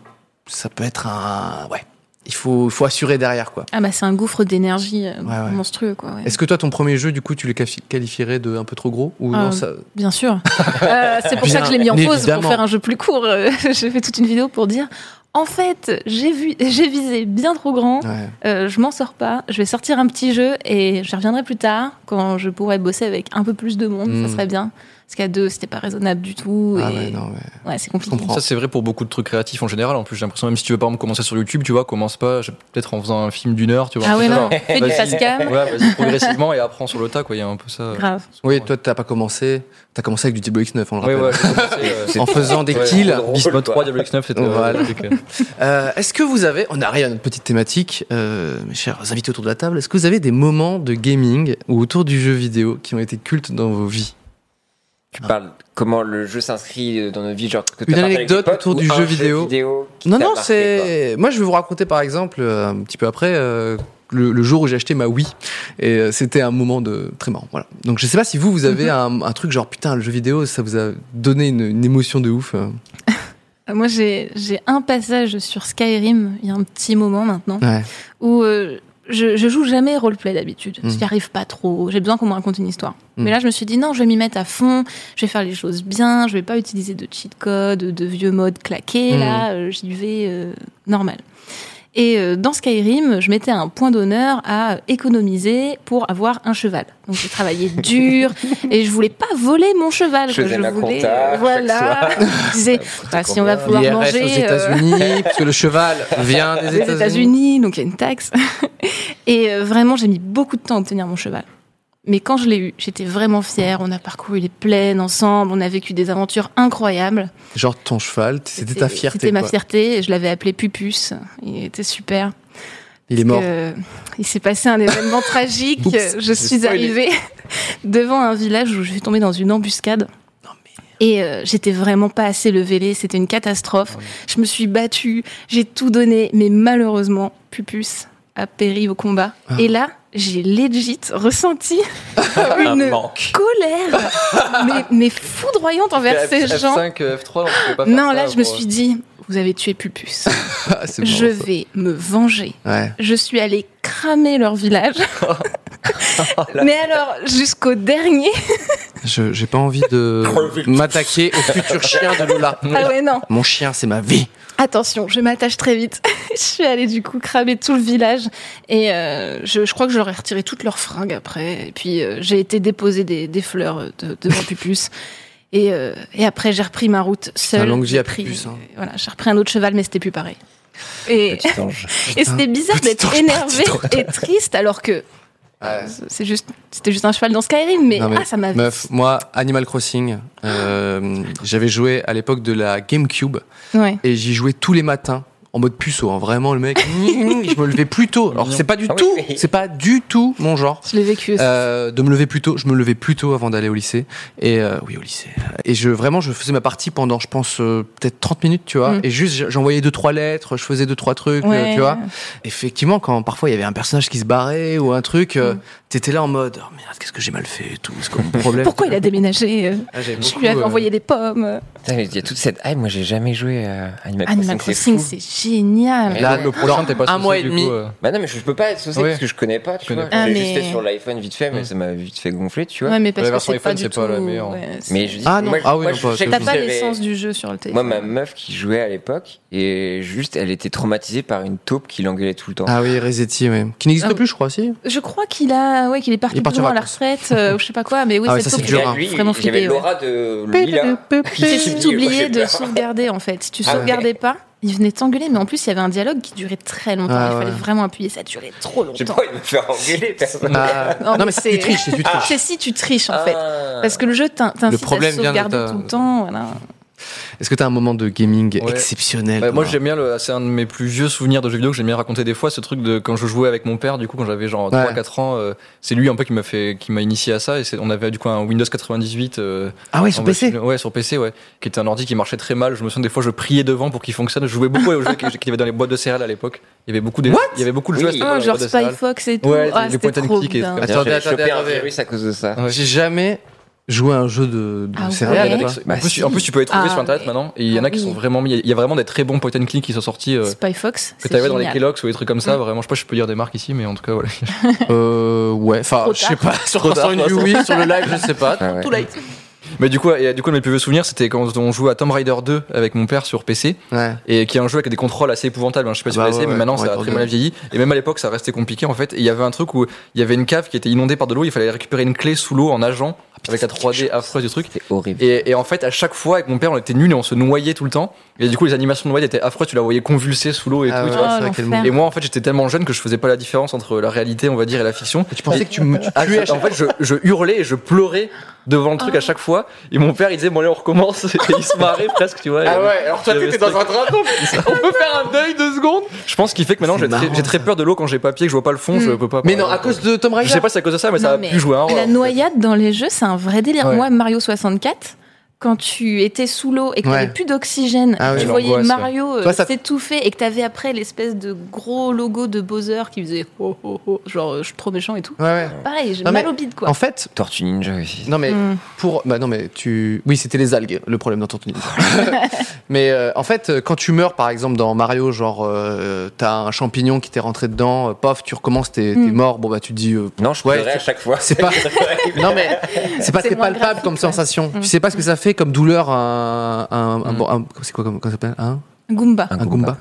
B: ça peut être un, ouais, il faut, faut assurer derrière quoi.
C: Ah bah c'est un gouffre d'énergie euh,
B: Ouais, ouais.
C: monstrueux quoi. ouais.
B: Est-ce que toi, ton premier jeu, du coup, tu le qualifi- qualifierais de un peu trop gros ou non
C: Euh,
B: ça...
C: Bien sûr. Euh, c'est pour ça que je l'ai mis en
B: Bien
C: pause
B: évidemment.
C: pour faire un jeu plus court. Euh, j'ai fait toute une vidéo pour dire en fait, j'ai vu, j'ai visé bien trop grand.
B: Ouais.
C: Euh, je m'en sors pas. Je vais sortir un petit jeu et je reviendrai plus tard quand je pourrai bosser avec un peu plus de monde.
B: Mm.
C: Ça serait bien. Parce qu'à deux, c'était pas raisonnable du tout.
B: Ah
C: et...
B: ouais, non, ouais.
C: ouais, c'est
B: Je
C: compliqué.
B: comprends.
E: Ça, c'est vrai pour beaucoup de trucs créatifs en général. En plus, j'ai l'impression, même si tu veux pas me commencer sur YouTube, tu vois, commence pas, je- peut-être en faisant un film d'une heure, tu vois.
C: Ah
E: un
C: ouais,
E: truc
C: non.
E: comme ça.
C: Fais du
E: Vas-y.
C: fast cam.
E: Voilà, vas-y, progressivement et apprends sur le tas, quoi. Il y a un peu ça.
C: Grave.
B: Oui, toi, t'as pas commencé. T'as commencé avec du Diablo X9, on le
E: Ouais,
B: rappelle.
E: ouais, j'ai commencé, euh,
B: En faisant des
E: ouais,
B: kills.
E: en gros, Beast Mode 3, Diablo X9, c'était. euh,
B: Voilà.
E: c'était que-
B: Euh, est-ce que vous avez, on arrive à notre petite thématique, euh, mes chers invités autour de la table, est-ce que vous avez des moments de gaming ou autour du jeu vidéo qui ont été cultes dans vos vies
A: Tu parles comment le jeu s'inscrit euh, dans nos vies, genre que t'as
B: Une
A: partagé avec
B: anecdote
A: tes potes
B: autour
A: ou
B: du
A: un
B: jeu vidéo.
A: qui
B: Non,
A: t'a
B: non,
A: marqué,
B: c'est. Moi, je vais vous raconter par exemple, euh, un petit peu après, euh, le, le jour où j'ai acheté ma Wii. Et euh, c'était un moment de très marrant. Voilà. Donc, je sais pas si vous, vous avez
A: Mhm.
B: un, un truc genre putain, le jeu vidéo, ça vous a donné une, une émotion de ouf. euh.
C: Moi, j'ai j'ai un passage sur Skyrim il y a un petit moment maintenant
B: Ouais.
C: où euh, je, je joue jamais roleplay d'habitude.
B: Mhm.
A: Mm.
C: J'y arrive pas trop. J'ai besoin qu'on me raconte une histoire.
B: Mhm.
C: Mais là, je me suis dit non, je vais m'y mettre à fond. Je vais faire les choses bien. Je vais pas utiliser de cheat code, de vieux modes claqués.
A: Mm.
B: Mhm.
C: Là, euh, j'y vais euh, normal. Et euh, dans Skyrim, je mettais un point d'honneur à économiser pour avoir un cheval. Donc j'ai travaillé dur et je voulais pas voler mon cheval.
A: Je
C: quoi.
A: faisais ma
C: voulais
A: compta chaque
C: voilà. Je disais bah, si on va pouvoir
B: IRS
C: manger
B: aux
C: euh,
B: États-Unis, parce que le cheval vient des
C: des
B: États-Unis.
C: États-Unis, donc il y a une taxe. Et euh, vraiment, j'ai mis beaucoup de temps à obtenir mon cheval. Mais quand je l'ai eu, j'étais vraiment fière. On a parcouru les plaines ensemble, on a vécu des aventures incroyables.
B: Genre ton cheval, c'était ta fierté.
C: C'était ma
B: quoi.
C: fierté. Je l'avais appelé Pupus. Il était super.
B: Il est mort.
C: Euh, il s'est passé un événement tragique.
B: Oups,
C: je
B: j'ai
C: suis
B: spoilé.
C: arrivée devant un village où je suis tombée dans une embuscade. Et euh, j'étais vraiment pas assez levelée, c'était une catastrophe.
B: Ah
C: Je me suis battue, j'ai tout donné, mais malheureusement, Pupus a péri au combat.
B: Ah.
C: Et là, j'ai legit ressenti une colère, mais, mais foudroyante envers ces
E: F-
C: gens.
E: F5, euh, F3, on pouvait pas faire
C: Non,
E: ça
C: là, je me
E: pour-
C: suis dit, vous avez tué Pupus,
B: Ah, c'est marrant,
C: je
B: ça.
C: vais me venger
B: Ouais.
C: je suis allée cramer leur village. Mais alors, jusqu'au dernier.
B: Je- j'ai pas envie de m'attaquer au futur chien de Lola.
C: Ah ouais, non.
B: Mon chien, c'est ma vie.
C: Attention, je m'attache très vite. je suis allée du coup cramer tout le village. Et euh, je, je crois que j'aurais retiré toutes leurs fringues après. Et puis, euh, j'ai été déposer des, des fleurs euh, de, devant Pupus. Et, euh, et après, j'ai repris ma route seule.
B: Putain, longue vie
C: J'ai
B: à
C: pris-
B: Pupus, hein.
C: Voilà, j'ai repris un autre cheval, mais c'était plus pareil. Et,
A: Petit ange.
C: et c'était bizarre d'être énervé et triste alors que c'est juste c'était juste un cheval dans Skyrim Ah mais,
B: Non, mais
C: ah ça m'a
B: Meuf, moi, Animal Crossing, euh, j'avais joué à l'époque de la GameCube
C: ouais
B: et j'y jouais tous les matins en mode puceau. hein. Vraiment, le mec, je me levais plus tôt. Alors, c'est pas du
A: Ah oui,
B: tout,
A: oui.
B: c'est pas du tout mon genre.
C: Je l'ai vécu aussi.
B: Euh, de me lever plus tôt, je me levais plus tôt avant d'aller au lycée et euh, oui au lycée et je vraiment je faisais ma partie pendant je pense euh, peut-être 30 minutes tu vois
C: Mm.
B: et juste j'- j'envoyais deux trois lettres, je faisais deux trois trucs euh,
C: Ouais.
B: tu vois. Effectivement quand parfois il y avait un personnage qui se barrait ou un truc euh,
C: Mm.
B: t'étais là en mode oh, merde qu'est-ce que j'ai mal fait et tout c'est quoi mon problème
C: Pourquoi il a déménagé euh,
B: Ah, j'avais
C: Je
B: beaucoup,
C: lui avais
B: euh,
C: envoyé des pommes. euh.
A: Putain, mais Il y a toute cette hype. Moi, j'ai jamais joué à Animal,
C: Animal
A: Crossing.
C: Crossing,
A: c'est fou.
C: c'est génial.
A: Ouais.
B: Là,
A: Ouais.
E: Le prochain, t'es pas
B: un
E: saucé,
B: mois et
E: du
B: demi.
E: coup, euh,
A: Bah non, mais je, je peux pas être saucé
E: Ouais.
A: parce que je connais pas.
E: Je
A: Tu
E: connais
A: vois,
C: pas.
A: j'ai
C: Ah,
A: juste
C: mais-
A: fait sur l'iPhone vite fait, mais ça m'a vite fait gonfler, tu vois.
C: Ouais, mais parce
E: La
C: que
E: version
C: c'est pas
E: iPhone,
C: du
E: c'est
C: tout.
E: pas la meilleure.
C: ouais, c'est-
A: Mais je dis,
B: Ah non,
A: moi, je-
B: ah oui,
A: moi,
B: non,
A: je-
B: pas-
A: chaque
C: T'as
A: fois
C: pas
A: que j'avais-
C: l'essence du jeu sur le téléphone.
A: Moi, ma meuf qui jouait à l'époque, et juste, elle était traumatisée par une taupe qui l'engueulait tout le temps.
B: Ah oui, Resetti, oui. Qui n'existe
C: Ah oui.
B: plus, je crois, si.
C: Je crois qu'il a, ouais, qu'il est
B: Il
C: parti
B: est parti
C: plus loin
B: en
C: à la
B: vacances.
C: retraite, euh, ou je sais pas quoi, mais oui,
B: Ah ouais,
C: cette
B: ça, c'est
C: taupe,
B: dur,
C: il a
B: hein.
A: lui,
C: vraiment
A: j'avais
C: flippé. ouais.
A: l'aura de Lila.
C: J'ai tout
A: oublié, moi,
C: oublié
A: j'ai
C: de
A: peur.
C: sauvegarder en fait. Si tu
A: Ah ouais.
C: sauvegardais pas, il venait t'engueuler, mais en plus il y avait un dialogue qui durait très longtemps.
B: Ah
C: il
B: ouais.
C: fallait vraiment appuyer, ça durait trop
A: J'ai
C: longtemps.
A: pas envie de me faire engueuler, personne.
B: Ah,
C: Non, mais
B: non, mais c'est
C: c'est- Ah.
B: du triche, c'est du triche.
C: C'est si tu triches en fait.
A: Ah.
C: Parce que le jeu t'in- t'incite à
B: problème vient de
C: sauvegarder
B: ta-
C: tout le temps. Voilà.
B: Est-ce que t'as un moment de gaming
E: Ouais.
F: Exceptionnel.
E: Bah, moi
F: quoi.
E: j'aime bien, le- c'est un de mes plus vieux souvenirs de jeux vidéo que j'aime bien raconter des fois, ce truc de quand je jouais avec mon père, du coup quand j'avais genre
B: Ouais.
E: 3-4 ans, euh, c'est lui un peu qui m'a fait, qui m'a initié à ça, et c'est- on avait du coup un Windows 98. euh,
F: Ah ouais,
E: en
F: sur
E: mode-
F: PC.
E: Ouais, sur PC, ouais, qui était un ordi qui marchait très mal, je me souviens des fois je priais devant pour qu'il fonctionne, je jouais beaucoup aux jeux qui qui avaient dans les boîtes de céréales à l'époque, il y avait beaucoup de, il y avait beaucoup de jeux à cette époque dans
C: Ah,
E: les
C: genre
E: boîtes de
C: Spy
E: céréales.
C: Fox et tout.
E: Ouais,
C: ah,
E: les
C: c'était
E: point and
C: trop
E: click et-
C: bien.
E: Attendez,
A: D'ailleurs, j'avais
B: attendez,
A: chopé un
B: attendez.
A: virus à cause de ça.
E: Ouais.
B: J'ai jamais joué à un jeu de, de
C: Ah
B: céréales.
C: ouais.
B: d'accord.
E: En,
A: Bah,
E: plus, tu- en plus, tu peux les trouver
C: Ah,
E: sur internet
C: mais-
E: maintenant, et il y en a
C: ah
E: qui
C: oui.
E: sont vraiment mis. Il y a vraiment des très bons point and click qui sont sortis. euh,
C: Spy Fox,
E: que
C: c'est
E: t'avais dans les
C: génial. Mm.
E: Kellogg's ou des trucs comme ça, vraiment, je sais pas si je peux dire des marques ici, mais en tout cas, voilà.
B: Euh, ouais, enfin,
C: Trop
B: je sais pas. Sur
E: Trop tard,
B: 301 view, oui, sur le live, je sais pas.
A: Ah ouais.
E: Mais du coup, et du coup, mes plus vieux souvenirs, c'était quand on jouait à Tomb Raider 2 avec mon père sur PC,
B: Ah Ouais.
E: et qui est un jeu avec des contrôles assez épouvantables. hein. Je sais pas si
F: Ah
E: vous
F: bah
E: connaissez,
F: ouais,
E: mais maintenant,
F: ouais,
E: ça a
F: Tomb
E: très mal
F: Raider.
E: vieilli. Et même à l'époque, ça restait compliqué, en fait. Et il y avait un truc où il y avait une cave qui était inondée par de l'eau, il fallait récupérer une clé sous l'eau en nageant,
F: Ah,
E: avec la 3D affreuse du truc.
A: C'était horrible.
E: Et, et en fait, à chaque fois, avec mon père, on était nuls et on se noyait tout le temps. Et du coup, les animations de noyade étaient affreuses, tu la voyais convulsée sous l'eau et
B: Ah
E: tout.
B: ouais,
E: tu
B: c'est
E: vois.
B: vrai
C: l'enfer.
B: qu'elle monte.
E: Et moi, en fait, j'étais tellement jeune que je faisais pas la différence entre la réalité, on va dire, et la fiction.
B: Tu pensais que tu me tu
E: Ah,
B: tuais à
E: je- en fait, je, je hurlais et je pleurais devant le truc
C: Ah.
E: à chaque fois. Et mon père, il disait, bon, allez, on recommence. Et il se marrait presque, tu vois.
B: Ah
E: Et, euh, il y avait ce truc.
B: train donc on peut faire un deuil deux secondes.
E: Je pense qu'il fait que maintenant,
F: C'est
E: j'ai très,
F: marrant,
E: j'ai très peur de l'eau quand j'ai papier, que je vois pas le fond, je peux pas.
B: Mais non, à cause de Tom Raider.
E: Je sais pas si c'est à cause de ça, mais ça
C: Hmm.
E: a
C: Non, mais
E: pu jouer
B: hein.
E: un rôle.
C: La noyade dans les jeux, c'est un vrai délire.
E: Ouais.
C: Moi, Mario 64, quand tu étais sous l'eau et que
B: Ouais.
C: t'avais plus d'oxygène,
B: Ah oui,
C: tu voyais
E: l'angoisse,
C: Mario euh,
B: Toi, ça-
C: s'étouffer et que t'avais après l'espèce de gros logo de Bowser qui faisait ho ho ho, genre euh, je suis trop méchant et tout.
B: Ouais, ouais.
C: Pareil, j'ai
B: Non,
C: mal
B: mais-
C: au bide quoi.
B: En fait,
A: Tortue Ninja aussi.
B: non mais
C: Hmm.
B: pour bah non mais tu oui c'était les algues le problème dans ton tunnel. mais euh, en fait euh, quand tu meurs par exemple dans Mario genre euh, t'as un champignon qui t'est rentré dedans euh, pof tu recommences t'es t'es
C: Hmm.
B: mort bon bah tu te dis euh,
A: Non, je
B: Ouais,
A: pleurais à chaque fois.
B: c'est pas non mais c'est pas
C: C'est
B: très
C: moins
B: palpable
C: graphique,
B: comme
C: ouais. Mm.
B: sensation tu sais pas ce que ça fait comme douleur un un, un- bon, un- c'est quoi comme comment ça s'appelle un,
C: Goomba.
B: Mm. un Goomba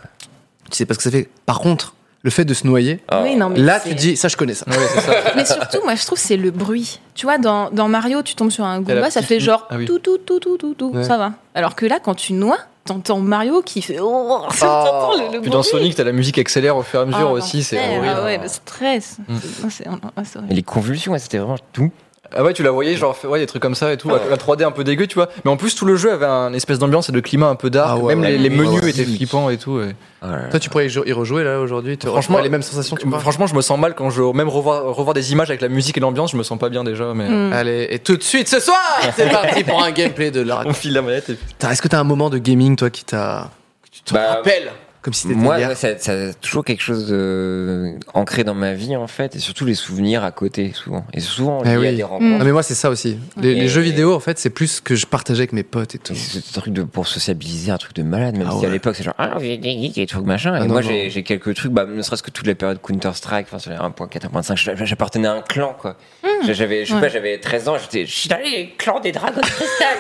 B: tu sais pas ce que ça fait par contre le fait de se noyer
A: Ah.
C: Oui, non, mais
B: là
C: c'est-
B: tu dis ça je connais ça
E: Ouais, c'est ça.
C: Mais surtout, moi, je trouve c'est le bruit. Tu vois, dans, dans Mario, tu tombes sur un
E: la
C: Goomba, ça
E: petite-
C: fait genre
E: Ah oui.
C: tout, tout, tout, tout, tout, tout,
B: Ouais.
C: ça va. Alors que là, quand tu noies, t'entends Mario qui fait. Oh, t'entends le, le
E: Puis dans
C: bruit.
E: Sonic, t'as la musique accélère au fur et à mesure
C: Ah,
E: aussi, c'est
C: l'enfer.
E: horrible.
C: Ah ouais, le stress.
E: Mm.
C: Non, c'est- ah, c'est horrible.
A: Mais les convulsions, ouais, c'était vraiment tout.
E: Ah ouais, tu la voyais, genre, ouais, des trucs comme ça et tout. La 3D un peu dégueu, tu vois. Mais en plus, tout le jeu avait un espèce d'ambiance et de climat un peu dark.
B: Ah ouais,
E: Même les,
B: ouais.
E: les menus
A: Ouais.
E: étaient flippants et tout. et-
A: Oh là là.
B: Toi, tu pourrais y jou- y rejouer là aujourd'hui. te-
E: Franchement,
B: t'aurais les mêmes sensations. Tu vois.
E: Franchement, je me sens mal quand je même revoir, revoir des images avec la musique et l'ambiance, je me sens pas bien déjà. Mais
C: Mm.
B: Allez, et tout de suite ce soir, c'est parti pour un gameplay de la.
E: on file la manette. Et...
B: Putain, Est-ce que t'as un moment de gaming toi qui t'a
A: Bah,
B: rappelle comme si t'étais
A: Moi,
B: hier
A: ouais, ça, ça a toujours quelque chose de... ancré dans ma vie, en fait, et surtout les souvenirs à côté, souvent. Et souvent, lié à
B: Eh oui.
C: Mm.
A: des rencontres.
B: Non mais moi c'est ça aussi. Les, les
A: Et-
B: jeux vidéo en fait c'est plus ce que je partageais avec mes potes et tout.
A: Et C'est ce truc de, pour sociabiliser, un truc de malade, même
B: Ah
A: si à
B: ouais.
A: l'époque c'est genre, ah, vous êtes des geeks et trucs machin.
B: Ah
A: et
B: non,
A: moi
B: non.
A: j'ai j'ai quelques trucs, bah, ne serait-ce que toute la période Counter-Strike, enfin, sur les 1.4, 1.5, je- j'appartenais à un clan, quoi. J'avais, je sais
C: Ouais.
A: pas, j'avais 13 ans, j'étais, je suis dans les clans des dragons de cristal.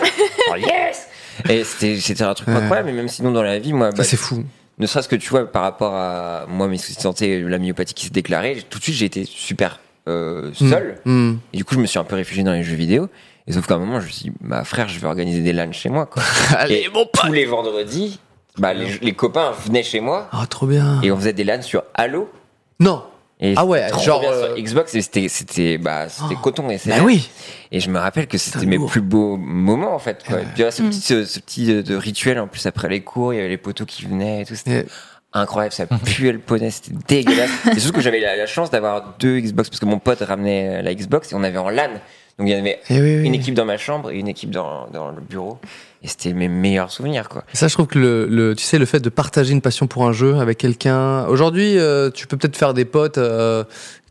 A: oh yes! Et c'était, c'était un truc
B: Ouais.
A: incroyable, mais même sinon dans la vie, moi,
B: Ça,
A: bah,
B: c'est fou.
A: ne serait-ce que tu vois par rapport à moi mes soucis de santé la myopathie qui s'est déclarée j'ai- tout de suite j'ai été super euh, seul
B: Hmm.
A: et du coup je me suis un peu réfugié dans les jeux vidéo et sauf qu'à un moment je me suis dit bah frère je vais organiser des LAN chez moi quoi
B: Allez.
A: et tous les vendredis bah, les, les copains venaient chez moi
B: Ah trop bien.
A: et on faisait des LAN sur Halo
B: Non.
A: et
B: Ah ouais,
A: c'était trop
B: genre,
A: bien sur
B: euh,
A: Xbox et c'était c'était bah c'était
B: Oh.
A: coton et c'est
B: Bah oui.
A: et je me rappelle que c'était
F: Putain,
A: mes
F: lourd.
A: plus beaux moments en fait.
B: Euh,
A: Quoi. Et puis, là, ce
C: Mm.
A: petit, ce, ce petit euh, de rituel en plus après les cours, il y avait les poteaux qui venaient et tout. C'était
B: Ouais.
A: incroyable, ça puait le poney, c'était dégueulasse. et surtout que j'avais la, la chance d'avoir deux Xbox parce que mon pote ramenait euh, la Xbox et on avait en LAN. Donc il y en avait
B: Et Eh oui, oui.
A: une équipe dans ma chambre et une équipe dans, dans le bureau. Et c'était mes meilleurs souvenirs quoi.
B: Ça, je trouve que le, le- tu sais, le fait de partager une passion pour un jeu avec quelqu'un. Aujourd'hui, euh, tu peux peut-être faire des potes, euh,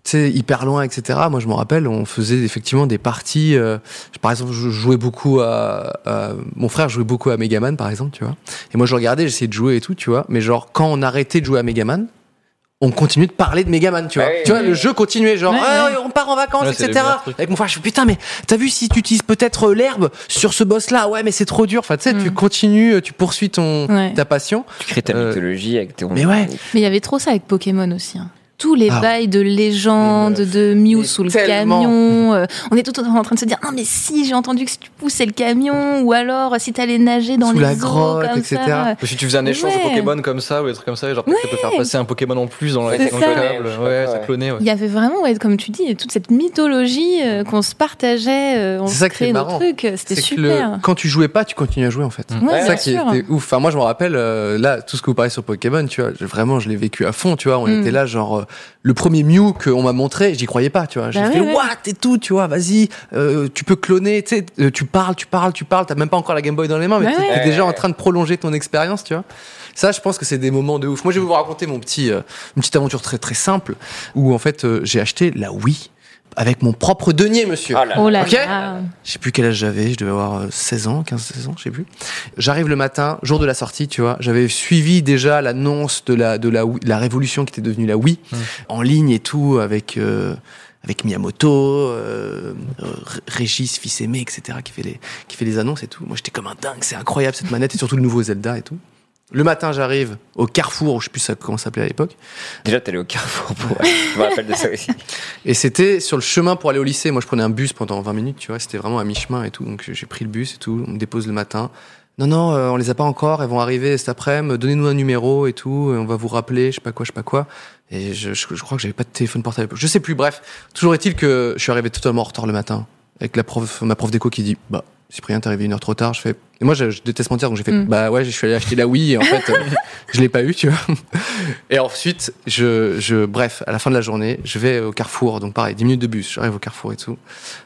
B: tu sais, hyper loin, etc. Moi, je me rappelle, on faisait effectivement des parties. euh, je- par exemple, je jouais beaucoup à, à- mon frère jouait beaucoup à Megaman, par exemple, tu vois. Et moi, je regardais, j'essayais de jouer et tout, tu vois. Mais genre, quand on arrêtait de jouer à Megaman. On continuait de parler de Megaman, tu vois.
A: Bah oui,
B: tu vois,
A: oui,
B: le
A: oui.
B: jeu continuait, genre,
C: Ouais,
B: Ah,
C: ouais.
B: on part en vacances,
E: Ouais, c'est les
B: etc.
E: meilleurs trucs.
B: Avec mon frère, je suis putain, mais t'as vu si tu utilises peut-être euh, l'herbe sur ce boss-là, ouais, mais c'est trop dur. Enfin, tu sais,
C: Mm.
B: tu continues, euh, tu poursuis ton
C: Ouais.
B: ta passion.
A: Tu crées ta
B: Euh,
A: mythologie avec ton.
B: mais ouais.
C: Mais il y avait trop ça avec Pokémon aussi. hein. tous les
F: Ah.
C: bails de légende,
B: Les meufs.
C: de Mew sous le
F: tellement.
C: camion. euh, on est tout en train de se dire non mais si j'ai entendu que si tu poussais le camion ou alors euh, si t'allais nager dans
B: Sous
C: les
B: la
C: eaux
B: grotte,
C: comme
B: etc..
C: ça.
E: Si tu faisais un échange
C: Ouais.
E: de Pokémon comme ça ou des trucs comme ça, genre peut-être ça peut faire passer un Pokémon en plus dans, la,
C: C'est
E: dans le
C: ça.
E: câble. Ouais, ça clonait. ouais.
C: Il y avait vraiment, ouais, comme tu dis, toute cette mythologie euh, qu'on se partageait, euh, on
B: Mm. C'est
C: se
B: ça qui est
C: créait nos
B: marrant.
C: trucs, euh, c'était
B: C'est que
C: super.
B: le- quand tu jouais pas, tu continuais à jouer en fait.
E: le-
C: Ouais,
B: C'est
C: bien
B: ça qui
C: sûr.
B: était ouf. Enfin, moi, je me rappelle, euh, là, tout ce que vous parlez sur Pokémon, tu vois, je- vraiment, je l'ai vécu à fond, tu vois. On
C: Mm.
B: était là, genre, euh, le premier Mew qu'on m'a montré, j'y croyais pas, tu vois. J'ai
C: Bah
B: fait,
C: ouais, ouais.
B: what et tout, tu vois, vas-y, euh, tu peux cloner, tu sais, euh, tu parles, tu parles, tu parles, t'as même pas encore la Game Boy dans les mains, mais
C: Bah
B: t'es
C: ouais.
B: t'es déjà en train de prolonger ton expérience, tu vois. Ça, je pense que c'est des moments de ouf. Moi, je vais vous raconter mon petit, euh, une petite aventure très, très simple, où, en fait, euh, j'ai acheté la Wii avec mon propre denier,
A: Ah
B: monsieur.
C: Oh là
B: Ok.
C: là.
B: Je sais plus quel âge j'avais, je devais avoir euh, 16 ans, 15, 16 ans, je sais plus. J'arrive le matin, jour de la sortie, tu vois. J'avais suivi déjà l'annonce de la, de la, Wii- la révolution qui était devenue la Wii, en ligne et tout, avec, euh, avec Miyamoto, euh, euh, Régis, fils aimé, etc., qui fait, les, qui fait les annonces et tout. Moi, j'étais comme un dingue, c'est incroyable cette manette, et surtout le nouveau Zelda et tout. Le matin, j'arrive au Carrefour, je sais plus ça- comment ça s'appelait à l'époque.
A: Déjà, t'allais au carrefour pour. Je me rappelle de ça aussi.
B: Et c'était sur le chemin pour aller au lycée. Moi, je prenais un bus pendant 20 minutes, tu vois. C'était vraiment à mi-chemin et tout. Donc, j'ai pris le bus et tout. On me dépose le matin. Non, non, euh, on les a pas encore. Elles vont arriver cet après-midi. Donnez-nous un numéro et tout. et on va vous rappeler. Je sais pas quoi, je sais pas quoi. Et je, je- je crois que j'avais pas de téléphone portable. Je sais plus. Bref. Toujours est-il que je suis arrivé totalement en retard le matin. Avec la prof, ma prof d'éco qui dit, bah, Cyprien, t'es arrivé une heure trop tard. Je fais, et moi, je, je déteste mentir. Donc, j'ai fait,
C: Mm.
B: bah ouais, je suis allé acheter la Wii. Et en fait, euh, je l'ai pas eu, tu vois. Et ensuite, je, je, bref, à la fin de la journée, je vais au carrefour, donc pareil, 10 minutes de bus, j'arrive au carrefour et tout.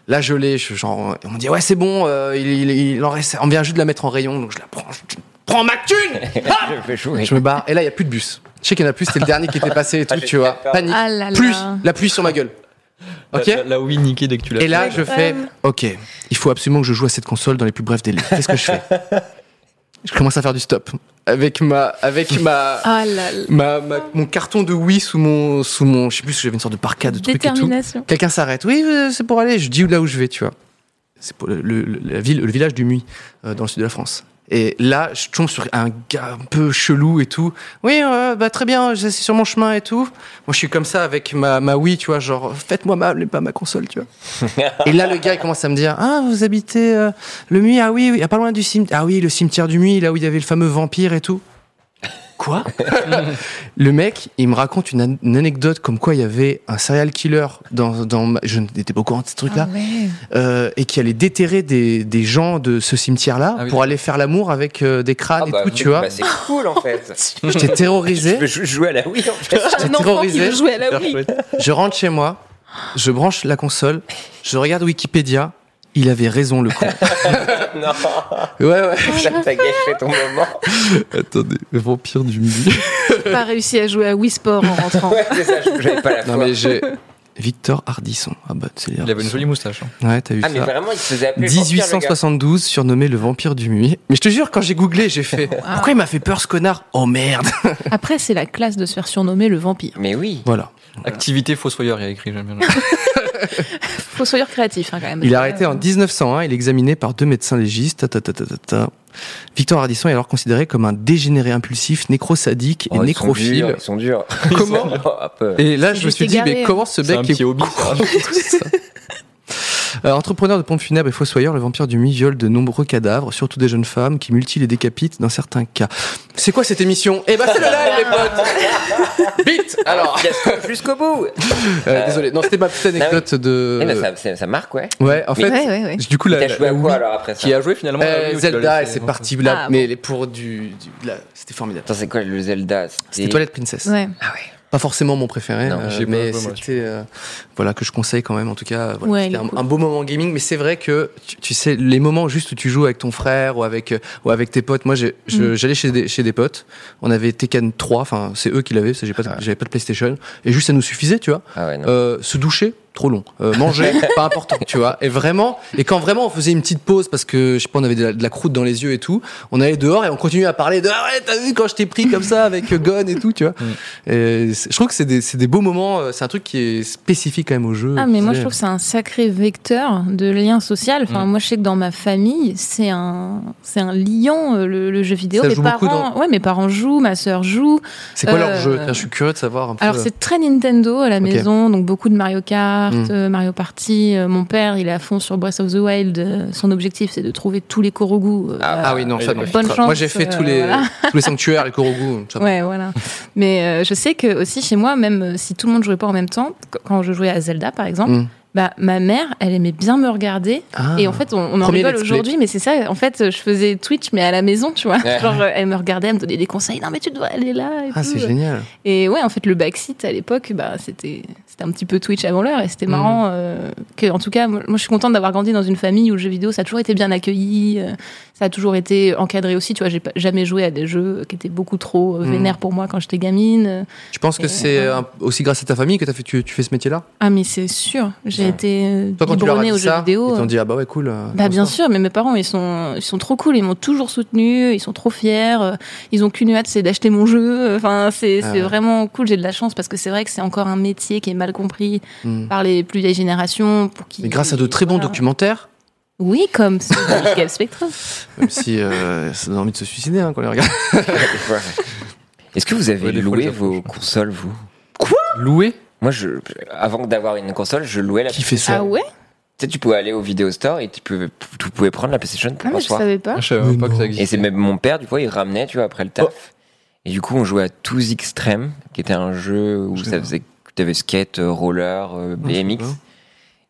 B: Là, je l'ai, je- genre, on me dit, ouais, c'est bon, euh, il, il, il en reste, on vient juste de la mettre en rayon, donc je la prends, je prends ma thune! Ah
A: Je fais jouer.
B: je me barre, et là, il n'y a plus de bus. Je sais qu'il y en a plus, c'était le dernier qui était passé et tout,
A: Ah, j'ai
B: tu vois.
A: très peur.
B: Panique.
C: Ah là là.
B: Plus, la pluie sur ma gueule. Ok?
E: La, la- la Wii niquée dès que tu l'as.
B: Et là, je fais OK, il faut absolument que je joue à cette console dans les plus brefs délais. Qu'est-ce que je fais Je commence à faire du stop avec ma avec ma
C: Ah là là.
B: ma, ma- mon carton de Wii sous mon sous mon je sais plus j'avais une sorte de parka de truc et tout.
C: Détermination.
B: Quelqu'un s'arrête. Oui, euh, c'est pour aller. Je dis là où je vais, tu vois. C'est pour le, le- la ville, le village du Muy, euh, dans le sud de la France. Et là, je tombe sur un gars un peu chelou et tout. Oui, euh, bah très bien, je- c'est sur mon chemin et tout. Moi, je suis comme ça avec ma, ma Wii, tu vois, genre faites-moi mal, pas ma console, tu vois. et là, le gars, il commence à me dire Ah, vous habitez euh, le Muy Ah oui, oui, ah, pas loin du cimetière. Ah oui, le cimetière du Muy, là où il y avait le fameux vampire et tout. Quoi le mec, il me raconte une, an- une anecdote comme quoi il y avait un serial killer dans, dans ma- je n'étais pas au courant de ce truc-là, euh, et qui allait déterrer des, des gens de ce cimetière-là
E: Ah oui,
B: pour aller faire l'amour avec euh, des
A: Ah,
B: crânes et tout, tu vois.
A: bah, C'est cool en fait.
B: J'étais terrorisé.
A: Je veux jou- jouer à la Wii en fait.
B: J'étais
C: Un enfant qui
B: terrorisé.
C: veut jouer à la Wii.
B: Je rentre chez moi, je branche la console, je regarde Wikipédia. Il avait raison, le con.
A: Non,
C: Oh,
B: Ouais, ouais.
A: ça t'a gâché ton moment.
B: Attendez, le vampire du midi.
C: Pas réussi à jouer à Wii Sport en rentrant.
A: Ouais, c'est ça, je- j'avais pas la
B: Non,
A: foi.
B: mais j'ai. Victor Hardisson. Ah bah, c'est
E: Il avait une jolie moustache. hein.
B: Ouais, t'as vu
A: Ah,
B: ça.
A: mais vraiment, il se faisait appeler. le vampire, le gars.
B: 1872, surnommé le vampire du muet. Mais je te jure, quand j'ai googlé, j'ai fait Pourquoi il m'a fait peur ce connard Oh merde
C: Après, c'est la classe de se faire surnommer le vampire.
A: Mais oui.
B: Voilà.
E: Activité Fossoyeur, il y a écrit, j'aime bien.
C: Faut soyeur créatif, hein, quand même.
B: Il est arrêté en 1901, il est examiné par deux médecins légistes. ta, ta, ta, ta, ta, ta. Victor Ardisson est alors considéré comme un dégénéré impulsif, nécrosadique et
A: Oh, ils sont
B: nécrophile.
A: durs, Ils sont durs.
B: Comment
A: Ils sont durs, un peu.
B: Et là,
C: C'est
B: je me suis
C: juste
B: dit,
C: égaré,
B: mais
C: hein.
B: comment ce
E: C'est
B: mec
E: un
B: est
E: petit hobby, ça.
B: Euh, entrepreneur de pompes funèbres et fossoyeur, le vampire du mi viole de nombreux cadavres, surtout des jeunes femmes, qui mutilent et décapitent dans certains cas. C'est quoi cette émission Eh ben, c'est le live, les potes Vite Alors
A: Fiasco Jusqu'au bout.
B: Euh, Désolé, non, c'était ma petite anecdote de.
A: Eh ben, Eh, ça- ça, ça marque, ouais.
B: Ouais, en fait,
C: Ouais, ouais, ouais.
B: du coup, la,
A: T'as joué à
B: la
A: quoi
B: Wii-
A: alors après ça
E: Qui a joué finalement à la
B: Euh,
E: Wii ou tu l'as
B: Zelda, et
E: laissé
B: c'est parti là,
C: Ah,
B: mais les pour du, du- là, c'était formidable.
A: Attends, c'est quoi le Zelda
B: C'était Toilette Princess.
C: Ouais.
A: Ah ouais.
B: Pas forcément mon préféré,
A: Non,
B: euh,
E: j'ai pas
B: mais
E: joué, moi, je
B: c'était euh, voilà que je conseille quand même. En tout cas, voilà,
C: Ouais,
B: c'était
C: il est
B: un,
C: cool.
B: un beau moment gaming. Mais c'est vrai que tu, tu sais les moments juste où tu joues avec ton frère ou avec euh, ou avec tes potes. Moi, j'ai-
C: Mm.
B: je- j'allais chez des chez des potes. On avait Tekken 3. Enfin, c'est eux qui l'avaient. parce que J'ai pas de- j'avais pas de PlayStation. Et juste ça nous suffisait, tu vois.
A: Ah ouais, non.
B: Euh, se doucher, trop long. Euh, manger, pas important, tu vois. Et vraiment, et quand vraiment on faisait une petite pause parce que je sais pas, on avait de la, de la croûte dans les yeux et tout, on allait dehors et on continuait à parler de ah ouais, t'as vu quand je t'ai pris comme ça avec Gon et tout, tu vois. Et c'est- je trouve que c'est des, c'est des beaux moments. euh, C'est un truc qui est spécifique quand même au jeu.
C: Ah, mais moi, je trouve que c'est un sacré vecteur de lien social. Enfin,
B: Mm.
C: moi, je sais que dans ma famille, c'est un, c'est un liant, euh, le, le jeu vidéo.
B: Ça
C: mes
B: joue beaucoup
C: parents, ouais, mes parents jouent, ma sœur joue.
B: C'est quoi leur
C: euh,
B: jeu Tiens, Je suis curieux de savoir un peu. euh,
C: Alors, c'est très Nintendo à la
B: Ok.
C: maison, donc beaucoup de Mario Kart,
B: Mm.
C: euh, Mario Party. Euh, mon père, il est à fond sur Breath of the Wild. Euh, Son objectif, c'est de trouver tous les Korogu. euh,
B: ah, ah oui, non, ça, non.
C: bonne
B: Moi,
C: chance,
B: j'ai fait
C: euh,
B: tous, les,
C: voilà.
B: tous les sanctuaires, les Korogu. ça va.
C: Ouais, voilà. Mais euh, je sais que aussi chez moi, même euh, si tout le monde jouait pas en même temps, qu- quand je jouais à Zelda par exemple,
B: Mm.
C: bah ma mère, elle aimait bien me regarder.
B: Ah.
C: Et en fait, on, on en
B: Premier
C: rigole
B: let's play.
C: aujourd'hui, mais c'est ça. En fait, je faisais Twitch, mais à la maison, tu vois. Genre, euh, elle me regardait, elle me donnait des conseils. Non, mais tu dois aller là. Et
B: Ah,
C: tout. euh.
B: c'est génial.
C: Et ouais, en fait, le backseat à l'époque, bah, c'était c'était un petit peu Twitch avant l'heure et c'était
B: Mm.
C: marrant. euh, que, en tout cas, moi, moi, je suis contente d'avoir grandi dans une famille où le jeu vidéo, ça a toujours été bien accueilli, euh, ça a toujours été encadré aussi. Tu vois, j'ai pas- jamais joué à des jeux qui étaient beaucoup trop euh,
B: Mhm.
C: vénères pour moi quand j'étais gamine.
B: Je pense que
C: Et-
B: c'est un- aussi grâce à ta famille que t'as fait, tu, tu fais ce métier-là.
C: Ah, mais c'est sûr, j'ai été euh,
B: Toi, quand tu leur as
C: biberonnée
B: dit
C: aux jeux
B: ça,
C: vidéo.
B: ils t'ont dit ah bah ouais cool. euh,
C: Bah bien
B: bonsoir.
C: sûr, mais mes parents ils sont ils sont trop cool, ils m'ont toujours soutenu, ils sont trop fiers, euh, ils ont qu'une hâte c'est d'acheter mon jeu. euh, Enfin c'est
B: Ah
C: c'est
B: ouais.
C: vraiment cool, j'ai de la chance parce que c'est vrai que c'est encore un métier qui est mal compris
B: Mm.
C: par les plus vieilles générations pour qui.
B: Mais grâce à de très bons
C: Voilà.
B: documentaires,
C: Oui comme celui de Gab Spectre.
B: même si euh, ça donne envie de se suicider hein, quand on les regarde.
A: Est-ce que vous avez
E: Ouais, des fois,
A: loué
E: les
A: vos consoles, vous
E: Loué
A: Moi, je, avant d'avoir une console, je louais la.
B: Qui
A: Tu
B: fait ça
C: Ah ouais
A: sais, tu pouvais aller au vidéo store et tu pouvais, tu pouvais prendre la PlayStation pour
C: Ah mais
A: un
C: je
A: soir.
C: savais pas.
E: Je savais même pas que ça
A: Et
E: existait.
A: c'est même mon père, du coup, il ramenait, tu vois, après le taf.
B: Oh.
A: Et du coup, on jouait à Tous Extreme, qui était un jeu où
B: Je sais
A: ça
B: pas. Ah,
A: faisait, t'avais skate, euh, roller, euh, BMX.
B: pas.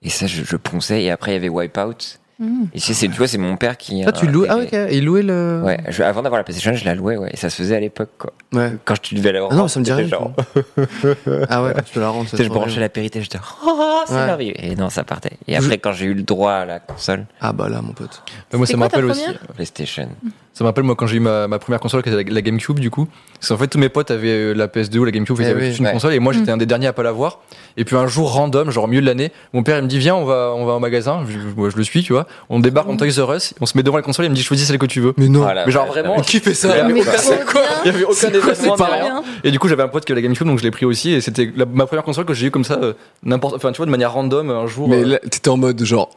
A: Et ça, je, je ponçais. Et après, il y avait Wipeout.
C: Mm.
A: Et si c'est, tu vois, c'est mon père qui.
B: Toi tu
A: a
B: loues ah ok
A: intégré.
B: il louait le.
A: Ouais, je- avant d'avoir la PlayStation, je la louais, ouais. Et ça se faisait à l'époque, quoi.
B: Ouais.
A: Quand je devais l'avoir.
B: Ah non ça me dit
A: c'était
B: rien.
A: genre-
B: quoi. ah ouais tu te la rends.
A: Tu sais, je branchais la périté, j'étais, oh, c'est
B: Ouais.
A: merveilleux. Et non, ça partait. Et
B: Je-
A: après, quand j'ai eu le droit à la console,
B: Ah bah là mon pote.
E: Mais Moi, ça
C: C'était
E: me
C: quoi ta
E: rappelle aussi.
C: première
A: PlayStation.
E: Ça me rappelle moi quand j'ai eu ma, ma première console qui était la, la GameCube du coup. Parce qu'en fait tous mes potes avaient euh, la PS2 ou la GameCube, ils
B: Eh
E: avaient
B: oui,
E: tous une
A: ouais.
E: console et
C: Mm.
E: moi j'étais un des derniers à pas l'avoir. Et puis un jour random, genre au milieu de l'année, mon père il me dit viens on va on va au magasin, je, moi, je le suis tu vois. On débarque
C: Mm.
E: en Toys R Us, on se met devant la console et il me dit choisis celle que tu veux.
B: Mais non.
A: Voilà,
E: Mais genre
A: ouais,
E: vraiment,
A: ouais.
B: Qui fait
E: Il y
B: ça
E: avait
C: Mais
E: aucun-
C: trop
E: c'est quoi
C: bien.
E: Il y avait aucun
C: C'est quoi,
E: événement
C: c'est
E: ni
C: pas
E: rien.
C: bien
E: Et du coup j'avais un pote qui avait la GameCube donc je l'ai pris aussi et c'était la- ma première console que j'ai eu comme ça euh, n'importe, enfin tu vois de manière random un jour.
B: Mais
E: euh,
B: là t'étais en mode genre.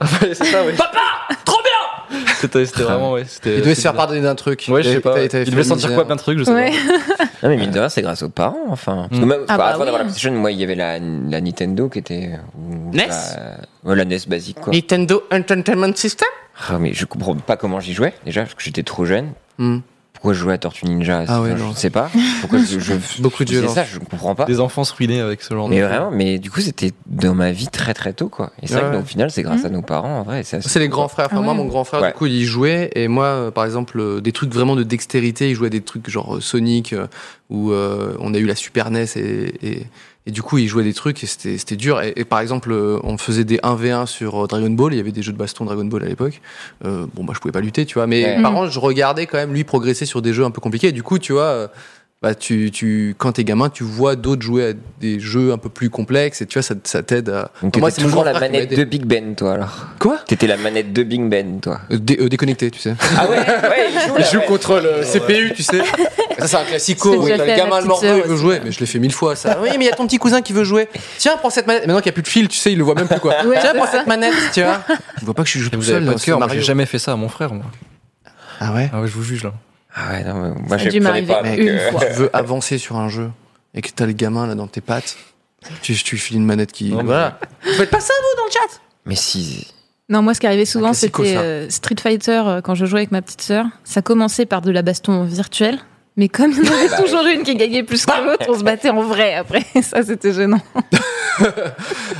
E: c'est ça, ouais. Papa, trop bien. C'était c'était vraiment ouais. C'était.
B: Il devait se
E: c'était
B: faire pardonner d'un truc.
E: bizarre. Ouais je sais pas.
B: T'avais- t'avais
E: Il
B: fait
E: devait
B: la
E: sentir
B: misère.
E: quoi plein de trucs je sais
C: Ouais.
E: pas.
A: Non, mais mine de rien, c'est grâce aux parents, enfin. Parce que
E: Mm.
A: même,
C: Ah
A: enfin,
C: bah
A: avant d'avoir la
C: oui.
A: PlayStation, moi, il y avait la, la Nintendo qui était. ou
F: NES
A: la, ouais, la NES basique, quoi.
B: Nintendo Entertainment System.
A: Ah, mais je comprends pas comment j'y jouais, déjà, parce que j'étais trop jeune.
B: Hmm.
A: Pourquoi je jouais à Tortue Ninja
B: Ah ouais,
A: enfin, Je
B: non.
A: ne sais pas. Pourquoi je. je
B: Beaucoup de
A: c'est
B: violence.
A: ça, je comprends pas.
E: Des enfants se ruiner avec ce genre de.
A: Mais vraiment, mais du coup, c'était dans ma vie très très tôt, quoi. Et c'est vrai
B: Ouais.
A: que, au final, c'est
C: Mm.
A: grâce à nos parents, en vrai.
B: C'est les grands frères. Enfin,
C: Ah
B: moi,
C: ouais.
B: mon grand frère,
A: Ouais.
B: du coup, il y jouait. Et moi, euh, par exemple, euh, des trucs vraiment de dextérité, il jouait à des trucs genre euh, Sonic, euh, où euh, on a eu la Super NES. Et, et, et du coup, il jouait des trucs et c'était c'était dur. Et, et par exemple, euh, on faisait des 1v1 sur euh, Dragon Ball. Il y avait des jeux de baston Dragon Ball à l'époque. Euh, bon, bah, je pouvais pas lutter, tu vois. Mais
A: Ouais.
B: par contre, je regardais quand même lui progresser sur des jeux un peu compliqués. Et du coup, tu vois. euh, bah, tu, tu, quand t'es gamin, tu vois d'autres jouer à des jeux un peu plus complexes et tu vois, ça, ça t'aide à.
A: Donc,
B: Moi,
A: moi,
B: mon
A: toujours
B: grand
A: la
B: frère qui m'a
A: manette
B: aidé.
A: de Big Ben, toi, alors.
B: Quoi
A: T'étais la manette de Big Ben, toi.
B: Euh, dé- euh, déconnecté, tu sais.
A: Ah ouais, ouais, il joue,
B: Il
A: là,
B: joue
A: ouais.
B: contre le CPU, tu sais. Ça, c'est un classico.
C: C'est
B: où
C: déjà
B: t'as
C: fait
B: le
C: à la
B: gamin le
C: petite
B: morceau,
C: sœur
B: il veut jouer. Mais je l'ai fait mille fois, ça. Oui, mais il y a ton petit cousin qui veut jouer. Tiens, prends cette manette. Maintenant qu'il n'y a plus de fil, tu sais, il le voit même plus, quoi.
C: Ouais,
B: Tiens,
C: c'est
B: prends
C: ça.
B: cette manette, tu vois. Je vois pas que je suis
E: Et
B: tout
E: vous avez
B: seul
E: pas
B: dans
E: de
B: ce
E: cœur, moi, j'ai
B: Mario.
E: jamais fait ça à mon frère, moi.
B: Ah ouais
E: Ah ouais, je vous juge là.
A: Ah ouais, non, mais moi,
C: Ça a
A: je
C: dû
A: prenais
C: m'arriver
A: pas avec,
C: Ah, bah, une
A: euh,
C: fois.
B: Tu veux avancer sur un jeu et que t'as le gamin là dans tes pattes. Tu, tu lui files une manette qui.
E: Non, mais-
B: voilà. Vous faites pas ça, vous, dans le chat
A: Mais si.
C: Non, moi, ce qui arrivait
B: Un
C: souvent,
B: classico,
C: c'était
B: ça.
C: euh, Street Fighter euh, quand je jouais avec ma petite sœur. Ça commençait par de la baston virtuelle. Mais comme il y en
B: Bah
C: avait toujours une qui gagnait plus que l'autre, on se battait en vrai après. Ça, c'était gênant.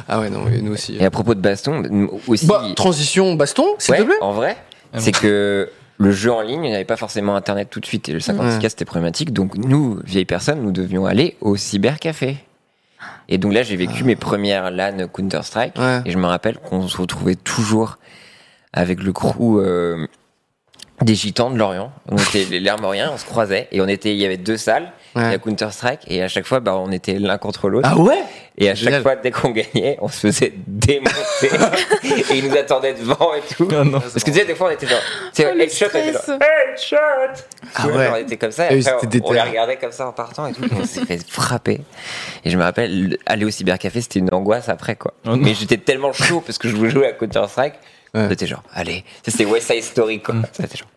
B: Ah ouais, non, mais nous aussi.
A: Et à propos de baston, nous aussi.
B: Bah, transition baston, s'il
A: ouais,
B: te plaît.
A: en vrai,
E: Ah
A: c'est que le jeu en ligne, il n'y avait pas forcément internet tout de suite. Et le 56K,
B: Ouais.
A: c'était problématique. Donc, nous, vieilles personnes, nous devions aller au cybercafé. Et donc là, j'ai vécu
B: Ah.
A: mes premières LAN Counter-Strike.
B: Ouais.
A: Et je me rappelle qu'on se retrouvait toujours avec le crew euh, des Gitans de Lorient. On était les Lermoriens, on se croisait. Et on était, il y avait deux salles.
B: Ouais.
A: et à Counter-Strike. Et à chaque fois, bah, on était l'un contre l'autre.
B: Ah ouais
A: Et à chaque
B: Génial.
A: fois, dès qu'on gagnait, on se faisait démonter. et ils nous attendaient devant et tout.
E: Ah non.
A: Parce que tu sais, des fois, on était genre. Tu sais,
C: Oh, le
A: headshot, on était genre,
C: stress.
A: Headshot
B: Ah
A: Tu vois,
B: ouais.
A: genre, On était comme ça.
B: Ah oui,
A: Et après,
B: c'était
A: on, on
B: déter.
A: les regardait comme ça en partant et tout. et on s'est fait frapper. Et je me rappelle, le- aller au cybercafé, c'était une angoisse après, quoi.
E: Oh non.
A: Mais j'étais tellement chaud parce que je voulais jouer à Counter-Strike.
B: Ouais. Mm.
A: C'était genre, allez, Ça, c'était West Side Story, quoi. C'était genre,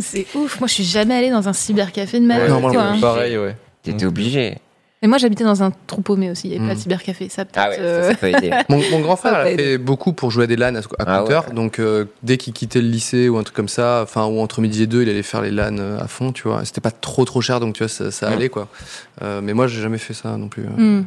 C: C'est ouf. Moi, je suis jamais allée dans un cybercafé de ma vie.
E: Ouais,
B: non, moi,
C: quoi, hein.
A: je-
E: Pareil, ouais.
A: t'étais obligé.
C: Et moi, j'habitais dans un troupeau mais aussi. Il n'y avait pas
B: Mm.
C: de cybercafé. Ça peut-être.
A: Ah ouais, ça,
C: euh,
A: ça peut aider.
B: Mon, mon grand frère
C: Ça
B: a
C: peut aider.
B: fait beaucoup pour jouer à des LAN à, à
A: Ah
B: Counter.
A: ouais.
B: Donc, euh, dès qu'il quittait le lycée ou un truc comme ça, enfin, ou entre midi et deux, il allait faire les LAN euh, à fond, tu vois. C'était pas trop trop cher, donc tu vois, ça, ça allait, quoi. Euh, mais moi, j'ai jamais fait ça non plus. hein.
C: hmm.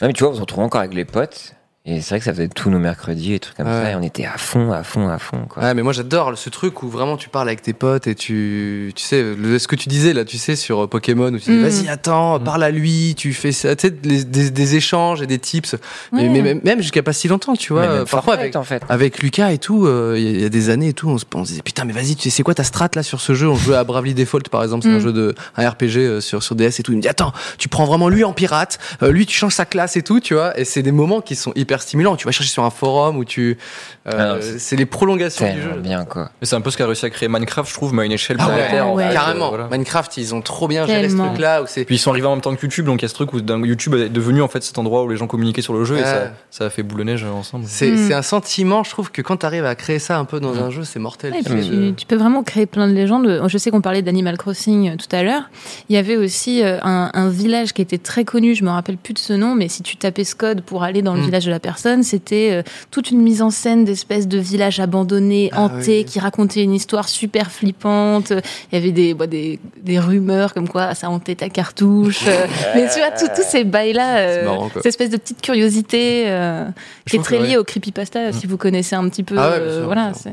A: Non, mais tu vois, on se retrouve encore avec les potes. Et c'est vrai que ça faisait tous nos mercredis et trucs comme
B: Ouais.
A: ça. Et on était à fond, à fond, à fond, quoi.
B: Ouais, mais moi j'adore ce truc où vraiment tu parles avec tes potes et tu, tu sais, le- ce que tu disais là, tu sais, sur euh, Pokémon, où tu dis
C: Mm.
B: vas-y, attends, parle à lui, tu fais ça, tu sais, les- des, des échanges et des tips,
C: Ouais.
B: mais, mais même, même jusqu'à pas si longtemps, tu vois,
A: Mais même
B: euh, parfois
A: Fortnite,
B: avec,
A: en fait.
B: avec Lucas et tout, euh, il y, a- il y a des années et tout, on se on se disait putain, mais vas-y, tu sais, c'est quoi ta strat là sur ce jeu On jouait à Bravely Default par exemple, c'est un
C: Mm.
B: jeu de un RPG euh, sur, sur DS et tout, il me dit attends, tu prends vraiment lui en pirate, euh, lui tu changes sa classe et tout, tu vois, et c'est des moments qui sont hyper stimulants, tu vas chercher sur un forum où tu. euh,
A: Ah non, c'est-
B: c'est les prolongations du
A: Tellement
B: jeu.
A: bien, quoi.
E: Mais c'est un peu ce qu'a réussi à créer Minecraft, je trouve, mais à une échelle
B: Ah ouais,
E: planétaire. en
C: ouais.
E: fait, euh,
B: Carrément.
E: voilà.
B: Minecraft, ils ont trop bien géré
C: Tellement.
B: ce truc-là. Où c'est...
E: Puis ils sont arrivés en même temps que YouTube, donc il y a ce truc où d'un- YouTube est devenu en fait cet endroit où les gens communiquaient sur le jeu
B: Ouais.
E: et ça, ça a fait boule de neige euh, ensemble.
B: C'est,
C: Mm.
B: c'est un sentiment, je trouve, que quand t'arrives à créer ça un peu dans un jeu, c'est mortel.
C: Ouais, et
B: tu
C: puis
B: sais,
C: tu, tu peux vraiment créer plein de légendes. Je sais qu'on parlait d'Animal Crossing euh, tout à l'heure. Il y avait aussi euh, un, un village qui était très connu, je me rappelle plus de ce nom, mais si tu tapais ce code pour aller dans le
B: Mm.
C: village de la personne, c'était euh, toute une mise en scène d'espèces de villages abandonnés,
B: Ah
C: hantés,
B: oui.
C: qui racontaient une histoire super flippante. Il y avait des, bah, des, des rumeurs comme quoi ça hantait ta cartouche. Euh, mais tu vois, tout- tous ces bails-là,
B: C'est
C: euh,
B: marrant, quoi.
C: cette espèce de petite curiosité euh, qui est
E: trouve que,
C: très liée
E: ouais.
C: au creepypasta, si vous connaissez un petit peu.
B: Mm. Ah ouais, bien
C: euh,
B: sûr,
C: voilà,
B: bien sûr.
C: c'est...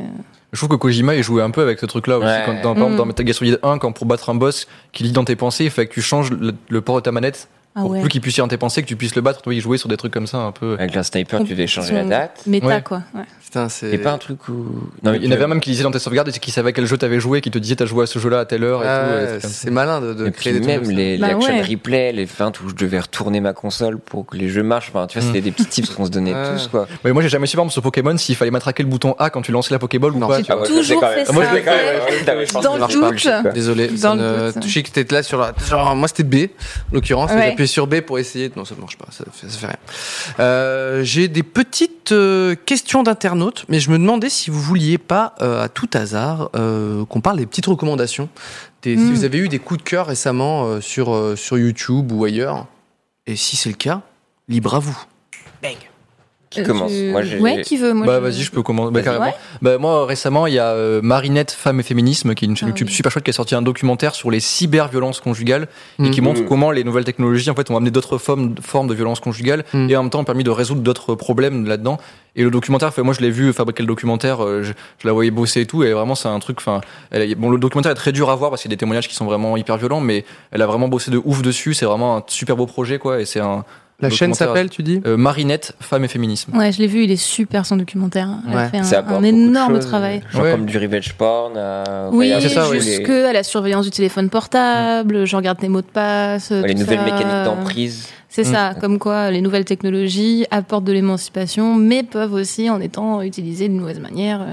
E: Je trouve que Kojima il jouait un peu avec ce truc là aussi.
A: Ouais.
E: Quand, dans, par exemple,
C: Mm.
E: dans Metal Gear Solid 1, quand pour battre un boss qui lit dans tes pensées, il fallait que tu changes le, le port de ta manette
C: Ah
E: pour
C: ouais.
E: plus qu'il puisse lire dans tes pensées, que tu puisses le battre. Toi, il jouait sur des trucs comme ça un peu.
A: Avec un sniper, tu devais changer la
C: Son
A: date.
C: Méta,
E: Ouais.
C: quoi. Ouais.
B: Putain, c'est...
A: Et pas un truc où. mais
E: il y en
A: tu-
E: avait un même qui lisait dans tes sauvegardes et qui savait quel jeu t'avais joué, qui te disait t'as joué à ce jeu là à telle heure et
B: Ah
E: tout.
B: ouais,
E: et des trucs comme ça.
B: c'est malin de, de
A: Et
B: créer
A: puis
B: des
A: même
B: trucs. comme ça.
A: les
C: Bah
A: l'action
C: ouais.
A: replay, les feintes où je devais retourner ma console pour que les jeux marchent. Enfin, tu vois, c'était des petits tips qu'on se donnait
B: Ouais.
A: tous, quoi.
E: Ouais, moi j'ai jamais su par exemple sur Pokémon s'il fallait matraquer le bouton A quand tu lançais la Pokéball ou
B: Non,
E: pas.
B: si,
E: tu vois.
C: moi, je l'ai Toujours quand même. fait
A: Moi, ah je
C: ça,
A: l'ai quand même.
C: ouais.
A: Putain, mais je pense que ça
C: Dans le
A: marche pas,
C: doute.
A: jeu, quoi.
B: Désolé,
C: Dans
B: ça
C: le
B: ne-
C: doute.
B: tu sais que t'étais là sur la. Genre, moi c'était B, en l'occurrence,
C: Ouais.
B: j'ai appuyé sur B pour essayer. Non, ça ne marche pas, ça fait, ça fait rien. Euh, j'ai des petites euh, questions d'internautes, mais je me demandais si vous vouliez pas, euh, à tout hasard, euh, qu'on parle des petites recommandations. Des- Si
C: Mm.
B: vous avez eu des coups de cœur récemment euh, sur, euh, sur YouTube ou ailleurs, et si c'est le cas, libre à vous.
A: Qui commence
C: Euh,
A: Moi, j'ai-
C: Ouais, qui veut moi,
E: Bah
C: je-
E: vas-y, je peux commencer. Bah,
A: Vas-y.
E: carrément.
C: Ouais.
E: Bah, moi récemment, il y a euh, Marinette Femmes et Féminisme, qui est une
C: Ah
E: chaîne YouTube
C: oui.
E: super chouette, qui a sorti un documentaire sur les cyberviolences conjugales et
B: Mm.
E: qui montre
A: Mm.
E: comment les nouvelles technologies en fait ont amené d'autres formes, formes de violences conjugales
B: Mm.
E: et en même temps ont permis de résoudre d'autres problèmes là-dedans. Et le documentaire, enfin, moi je l'ai vu fabriquer le documentaire, euh, je, je la voyais bosser et tout, et vraiment c'est un truc. Enfin, elle est- bon, le documentaire est très dur à voir parce qu'il y a des témoignages qui sont vraiment hyper violents, mais elle a vraiment bossé de ouf dessus. C'est vraiment un super beau projet quoi, et c'est un
B: La chaîne
E: documentaire-
B: s'appelle, tu dis
E: euh, Marinette Femmes et Féminisme.
C: Ouais, je l'ai vu, il est super son documentaire. Elle
B: Ouais.
C: a fait
A: Ça
C: un,
A: aborde
C: un
A: beaucoup de
C: énorme
A: choses, euh,
C: travail.
A: Genre
E: Ouais.
A: comme du revenge porn. euh,
C: Oui,
A: regarder
E: c'est ça, oui.
A: les-
C: jusque à la surveillance du téléphone portable, je regarde tes mots de passe.
A: les
C: tout
A: nouvelles
C: ça.
A: mécaniques d'emprise.
C: C'est ça,
E: Mm.
C: comme quoi les nouvelles technologies apportent de l'émancipation, mais peuvent aussi, en étant utilisées de mauvaise manière, euh,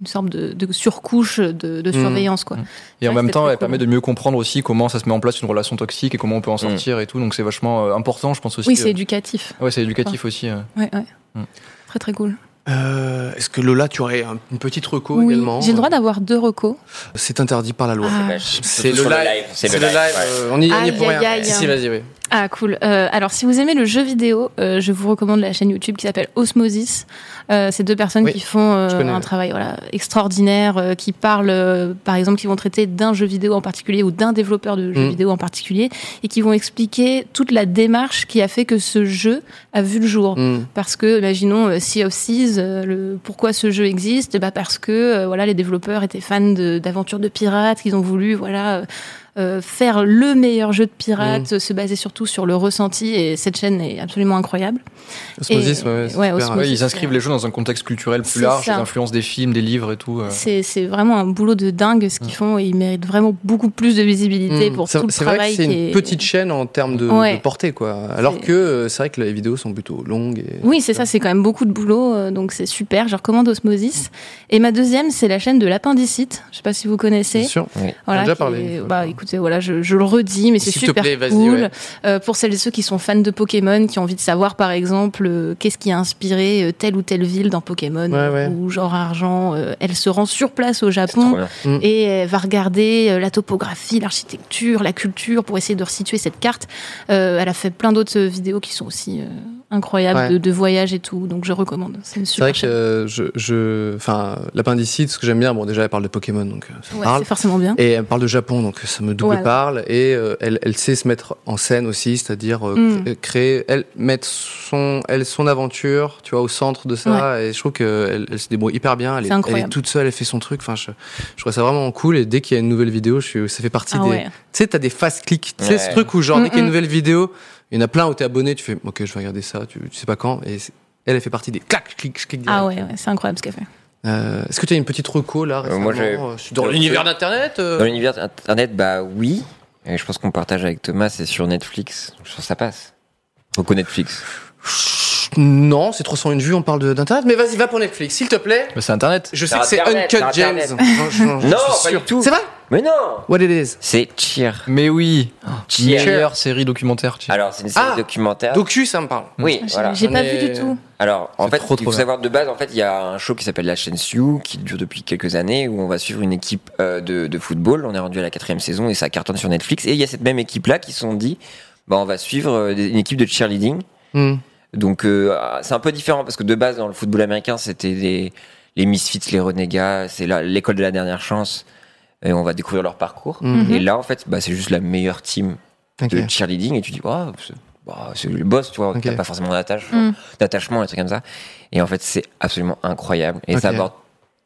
C: une sorte de, de surcouche de,
E: Mm.
C: de surveillance. Quoi.
E: Et en
C: Ouais,
E: même
C: c'était
E: temps,
C: très
E: elle
C: cool.
E: permet de mieux comprendre aussi comment ça se met en place une relation toxique et comment on peut en sortir et tout. Donc c'est vachement euh, important, je pense aussi.
C: Oui,
E: que-
C: c'est éducatif.
E: Ouais, c'est éducatif aussi. euh.
C: Ouais, ouais.
E: Mm.
C: Très très cool.
B: Euh, Est-ce que Lola, tu aurais un- une petite reco
C: Oui.
B: également
C: J'ai le droit d'avoir deux recos.
B: C'est interdit par la loi.
C: Ah.
B: C'est le, live.
A: C'est le live. ouais.
B: euh, on y, on y est pour
C: Aïe,
B: rien.
C: aïe, aïe.
B: Si, si, vas-y, oui.
C: Ah cool. Euh, alors si vous aimez le jeu vidéo, euh, je vous recommande la chaîne YouTube qui s'appelle Osmosis. Euh, c'est deux personnes
B: Oui,
C: qui font euh,
B: je connais.
C: un travail voilà extraordinaire, euh, qui parlent euh, par exemple, qui vont traiter d'un jeu vidéo en particulier ou d'un développeur de jeu
B: Mm.
C: vidéo en particulier et qui vont expliquer toute la démarche qui a fait que ce jeu a vu le jour.
B: Mm.
C: Parce que, imaginons, euh, Sea of Thieves, euh, le, pourquoi ce jeu Eh ben, existe bah Parce que euh, voilà, les développeurs étaient fans de- d'aventures de, pirates, qu'ils ont voulu voilà, euh, euh, faire le meilleur jeu de pirate,
B: Mm.
C: se baser surtout sur le ressenti. Et cette chaîne est absolument incroyable.
B: Osmosis,
C: Et-
B: ouais, c'est
C: ouais,
B: super.
C: Osmosis.
E: Ouais, ils inscrivent les jeux dans un contexte culturel
C: C'est
E: plus large, les
C: ça.
E: influences des films, des livres et tout. euh.
C: C'est c'est vraiment un boulot de dingue ce qu'ils font et ils méritent vraiment beaucoup plus de visibilité
B: Mm.
C: pour
B: C'est-
C: tout le
B: C'est vrai
C: travail.
B: que c'est
C: qui
B: une
C: est-
B: petite chaîne en termes de, de
C: Ouais.
B: portée, quoi. Alors
C: C'est-
B: que euh, c'est vrai que les vidéos sont plutôt longues. Et...
C: Oui, c'est ça, c'est quand même beaucoup de boulot, euh, donc c'est super. Je recommande
B: Mm.
C: Osmosis. Et ma deuxième, c'est la chaîne de l'appendicite. Je sais pas si vous
B: Bien
C: connaissez.
B: sûr.
C: Voilà,
B: On a déjà
C: qui
B: parlé,
C: est-
B: une fois, je
C: bah
B: crois.
C: écoutez, voilà, je, je le redis, mais c'est
B: S'il te
C: super
B: plaît, vas-y,
C: cool.
B: ouais.
C: Euh, pour celles et ceux qui sont fans de Pokémon, qui ont envie de savoir par exemple euh, qu'est-ce qui a inspiré euh, telle ou telle ville dans Pokémon
B: Ouais, ouais.
C: ou genre argent, euh, elle se rend sur place au
A: C'est trop
C: Japon
A: bien.
C: et elle va regarder euh, la topographie, l'architecture, la culture pour essayer de resituer cette carte. Euh, elle a fait plein d'autres euh, vidéos qui sont aussi euh, incroyables
B: Ouais.
C: de, de voyage et tout, donc je recommande. C'est une
B: C'est vrai
C: super
B: que euh, je, je, enfin, l'appendicite, ce que j'aime bien, bon, déjà, elle parle de Pokémon, donc euh, ça
C: chaîne.
B: me
C: Ouais,
B: parle.
C: c'est forcément bien.
B: Et elle parle de Japon, donc ça me double
C: Voilà.
B: parle. Et euh, elle, elle sait se mettre en scène aussi, c'est-à-dire euh,
C: Mm.
B: cré- créer, elle mettre son, elle son aventure, tu vois, au centre de ça. Et je trouve que elle, elle se débrouille hyper bien. Elle est,
C: C'est incroyable.
B: elle est toute seule, elle fait son truc. Enfin, je, je trouve ça vraiment cool. Et dès qu'il y a une nouvelle vidéo, je suis, ça fait partie
C: Ah
B: des.
C: ouais.
B: Tu
C: Mm,
B: sais, t'as des fast clics. Tu sais,
A: Ouais.
B: ce truc où genre dès qu'il y a une
C: Mm-mm.
B: nouvelle vidéo, il y en a plein où t'es abonné, tu fais, ok, je vais regarder ça. Tu, tu sais pas quand. Et c'est- elle, elle fait partie des clac, clic, clic.
C: Ah
B: direct.
C: ouais, ouais, c'est incroyable ce qu'elle fait.
B: Euh, Est-ce que tu as une petite reco là
A: Euh, moi, j'ai-
B: récemment, euh, Dans l'univers d'internet. euh,
A: Dans l'univers internet, bah oui. Et je pense qu'on partage avec Thomas, c'est sur Netflix. Je pense que ça passe. Reco Netflix.
B: Non, c'est 301 vues, on parle de- d'internet. Mais vas-y, va pour Netflix, s'il te plaît.
E: Mais C'est Internet.
B: Je sais
A: Sur
B: que c'est
A: Internet,
B: Uncut
A: sur
B: James.
A: Internet.
B: Non, je- je- je
A: Non,
B: suis
A: pas
B: sûr.
A: du tout.
B: C'est vrai
A: Mais non
B: What it is.
A: C'est Cheer.
E: Mais oui,
A: Cheer.
E: meilleure série documentaire. tu sais.
A: Alors, c'est une série
B: Ah,
A: documentaire.
B: Docu, ça me parle.
A: oui,
C: J'ai
A: voilà.
C: j'ai
B: On
C: pas
B: est-
C: vu du tout.
A: Alors, en
E: C'est
A: fait,
E: trop,
A: il
E: trop
A: faut
E: bien.
A: savoir de base, en fait, il y a un show qui s'appelle La chaîne Sioux, qui dure depuis quelques années, où on va suivre une équipe euh, de, de football. On est rendu à la quatrième saison et ça cartonne sur Netflix. Et il y a cette même équipe-là qui se sont dit, bah, on va suivre euh, des- une équipe de cheerleading.
B: Hmm.
A: Donc, euh, c'est un peu différent parce que de base, dans le football américain, c'était les, les misfits, les renégats, c'est la- l'école de la dernière chance. Et on va découvrir leur parcours.
B: Mhm.
A: Et là, en fait, bah, c'est juste la meilleure team
B: Ok.
A: de cheerleading et tu dis oh, c'est bah, c'est le boss tu vois
B: Ok.
A: t'as pas forcément d'attache
C: Mm.
A: d'attachement et trucs comme ça et en fait c'est absolument incroyable et ça
B: Ok.
A: aborde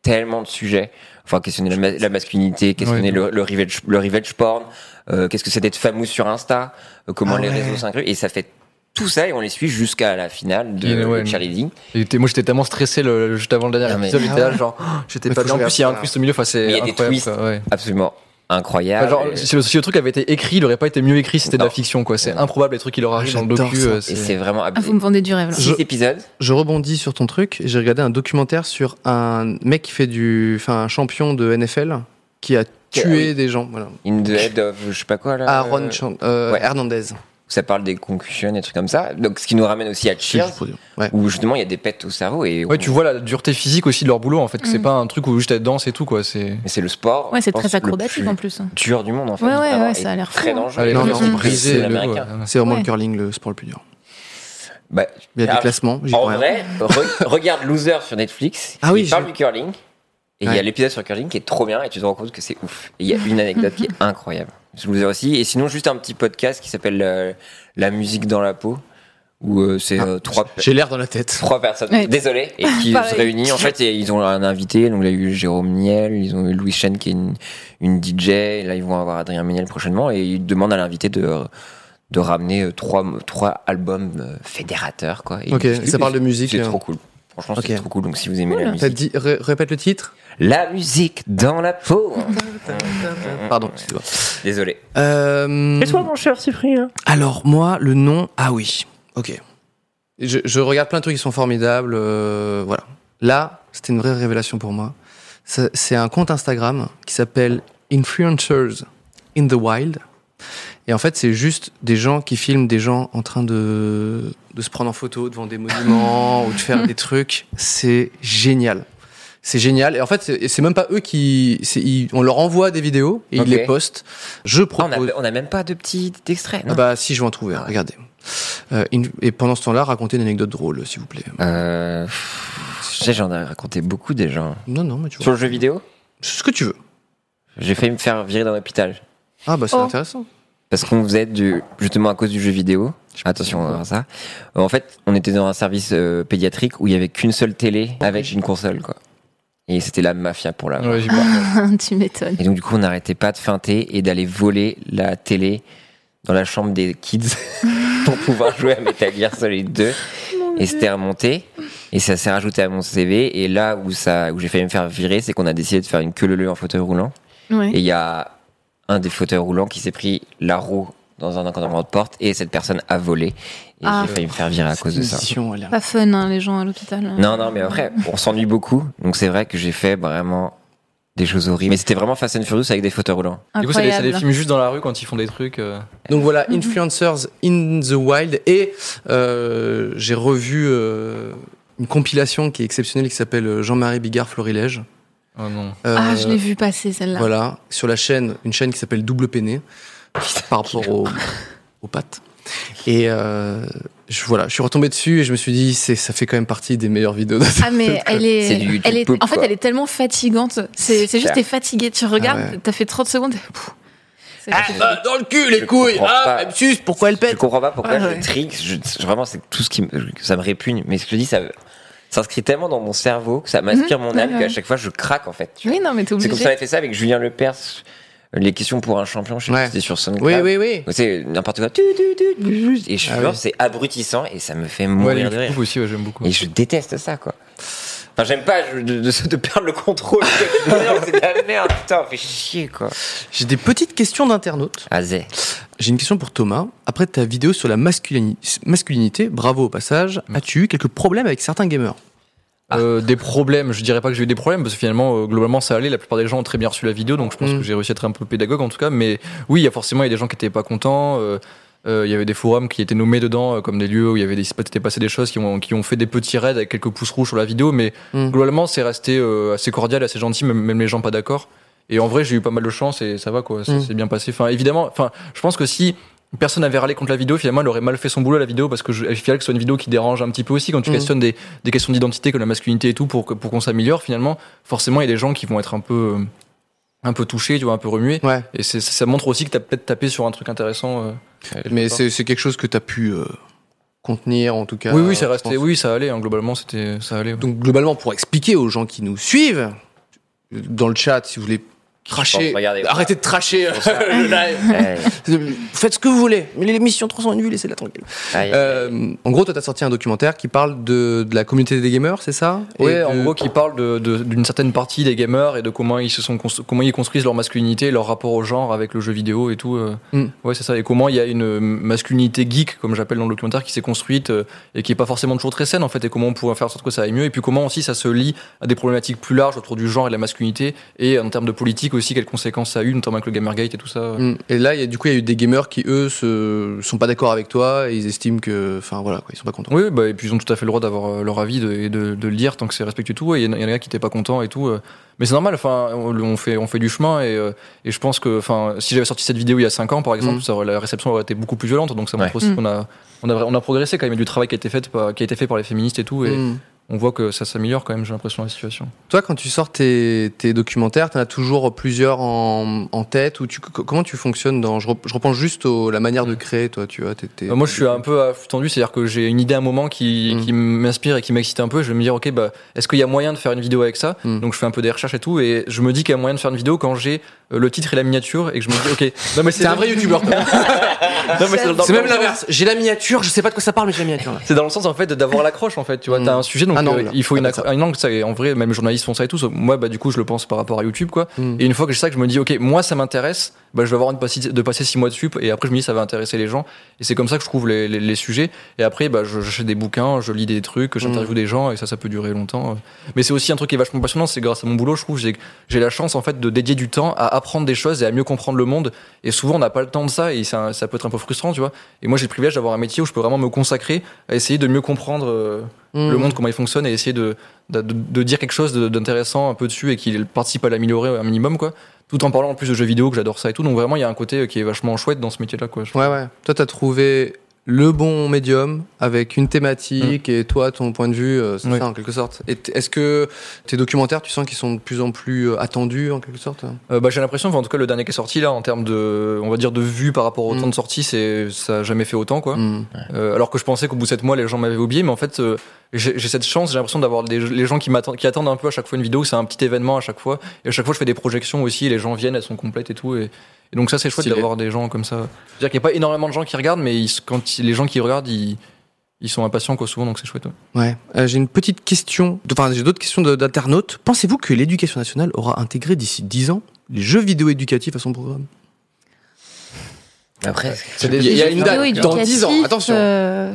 A: tellement de sujets enfin questionner la, ma- la masculinité questionner le, le revenge le revenge porn euh, qu'est-ce que c'est d'être fameux sur Insta euh, comment
B: Ah
A: les
B: ouais.
A: réseaux s'incluent et ça fait tout ça et on les suit jusqu'à la finale de,
E: Yeah,
A: de
E: ouais.
A: cheerleading
E: Et t'es- moi j'étais tellement stressé le, le- juste avant le dernier
A: Ah, mais-
E: épisode, j'étais
B: Ah
E: là
B: ouais.
E: genre oh, j'étais
B: Mais
E: pas
B: faut
E: bien. En
B: que je
E: plus il y a un
B: regarde
E: twist au milieu, enfin c'est
A: Mais il y a des
E: incroyable,
A: twists.
E: quoi, ouais.
A: absolument incroyable
E: Enfin, genre,
A: Et-
E: si, le, si le truc avait été écrit, il aurait pas été mieux écrit si c'était de la
A: Non.
E: fiction quoi. C'est
A: Non.
E: improbable les trucs qu'il aura arrive dans le
B: J'adore
E: docu.
B: ça.
E: euh,
A: et
E: c'est-
A: c'est vraiment
C: Ah, vous me vendez du rêve là.
A: six épisodes
B: Je rebondis sur ton truc. J'ai regardé un documentaire sur un mec qui fait du. Enfin, un champion de NFL qui a tué des gens. Voilà.
A: in the head of je sais pas quoi là
B: Aaron
A: euh,
B: Chan- euh,
A: ouais.
B: Hernandez.
A: ça parle des concussions et trucs comme ça donc ce qui nous ramène aussi à Cheers
B: Juste pour dire. Ouais.
A: où justement il y a des pètes au cerveau et
E: Ouais,
A: on-
E: tu vois la dureté physique aussi de leur boulot en fait, que c'est
C: Mm.
E: pas un truc où juste elle danse et tout quoi. C'est
A: mais c'est le sport
C: Ouais,
A: je
C: c'est
A: pense,
C: très
A: le
C: acrobatique
A: plus
C: en plus. hein.
A: dur du monde en fait
C: Ouais, ouais,
A: vraiment,
C: ouais,
A: et
C: ça a l'air fou,
A: très
C: hein.
A: dangereux
E: Allez,
B: non,
E: les
B: non,
E: gens sont
B: on brisait
E: brisés,
B: le- hein.
A: l'américain.
E: ouais.
B: C'est vraiment
C: Ouais.
B: le curling le sport le plus dur.
A: Bah,
B: Il y a
A: Alors,
B: des classements. j'y
A: en
B: crois rien.
A: vrai re- regarde Loser sur Netflix
B: Ah oui,
A: il parle
B: je-
A: du curling et il y
B: Ouais.
A: a l'épisode sur le curling qui est trop bien et tu te rends compte que c'est ouf et il y a une anecdote qui est incroyable sur Loser aussi et sinon juste un petit podcast qui s'appelle euh, La musique dans la peau où euh, c'est
B: Ah,
A: euh, trois
B: J'ai l'air dans la tête.
A: Trois personnes,
C: Ouais.
A: désolé, et qui
C: Pareil.
A: se réunissent en fait et ils ont un invité, donc il y a eu Jérôme Niel, ils ont eu Louis Chen qui est une, une DJ, et là ils vont avoir Adrien Méniel prochainement et ils demandent à l'invité de, de ramener euh, trois, trois albums euh, fédérateurs quoi. Et
B: Ok,
A: ils discutent,
B: ça parle de
A: et
B: musique,
A: C'est
B: euh.
A: trop cool. Franchement,
B: Ok.
A: c'est trop cool. Donc si vous aimez la
B: T'as
A: musique,
B: dit. ré- répète le titre
A: la musique dans la peau. Euh,
B: Pardon, excuse-moi.
A: désolé.
B: Euh,
A: mon cher Cyprien
B: Alors, moi, le nom, ah oui, ok. Je, je regarde plein de trucs qui sont formidables, euh, voilà. Là, c'était une vraie révélation pour moi. Ça- C'est un compte Instagram qui s'appelle Influencers in the Wild. Et en fait, c'est juste des gens qui filment des gens en train de, de se prendre en photo devant des monuments ou de faire des trucs. C'est génial. C'est génial. Et en fait, c'est c'est même pas eux qui. c'est- ils- on leur envoie des vidéos et
A: Ok.
B: ils les postent. Je
A: on, a,
B: propose.
A: on a même pas de petit extrait.
B: Ah
A: non
B: bah si, je vais en trouver,
A: Ah ouais.
B: regardez. Euh, une- et pendant ce temps-là, racontez une anecdote drôle, s'il vous plaît.
A: Euh, pff, je sais, j'en ai raconté beaucoup déjà.
B: Non, non, mais tu
A: Sur
B: vois.
A: le jeu vidéo,
B: Ce que tu veux.
A: j'ai failli me faire virer d'un hôpital.
B: Ah bah c'est
C: Oh.
B: intéressant.
A: Parce qu'on faisait du, justement à cause du jeu vidéo. Attention, on va voir ça. Euh, En fait, on était dans un service euh, pédiatrique où il y avait qu'une seule télé avec une console, quoi. Et c'était la mafia pour la voir.
E: Ouais, j'y crois.
C: tu m'étonnes.
A: Et donc, du coup, on n'arrêtait pas de feinter et d'aller voler la télé dans la chambre des kids pour pouvoir jouer à Metal Gear Solid 2. Et c'était remonté. Et ça s'est rajouté à mon CV. Et là où, ça, où j'ai failli me faire virer, c'est qu'on a décidé de faire une queue leu en fauteuil roulant. Et il y a un des fauteuils roulants qui s'est pris la roue dans un encadrement de porte et cette personne a volé. Et
C: Ah.
A: j'ai failli me faire virer à cause de ça.
F: Mission, elle est-
C: Pas fun, hein, les gens à l'hôpital.
A: Non, non, mais après, on s'ennuie beaucoup. Donc c'est vrai que j'ai fait vraiment des choses horribles. Mais c'était vraiment Fast and Furious avec des fauteuils roulants.
E: Du coup, c'est des, c'est
C: Incroyable.
E: des films juste dans la rue quand ils font des trucs. euh.
B: Donc voilà,
C: Mm-hmm.
B: Influencers in the Wild. Et euh, j'ai revu euh, une compilation qui est exceptionnelle qui s'appelle euh, Jean-Marie Bigard Florilège.
E: Oh non.
B: Euh,
C: Ah, je l'ai vu passer celle-là.
B: Voilà, sur la chaîne, une chaîne qui s'appelle Double Peiné, par rapport au- aux pattes. Et euh, je, voilà, je suis retombé dessus et je me suis dit, c'est, ça fait quand même partie des meilleures vidéos de
C: Ah mais elle est,
A: C'est du YouTube
C: elle est,
A: pop,
C: en fait
A: quoi.
C: elle est tellement fatigante. C'est, c'est juste
A: clair.
C: t'es fatigué, tu regardes,
B: Ah ouais.
C: t'as fait 30 secondes. pff, c'est-
E: Ah,
B: Ah,
E: bah.
B: dans le cul, Ah,
A: Je comprends pas.
B: sus, pourquoi elle
A: Je comprends pas pourquoi
C: Ah,
A: je
C: ouais.
A: trick. Je, je- vraiment, c'est tout ce qui me, ça me répugne. Mais ce que je dis, ça s'inscrit tellement dans mon cerveau que ça m'aspire mon âme
C: Mhm. ouais,
A: qu'à
C: ouais.
A: chaque fois, je craque en fait. tu vois.
C: Oui non mais t'es
A: C'est comme ça,
C: obligé.
A: avait fait ça avec Julien Lepers. Les questions pour un champion, je sais
B: Ouais.
A: pas si c'était sur
B: Oui,
A: SoundCloud.
B: oui, oui.
A: C'est n'importe quoi. Tu, tu, tu, tu, tu. Et je
B: Ah
A: jure,
B: oui.
A: c'est abrutissant et ça me fait
E: Ouais,
A: mourir
E: les
A: de
E: YouTube
A: rire.
E: aussi, ouais, j'aime beaucoup.
A: Et je déteste ça, quoi. Enfin, j'aime pas je- de, de- de perdre le contrôle. c'est de la merde, putain, fait chier, quoi. Ah,
B: J'ai des petites questions d'internautes.
A: Azé.
B: J'ai une question pour Thomas. Après ta vidéo sur la masculini- masculinité, bravo au passage, as-tu eu quelques problèmes avec certains gamers
E: Euh, des problèmes, je dirais pas que j'ai eu des problèmes parce que finalement euh, globalement ça allait, la plupart des gens ont très bien reçu la vidéo donc je pense
B: Mm.
E: que j'ai réussi à être un peu pédagogue en tout cas mais oui, il y a forcément il y a des gens qui étaient pas contents euh, euh, il y avait des forums qui étaient nommés dedans euh, comme des lieux où il y avait des s'était passé des choses qui ont qui ont fait des petits raids avec quelques pouces rouges sur la vidéo mais
B: Mm.
E: globalement c'est resté euh, assez cordial, assez gentil même, même les gens pas d'accord et en vrai, j'ai eu pas mal de chance et ça va quoi, ça
B: Mm.
E: s'est bien passé. Enfin évidemment, enfin je pense que si personne avait râlé contre la vidéo, finalement elle aurait mal fait son boulot la vidéo parce que je, il fallait que ce soit une vidéo qui dérange un petit peu aussi quand tu
B: Mhm.
E: questionnes des, des questions d'identité comme la masculinité et tout pour, que- pour qu'on s'améliore finalement forcément il y a des gens qui vont être un peu euh, un peu touchés tu vois un peu remués
B: Ouais,
E: et c'est- ça montre aussi que t'as peut-être tapé sur un truc intéressant euh, quelque
B: mais
E: part.
B: c'est, c'est quelque chose que t'as pu euh, contenir en tout cas.
E: oui oui c'est
B: je
E: resté
B: pense.
E: oui ça allait hein, globalement c'était ça allait ouais.
B: Donc globalement, pour expliquer aux gens qui nous suivent, euh, dans le chat, si vous voulez cracher,
A: pense, regardez.
B: arrêtez de tracher le live.
A: Ouais.
F: Faites ce que vous voulez. Mais l'émission 300 vues, laissez-la tranquille.
A: Aïe.
B: Euh, en gros, toi, t'as sorti un documentaire qui parle de, de la communauté des gamers, c'est ça Et
E: Ouais,
B: de-
E: en gros, qui parle de- de- d'une certaine partie des gamers et de comment ils se sont constru- comment ils construisent leur masculinité, leur rapport au genre avec le jeu vidéo et tout. euh.
B: Mm.
E: Ouais, c'est ça. Et comment il y a une masculinité geek, comme j'appelle dans le documentaire, qui s'est construite euh, et qui est pas forcément toujours très saine en fait. Et comment on pourrait faire en sorte que ça aille mieux. Et puis comment aussi ça se lie à des problématiques plus larges autour du genre et de la masculinité et en termes de politique aussi quelles conséquences ça a eu, notamment avec le Gamergate et tout ça. euh.
B: Mm. Et là, il y a, du coup, il y a eu des gamers qui, eux, se, sont pas d'accord avec toi et ils estiment que. Enfin, voilà, quoi, ils sont pas contents.
E: Oui, bah, et puis ils ont tout à fait le droit d'avoir euh, leur avis de- et de, de le dire tant que c'est respectueux et tout. Et il y en a- il y en a qui n'étaient pas contents et tout. euh. Mais c'est normal, enfin, on, on fait, on fait du chemin et, euh, et je pense que, enfin, si j'avais sorti cette vidéo il y a 5 ans, par exemple,
B: Mhm.
E: ça aurait- la réception aurait été beaucoup plus violente. Donc ça montre
A: Ouais.
E: aussi
C: Mhm.
E: qu'on a, on a, on a progressé quand même. Il y a du travail qui a été fait par, qui a été fait par les féministes et tout. Et
B: Mm.
E: on voit que ça s'améliore quand même, j'ai l'impression, la situation.
B: Toi, quand tu sors tes, tes documentaires, t'en as toujours plusieurs en, en tête ou tu, co- comment tu fonctionnes dans Je, rep- je repense juste à la manière de créer, toi, tu vois. t'es- t'es-
E: Euh, moi, je suis un peu à flux tendu, c'est-à-dire que j'ai une idée à un moment qui,
B: Mm.
E: qui m'inspire et qui m'excite un peu. Je vais me dire, ok, bah, est-ce qu'il y a moyen de faire une vidéo avec ça
B: Mm.
E: Donc, je fais un peu des recherches et tout, et je me dis qu'il y a moyen de faire une vidéo quand j'ai euh, le titre et la miniature, et que je me dis, ok, non mais c'est
B: T'es un vrai youtubeur, quoi.
E: Non, mais c'est dans-
F: C'est
E: dans-
F: même l'inverse. J'ai la miniature, je sais pas de quoi ça parle, mais j'ai la miniature. là.
E: C'est dans le sens en fait d'avoir l'accroche en fait. Tu vois,
B: Mm.
E: t'as un sujet donc
B: Un
E: euh,
B: angle.
E: il faut une,
B: Ah, bah,
E: accro- un angle. Ça, et en vrai, même les journalistes font ça et tout. sauf- Moi, bah du coup, je le pense par rapport à YouTube quoi.
B: Mm.
E: Et une fois que j'ai ça, que je me dis, ok, moi ça m'intéresse. Bah, je vais avoir envie de passer, de passer six mois dessus. Et après, je me dis, ça va intéresser les gens. Et c'est comme ça que je trouve les, les- les sujets. Et après, bah, je- j'achète des bouquins, je lis des
B: Mm.
E: trucs, j'interviewe des gens. Et ça, ça peut durer longtemps. Mais c'est aussi un truc qui est vachement passionnant. C'est grâce à mon boulot, je trouve, j'ai j'ai la chance en fait de dédier du temps à apprendre des choses et à mieux comprendre le monde. Et souvent, on n'a pas le temps de ça. Et ça, ça peut être un peu frustrant, tu vois. Et moi, j'ai le privilège d'avoir un métier où je peux vraiment me consacrer à essayer de mieux comprendre euh,
B: Mm.
E: le monde, comment il fonctionne, et essayer de, de, de dire quelque chose de- d'intéressant un peu dessus et qu'il participe à l'améliorer un minimum, quoi. Tout en parlant en plus de jeux vidéo, que j'adore ça et tout. Donc vraiment, il y a un côté euh, qui est vachement chouette dans ce métier-là, quoi. Je-
B: Ouais, ouais. Toi, t'as trouvé le bon médium avec une thématique et toi, ton point de vue, euh, c'est
E: Mm. Oui.
B: ça en quelque sorte. Et t- Est-ce que tes documentaires, tu sens qu'ils sont de plus en plus euh, attendus en quelque sorte
E: Euh, bah, j'ai l'impression, enfin, en tout cas, le dernier qui est sorti, là, en termes de, on va dire, de vues par rapport au
B: Mm.
E: temps de sortie, c'est, ça a jamais fait autant, quoi.
B: Hmm.
E: Euh, alors que je pensais qu'au bout de 7 mois, les gens m'avaient oublié, mais en fait, euh, j'ai j'ai cette chance, j'ai l'impression d'avoir des- les gens qui m'attendent, qui attendent un peu à chaque fois une vidéo, c'est un petit événement à chaque fois. Et à chaque fois, je fais des projections aussi, les gens viennent, elles sont complètes et tout. Et, et donc ça, c'est chouette
B: Stylé.
E: d'avoir des gens comme ça. C'est-à-dire qu'il n'y a pas énormément de gens qui regardent, mais ils se- quand ils- les gens qui regardent, ils, ils sont impatients quoi souvent, donc c'est chouette. ouais.
B: Ouais. Euh, j'ai une petite question, enfin j'ai d'autres questions de- d'internautes. Pensez-vous que l'éducation nationale aura intégré d'ici 10 ans les jeux vidéo éducatifs à son programme
A: Après,
E: Il y a- il y a une date,
C: Vidéo
B: dans 10 ans,
C: éducatif,
B: attention.
C: euh, je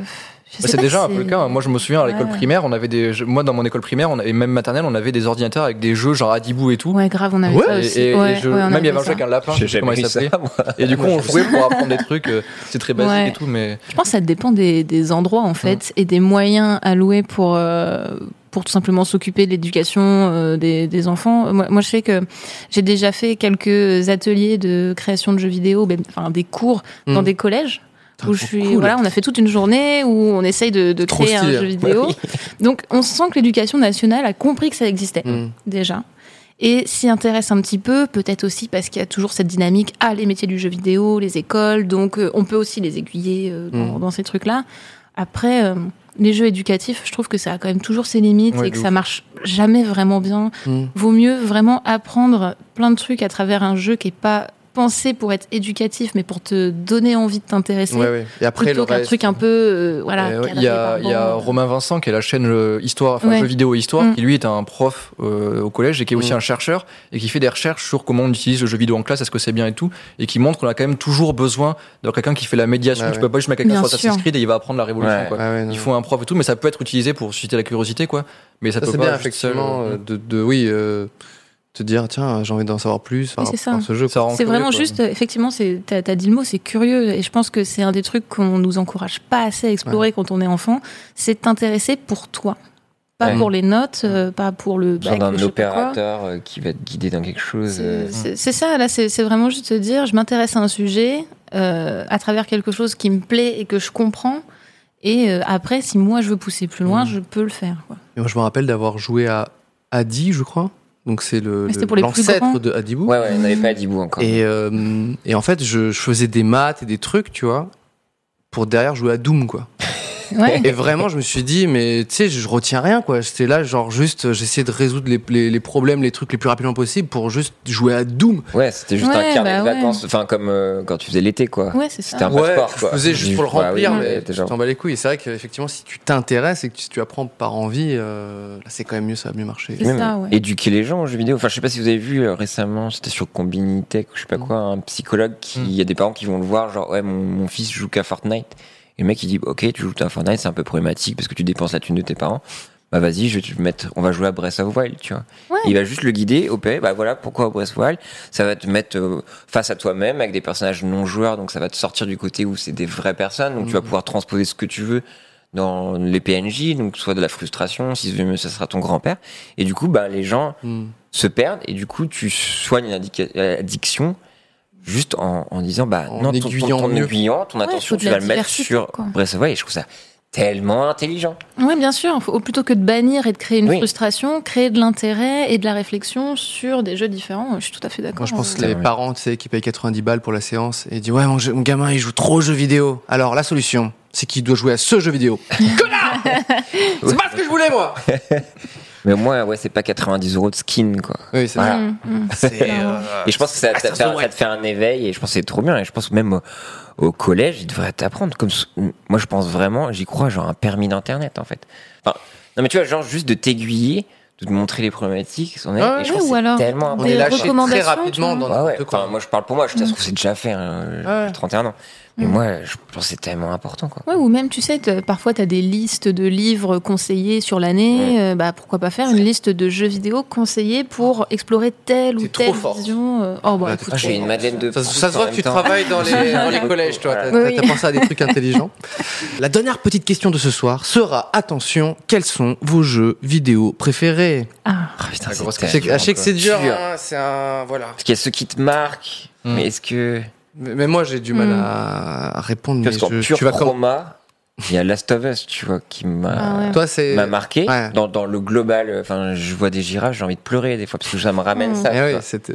C: sais
E: Bah, c'est
C: pas
E: déjà
C: si
E: un peu le cas. Moi, je me souviens à l'école
C: Ouais.
E: primaire, on avait des, je- moi dans mon école primaire, on, et même maternelle, on avait des ordinateurs avec des jeux genre Adibou et tout.
C: Ouais, grave, on avait
B: Ouais,
C: ça
E: Et-
C: aussi.
E: et- et
C: Euh, Ouais,
E: je-
C: ouais, on
E: même il y
C: avait
E: avait un jeu
C: ça.
E: avec un lapin, je
A: j'ai
E: sais pas
A: jamais
E: comment il
A: vu ça.
E: s'appelait.
A: moi.
E: Et du coup, on jouait pour apprendre des trucs. euh, C'est très basique
C: Ouais.
E: et tout, mais
C: Je pense que ça dépend des, des endroits en
B: Mm.
C: fait et des moyens alloués pour euh, pour tout simplement s'occuper de l'éducation euh, des, des enfants. Moi, moi, je sais que j'ai déjà fait quelques ateliers de création de jeux vidéo, ben, enfin des cours dans
B: Mm.
C: des collèges. Où je
B: trop
C: suis,
B: cool.
C: voilà, on a fait toute une journée où on essaye de, de
B: Trop
C: créer un
B: stylé.
C: jeu vidéo. Donc, on sent que l'éducation nationale a compris que ça existait
E: Mm.
B: Hmm.
C: déjà. Et s'y intéresse un petit peu, peut-être aussi parce qu'il y a toujours cette dynamique, ah, les métiers du jeu vidéo, les écoles, donc euh, on peut aussi les aiguiller euh, dans,
E: Mm.
C: dans ces trucs-là. Après, euh, les jeux éducatifs, je trouve que ça a quand même toujours ses limites
E: Ouais,
C: et que
E: de
C: ça marche jamais vraiment bien.
B: Mm.
C: Vaut mieux vraiment apprendre plein de trucs à travers un jeu qui est pas pensé pour être éducatif, mais pour te donner envie de t'intéresser.
B: Ouais, ouais. Et après le
C: plutôt qu'un
B: reste.
C: truc un peu, euh, voilà,
E: Euh, ouais,
C: cadré
E: il y a,
C: par
E: il y a
C: bon.
E: Romain Vincent qui est la chaîne euh, Histoire, enfin
C: Ouais.
E: jeux vidéo et histoire,
C: Mm.
E: qui lui est un prof euh, au collège et qui est aussi
B: Mm.
E: un chercheur et qui fait des recherches sur comment on utilise le jeu vidéo en classe, est-ce que c'est bien et tout, et qui montre qu'on a quand même toujours besoin de quelqu'un qui fait la médiation.
B: Ouais,
E: tu
B: ouais.
E: peux pas juste mettre quelqu'un
C: Bien
E: sur Assassin's
C: sûr.
E: Creed et il va apprendre la révolution.
A: Ouais.
E: quoi.
B: Ah ouais, non,
E: Il faut un prof et tout, mais ça peut être utilisé pour susciter la curiosité, quoi. Mais ça,
B: Ça,
E: peut
B: c'est
E: pas
B: bien,
E: juste seul,
B: effectivement,
E: euh,
B: euh, de, de- oui, euh, te dire, tiens, j'ai envie d'en savoir plus par
C: Oui, c'est ça.
B: par ce jeu.
E: ça rend
C: C'est
E: curieux,
C: vraiment
E: quoi.
C: juste, euh, effectivement, c'est- t'as as dit le mot, c'est curieux. Et je pense que c'est un des trucs qu'on nous encourage pas assez à explorer quand on est enfant, c'est de t'intéresser pour toi. Pas
A: Ouais.
C: pour les notes, euh, pas pour le
A: Genre
C: bac,
A: d'un
C: je sais pas quoi.
A: opérateur euh, qui va te guider dans quelque chose. euh,
C: C'est- C'est c'est ça, là, c'est c'est vraiment juste de dire, je m'intéresse à un sujet euh, à travers quelque chose qui me plaît et que je comprends. Et euh, après, si moi je veux pousser plus loin,
B: Mm.
A: Mmh.
C: je peux le faire. quoi.
B: Et moi, je me rappelle d'avoir joué à Adi, je crois. Donc, c'est le,
C: Mais c'était
B: le-
C: pour les plus grands.
B: l'ancêtre de Adibou.
A: Ouais, ouais, on n'avait pas Adibou encore.
B: Et, euh, et en fait, je, je faisais des maths et des trucs, tu vois, pour derrière jouer à Doom, quoi.
C: Ouais.
B: Et vraiment, je me suis dit, mais tu sais, je retiens rien, quoi. J'étais là, genre, juste, euh, j'essayais de résoudre les, les- les problèmes, les trucs les plus rapidement possible pour juste jouer à Doom.
A: Ouais, c'était juste
C: Ouais,
A: un carnet
C: bah
A: de
C: ouais.
A: vacances, enfin comme euh, quand tu faisais l'été quoi.
C: Ouais, c'est
A: C'était
C: ça.
A: un passeport
B: je
A: quoi.
B: faisais juste pour le
A: Bah oui,
B: remplir, mais
A: t'es genre-
B: tu t'en bats les couilles. Et c'est vrai qu'effectivement, si tu t'intéresses et que tu- si tu apprends par envie, euh, là, c'est quand même mieux, ça va mieux marcher.
C: C'est
A: Même
C: ça, ouais.
A: éduquer les gens aux jeux vidéo. Enfin, je sais pas si vous avez vu euh, récemment, c'était sur Combinitech ou je sais pas quoi, un psychologue qui, il y a des parents qui vont le voir, genre, ouais, mon, mon fils joue qu'à Fortnite. Et le mec, il dit, ok, tu joues à Fortnite, c'est un peu problématique parce que tu dépenses la thune de tes parents. Bah, vas-y, je vais te mettre, on va jouer à Breath of Wild, tu vois.
C: Ouais.
A: Et Il va juste le guider, ok, bah voilà, pourquoi Breath of Wild? Ça va te mettre euh, face à toi-même avec des personnages non joueurs, donc ça va te sortir du côté où c'est des vraies personnes, donc tu
C: Mm.
A: vas pouvoir transposer ce que tu veux dans les PNJ, donc soit de la frustration, si ce ça sera ton grand-père. Et du coup, bah, les gens
B: Hmm.
A: se perdent et du coup, tu soignes une indica- addiction juste en, en disant, bah,
B: En
A: non, ton, ton,
B: aiguillant
A: ton
B: mieux.
A: aiguillant, ton
C: Ouais, faut
A: attention,
C: de
A: tu
C: la
A: vas le mettre
C: diversité,
A: sur
C: quoi.
A: Breath of Wild. Et je trouve ça tellement intelligent.
C: Oui, bien sûr. Faut- plutôt que de bannir et de créer une
A: Oui.
C: frustration, créer de l'intérêt et de la réflexion sur des jeux différents. Je suis tout à fait d'accord.
B: Moi, je pense que
A: Ouais,
B: les
A: ouais.
B: parents, tu sais, qui payent 90 balles pour la séance et disent Ouais, mon, jeu- mon gamin, il joue trop aux jeux vidéo. Alors, la solution, c'est qu'il doit jouer à ce jeu vidéo. Connard C'est pas ce que je voulais, moi
A: Mais au moins, ouais, c'est pas 90 euros de skin, quoi.
B: Oui, c'est
A: Voilà.
C: Mm, mm.
B: c'est, euh,
A: Et je pense que ça, ça,
B: ça
A: fait,
B: se voit.
A: ça te fait un éveil et je pense que c'est trop bien. Et je pense que même au, au collège, ils devraient t'apprendre. Comme ce- moi, je pense vraiment, j'y crois, genre un permis d'internet en fait. Enfin, non mais tu vois, genre juste de t'aiguiller, de te montrer les problématiques. On est,
B: Ah
A: et je
C: ouais,
A: pense que
C: ou
A: c'est
C: alors
A: tellement.
B: On
C: Des
B: est lâché très
C: recommandations,
B: rapidement
C: tu
B: dans
C: vois.
A: Bah Ouais, ouais.
B: n'importe quoi.
A: Enfin, moi, je parle pour moi. Je ça se trouve, c'est déjà fait. hein, j'ai
B: Ouais.
A: 31 ans. Mais moi, je pense que c'est tellement important quoi.
C: Mm. Ouais, ou même, tu sais, t'as- parfois, tu as des listes de livres conseillés sur l'année. Euh, bah, pourquoi pas faire une liste de jeux vidéo conseillés pour explorer telle ou
B: T'es trop
C: telle
B: forte.
C: vision euh, Oh, bah,
B: Ah,
C: écoute,
A: Ah, j'ai une Madeleine de
B: Ça, se-
A: Proust
B: ça se
A: en
B: voit que
A: même
B: tu
A: temps.
B: travailles dans les, dans les
A: Voilà.
B: collèges, toi. T'as
C: Oui,
B: t'as-
C: oui.
B: t'as pensé à des trucs intelligents. La dernière petite question de ce soir sera attention, quels sont vos jeux vidéo préférés
C: ah.
A: Ah, putain,
E: La
A: c'est
E: grosse
A: terrible.
E: question.
B: Je sais que c'est dur. Mm.
A: Dur.
B: hein, c'est un. Voilà.
A: Parce qu'il y a ceux qui te marquent.
E: Hmm.
A: Mais est-ce que
B: Mais mais moi, j'ai du mal
C: Hmm.
B: à à répondre.
A: parce
B: mais
A: qu'en
B: je-
A: pur
B: tu vas comme-
A: trauma, Il y a Last of Us, tu vois, qui m'a
C: Ah ouais.
B: Toi, c'est.
A: m'a marqué
B: Ouais.
A: dans, dans le global. euh, Enfin, je vois des girafes, j'ai envie de pleurer des fois parce que ça me ramène
C: Mm.
A: ça.
B: Eh
A: tu
B: oui,
A: vois.
B: c'est euh,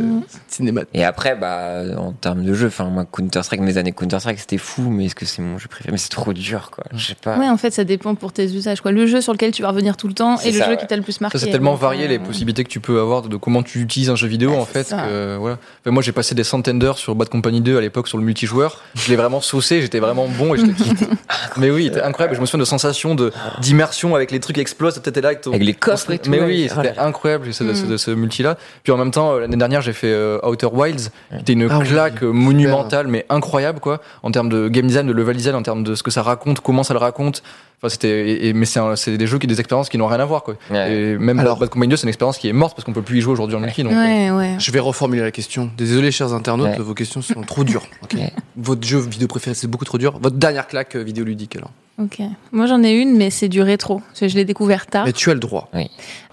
B: c'est cinéma.
A: Et après, bah, en termes de jeu, enfin, moi, Counter Strike, mes années Counter Strike, c'était fou, mais est-ce que c'est mon jeu préféré Mais c'est trop dur, quoi. Je sais pas.
C: Mm. Ouais, en fait, ça dépend pour tes usages. Quoi. Le jeu sur lequel tu vas revenir tout le temps
A: C'est
C: et le
A: ça,
C: jeu
A: ouais.
C: qui t'a le plus marqué.
E: Ça, c'est tellement
C: Donc,
E: varié
C: euh,
E: les possibilités que tu peux avoir de, de comment tu utilises un jeu vidéo
C: Ouais,
E: en
C: c'est
E: fait.
C: ça.
E: que, voilà. Enfin, moi j'ai passé des centaines d'heures sur Bad Company 2 à l'époque sur le multijoueur. Je l'ai vraiment saucé, j'étais vraiment bon et j'étais kiffé. Mais oui, c'était incroyable. Je me souviens de sensations de- d'immersion avec les trucs qui explosent, peut-être là que ton-
A: Avec les coffres et tout.
E: Mais
A: ouais.
E: oui,
A: Oh là
E: c'était
A: là.
E: incroyable ce, ce-
C: Mm.
E: ce multi-là. Puis en même temps, euh, l'année dernière, j'ai fait euh, Outer Wilds, qui était une
B: Ah oui,
E: claque euh, monumentale, mais incroyable, quoi, en termes de game design, de level design, en termes de ce que ça raconte, comment ça le raconte. Enfin, c'était, et- et- mais c'est, un- c'est des jeux qui, des expériences qui n'ont rien à voir, quoi.
A: Ouais.
E: Et même
B: Alors-
E: Bad Company 2, c'est une expérience qui est morte parce qu'on peut plus y jouer aujourd'hui en multi, donc. euh,
C: Ouais, ouais.
B: Je vais reformuler la question. Désolé, chers internautes,
A: Ouais.
B: vos questions sont trop dures. ok
A: Ouais.
B: Votre jeu vidéo préféré, c'est beaucoup trop dur. Votre dernière claque euh, vidéoludique, alors.
C: Ok. Moi, j'en ai une, mais c'est du rétro. parce que Je l'ai découvert tard.
B: Mais tu as le droit.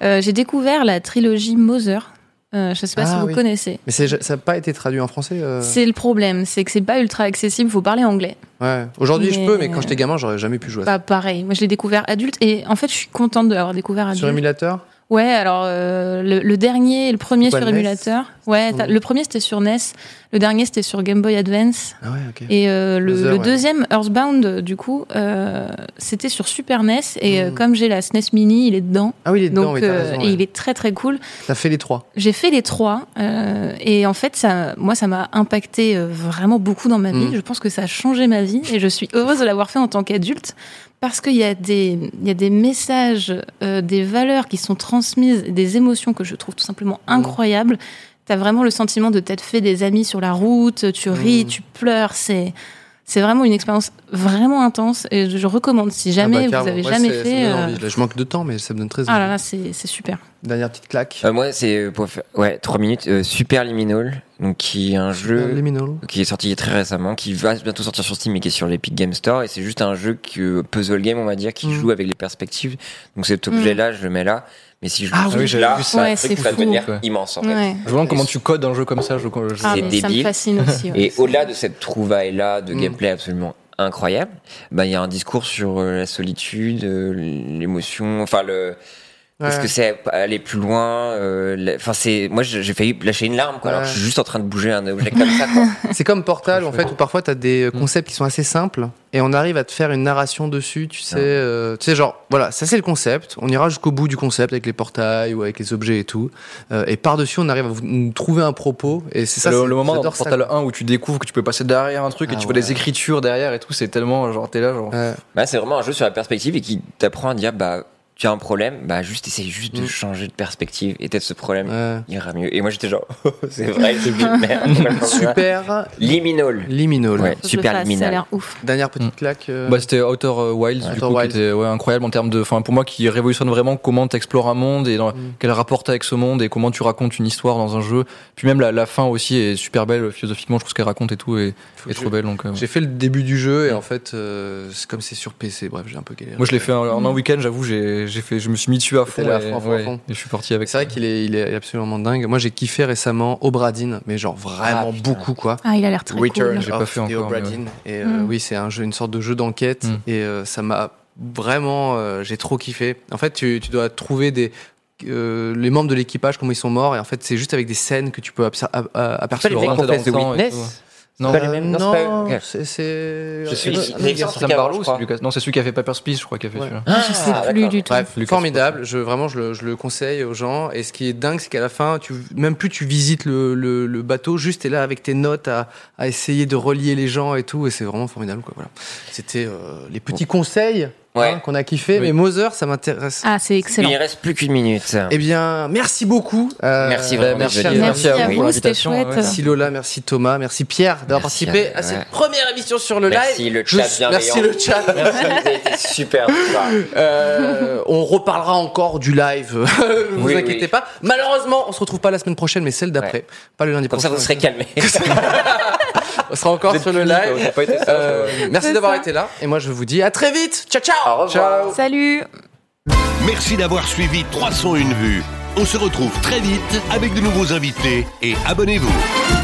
C: Euh, J'ai découvert la trilogie Mother. Euh, je sais pas
B: Ah,
C: si vous
B: oui.
C: connaissez.
B: Mais c'est- ça n'a pas été traduit en français euh,
C: C'est le problème, c'est que c'est pas ultra accessible, faut parler anglais.
B: Ouais. Aujourd'hui, je peux, mais
C: Mais-
B: quand j'étais gamin, j'aurais jamais pu jouer à ça.
C: Pas pareil. Moi, je l'ai découvert adulte et en fait, je suis contente de l'avoir découvert adulte.
B: Sur émulateur
C: Ouais, alors euh, le, le dernier et le premier
B: Quoi,
C: sur
B: NES?
C: émulateur. Ouais,
B: sur
C: t'as-
B: NES?
C: le premier c'était sur NES, le dernier c'était sur Game Boy Advance
B: Ah ouais, ok.
C: et euh, le,
B: Mother,
C: le
B: ouais.
C: deuxième Earthbound euh, du coup euh, c'était sur Super NES et euh,
B: Mm.
C: comme j'ai la SNES Mini, il est dedans.
B: Ah oui, il est dedans,
C: Donc
B: oui, t'as
C: euh,
B: raison,
C: et
B: ouais.
C: il est très très cool.
B: T'as fait les trois.
C: J'ai fait les trois euh, et en fait ça, moi ça m'a impacté euh, vraiment beaucoup dans ma vie.
B: Mhm.
C: Je pense que ça a changé ma vie et je suis heureuse de l'avoir fait en tant qu'adulte parce qu'il y a des il y a des messages, euh, des valeurs qui sont transmises, des émotions que je trouve tout simplement
B: Mm.
C: incroyables. T'as vraiment le sentiment de t'être fait des amis sur la route, tu ris,
B: Mhm.
C: tu pleures, c'est c'est vraiment une expérience vraiment intense et je, je recommande si jamais
B: Ah bah,
C: vous
B: carrément.
C: avez
B: Ouais,
C: jamais
B: c'est- ça
C: fait.
B: me donne
C: euh,
B: envie. Là, je manque de temps, mais ça me donne très
C: ah
B: envie.
C: là là, c'est c'est super.
B: Dernière petite claque.
A: Euh, moi, c'est euh, pour faire- ouais, trois minutes. euh, Super Liminal, donc qui est un jeu
B: Liminal.
A: qui est sorti très récemment, qui va bientôt sortir sur Steam et qui est sur l'Epic Game Store. Et c'est juste un jeu que euh, puzzle game, on va dire, qui
B: Mm.
A: joue avec les perspectives. Donc cet objet-là, je le mets là. Mais si je
B: Ah
A: le
B: oui,
A: touche
E: j'avais
A: là,
E: vu
A: ça
E: ça.
C: Ouais,
A: truc
C: c'est
A: va
C: fou.
A: devenir
E: Ouais.
A: immense en fait.
C: Ouais.
E: Je me demande comment tu codes un jeu comme ça. Je, je-
C: Ah,
A: C'est
C: mais ça me
A: débile.
C: fascine aussi. ouais.
A: Et au-delà de cette trouvaille-là de
B: Mm.
A: gameplay absolument incroyable, bah, il y a un discours sur euh, la solitude, euh, l'émotion, enfin le. Est-ce que c'est aller plus loin euh, la- Enfin, c'est moi j'ai j'ai failli lâcher une larme quoi. Alors que je suis juste en train de bouger un objet comme ça. Quoi.
B: C'est comme Portal, en fait, où parfois t'as des
E: Mm.
B: euh, concepts qui sont assez simples et on arrive à te faire une narration dessus, tu sais.
A: Ouais.
B: euh, tu sais, genre, voilà, ça c'est le concept. On ira jusqu'au bout du concept avec les portails ou avec les objets et tout. Euh, et par-dessus, on arrive à vous- nous trouver un propos. Et c'est ça,
E: le,
B: c'est-
E: le moment dans
B: j'adore ça,
E: Portal
B: quoi.
E: 1 où tu découvres que tu peux passer derrière un truc
B: Ah
E: et tu
B: ouais.
E: vois des écritures derrière et tout, c'est tellement genre t'es là genre.
B: Ouais.
A: Bah, c'est vraiment un jeu sur la perspective et qui t'apprend à dire bah tu as un problème, bah juste essaye juste de changer de perspective et peut-être ce problème
B: Ouais.
A: ira mieux. Et moi j'étais genre oh, c'est vrai, c'est une merde.
B: Super
A: Liminal.
B: liminal.
A: Ouais,
C: Faut que je
A: super
C: le fasse, Ça a
A: liminal.
C: l'air ouf.
B: Dernière petite
E: Mm.
B: claque. euh,
E: Bah, c'était Outer euh, Wilds,
B: Outer
E: du coup,
B: Wilds.
E: qui était ouais, incroyable en termes de, enfin, pour moi, qui révolutionne vraiment comment t'explores un monde et dans,
B: Mm.
E: quel rapport t'as avec ce monde et comment tu racontes une histoire dans un jeu. Puis même la, la fin aussi est super belle euh, philosophiquement, je trouve ce qu'elle raconte et tout est,
B: faut
E: est
B: que
E: trop
B: je-
E: belle. Donc, euh,
B: J'ai fait le début du jeu et en fait, euh, c'est comme c'est sur PC, bref, j'ai un peu galéré.
E: Mm. moi, je l'ai fait en, en un week-end, j'avoue, j'ai, j'ai fait, je me suis mis dessus à fond,
B: allé à
E: et,
B: fond, à fond, à fond.
E: et je suis parti avec.
B: C'est vrai qu'il est, il est absolument dingue. Moi, j'ai kiffé récemment Obradine, mais genre vraiment
A: Ah, putain.
B: beaucoup quoi.
C: Ah, il a l'air très
B: Return
C: cool.
E: J'ai pas
B: of
E: fait
B: the
E: encore, mais ouais.
B: Obradin. Et euh,
C: Mm.
B: oui, c'est un jeu, une sorte de jeu d'enquête.
E: Mm.
B: Et euh, ça m'a vraiment, euh, j'ai trop kiffé. En fait, tu, tu dois trouver des euh, les membres de l'équipage comment ils sont morts. Et en fait, c'est juste avec des scènes que tu peux absor- ab- euh, apercevoir.
E: les mecs qu'on fait The Witness hein. Non,
B: Euh,
A: les mêmes- non, c'est pas-
B: non,
A: ok.
B: c'est c'est.
A: Je suis-
B: Euh,
A: c'est- c'est-
B: euh,
A: c'est-
E: Sam Barlow,
A: je
E: c'est
A: crois.
E: Lucas. Non, c'est celui qui a fait Paper Please, je crois, qui a fait
B: Ouais.
E: celui-là.
C: Ah, je sais
A: Ah,
C: plus
A: d'accord.
C: du tout.
B: Bref,
E: Lucas
B: formidable. Je vraiment, je le, je le conseille aux gens. Et ce qui est dingue, c'est qu'à la fin, tu même plus tu visites le, le, le bateau, juste t'es là avec tes notes à, à essayer de relier les gens et tout. Et c'est vraiment formidable, quoi. Voilà. C'était euh, les petits conseils
A: Ouais.
B: hein, qu'on a kiffé.
E: Oui.
B: Mais Mother, ça m'intéresse.
C: Ah, c'est
A: Il
C: excellent.
A: ne reste plus qu'une minute.
B: Eh bien, merci beaucoup. Euh,
A: Merci vraiment.
E: merci
A: les
E: à-
A: amis.
C: Merci à
A: Oui.
C: vous, c'était chouette.
E: ouais.
B: Merci Lola, merci Thomas, merci Pierre d'avoir
A: Merci
B: participé
A: à-
B: à, cette
A: ouais.
B: première émission sur le
A: Merci
B: live.
A: le
B: Je-
A: chat bienveillant.
B: merci le chat.
A: Merci, vous avez été super.
B: Euh, on reparlera encore du live, ne vous
A: Oui,
B: inquiétez
A: oui.
B: pas. Malheureusement, on se retrouve pas la semaine prochaine, mais celle d'après. Pas le lundi
A: Comme ça,
B: prochain.
A: vous serez calmés.
B: On sera encore sur le live. Euh, merci
C: C'est
B: d'avoir
C: ça.
B: été là, et moi je vous dis à très vite. Ciao, ciao.
A: Au revoir.
B: Ciao.
C: Salut
D: Merci d'avoir suivi 301 vues. On se retrouve très vite avec de nouveaux invités et abonnez-vous.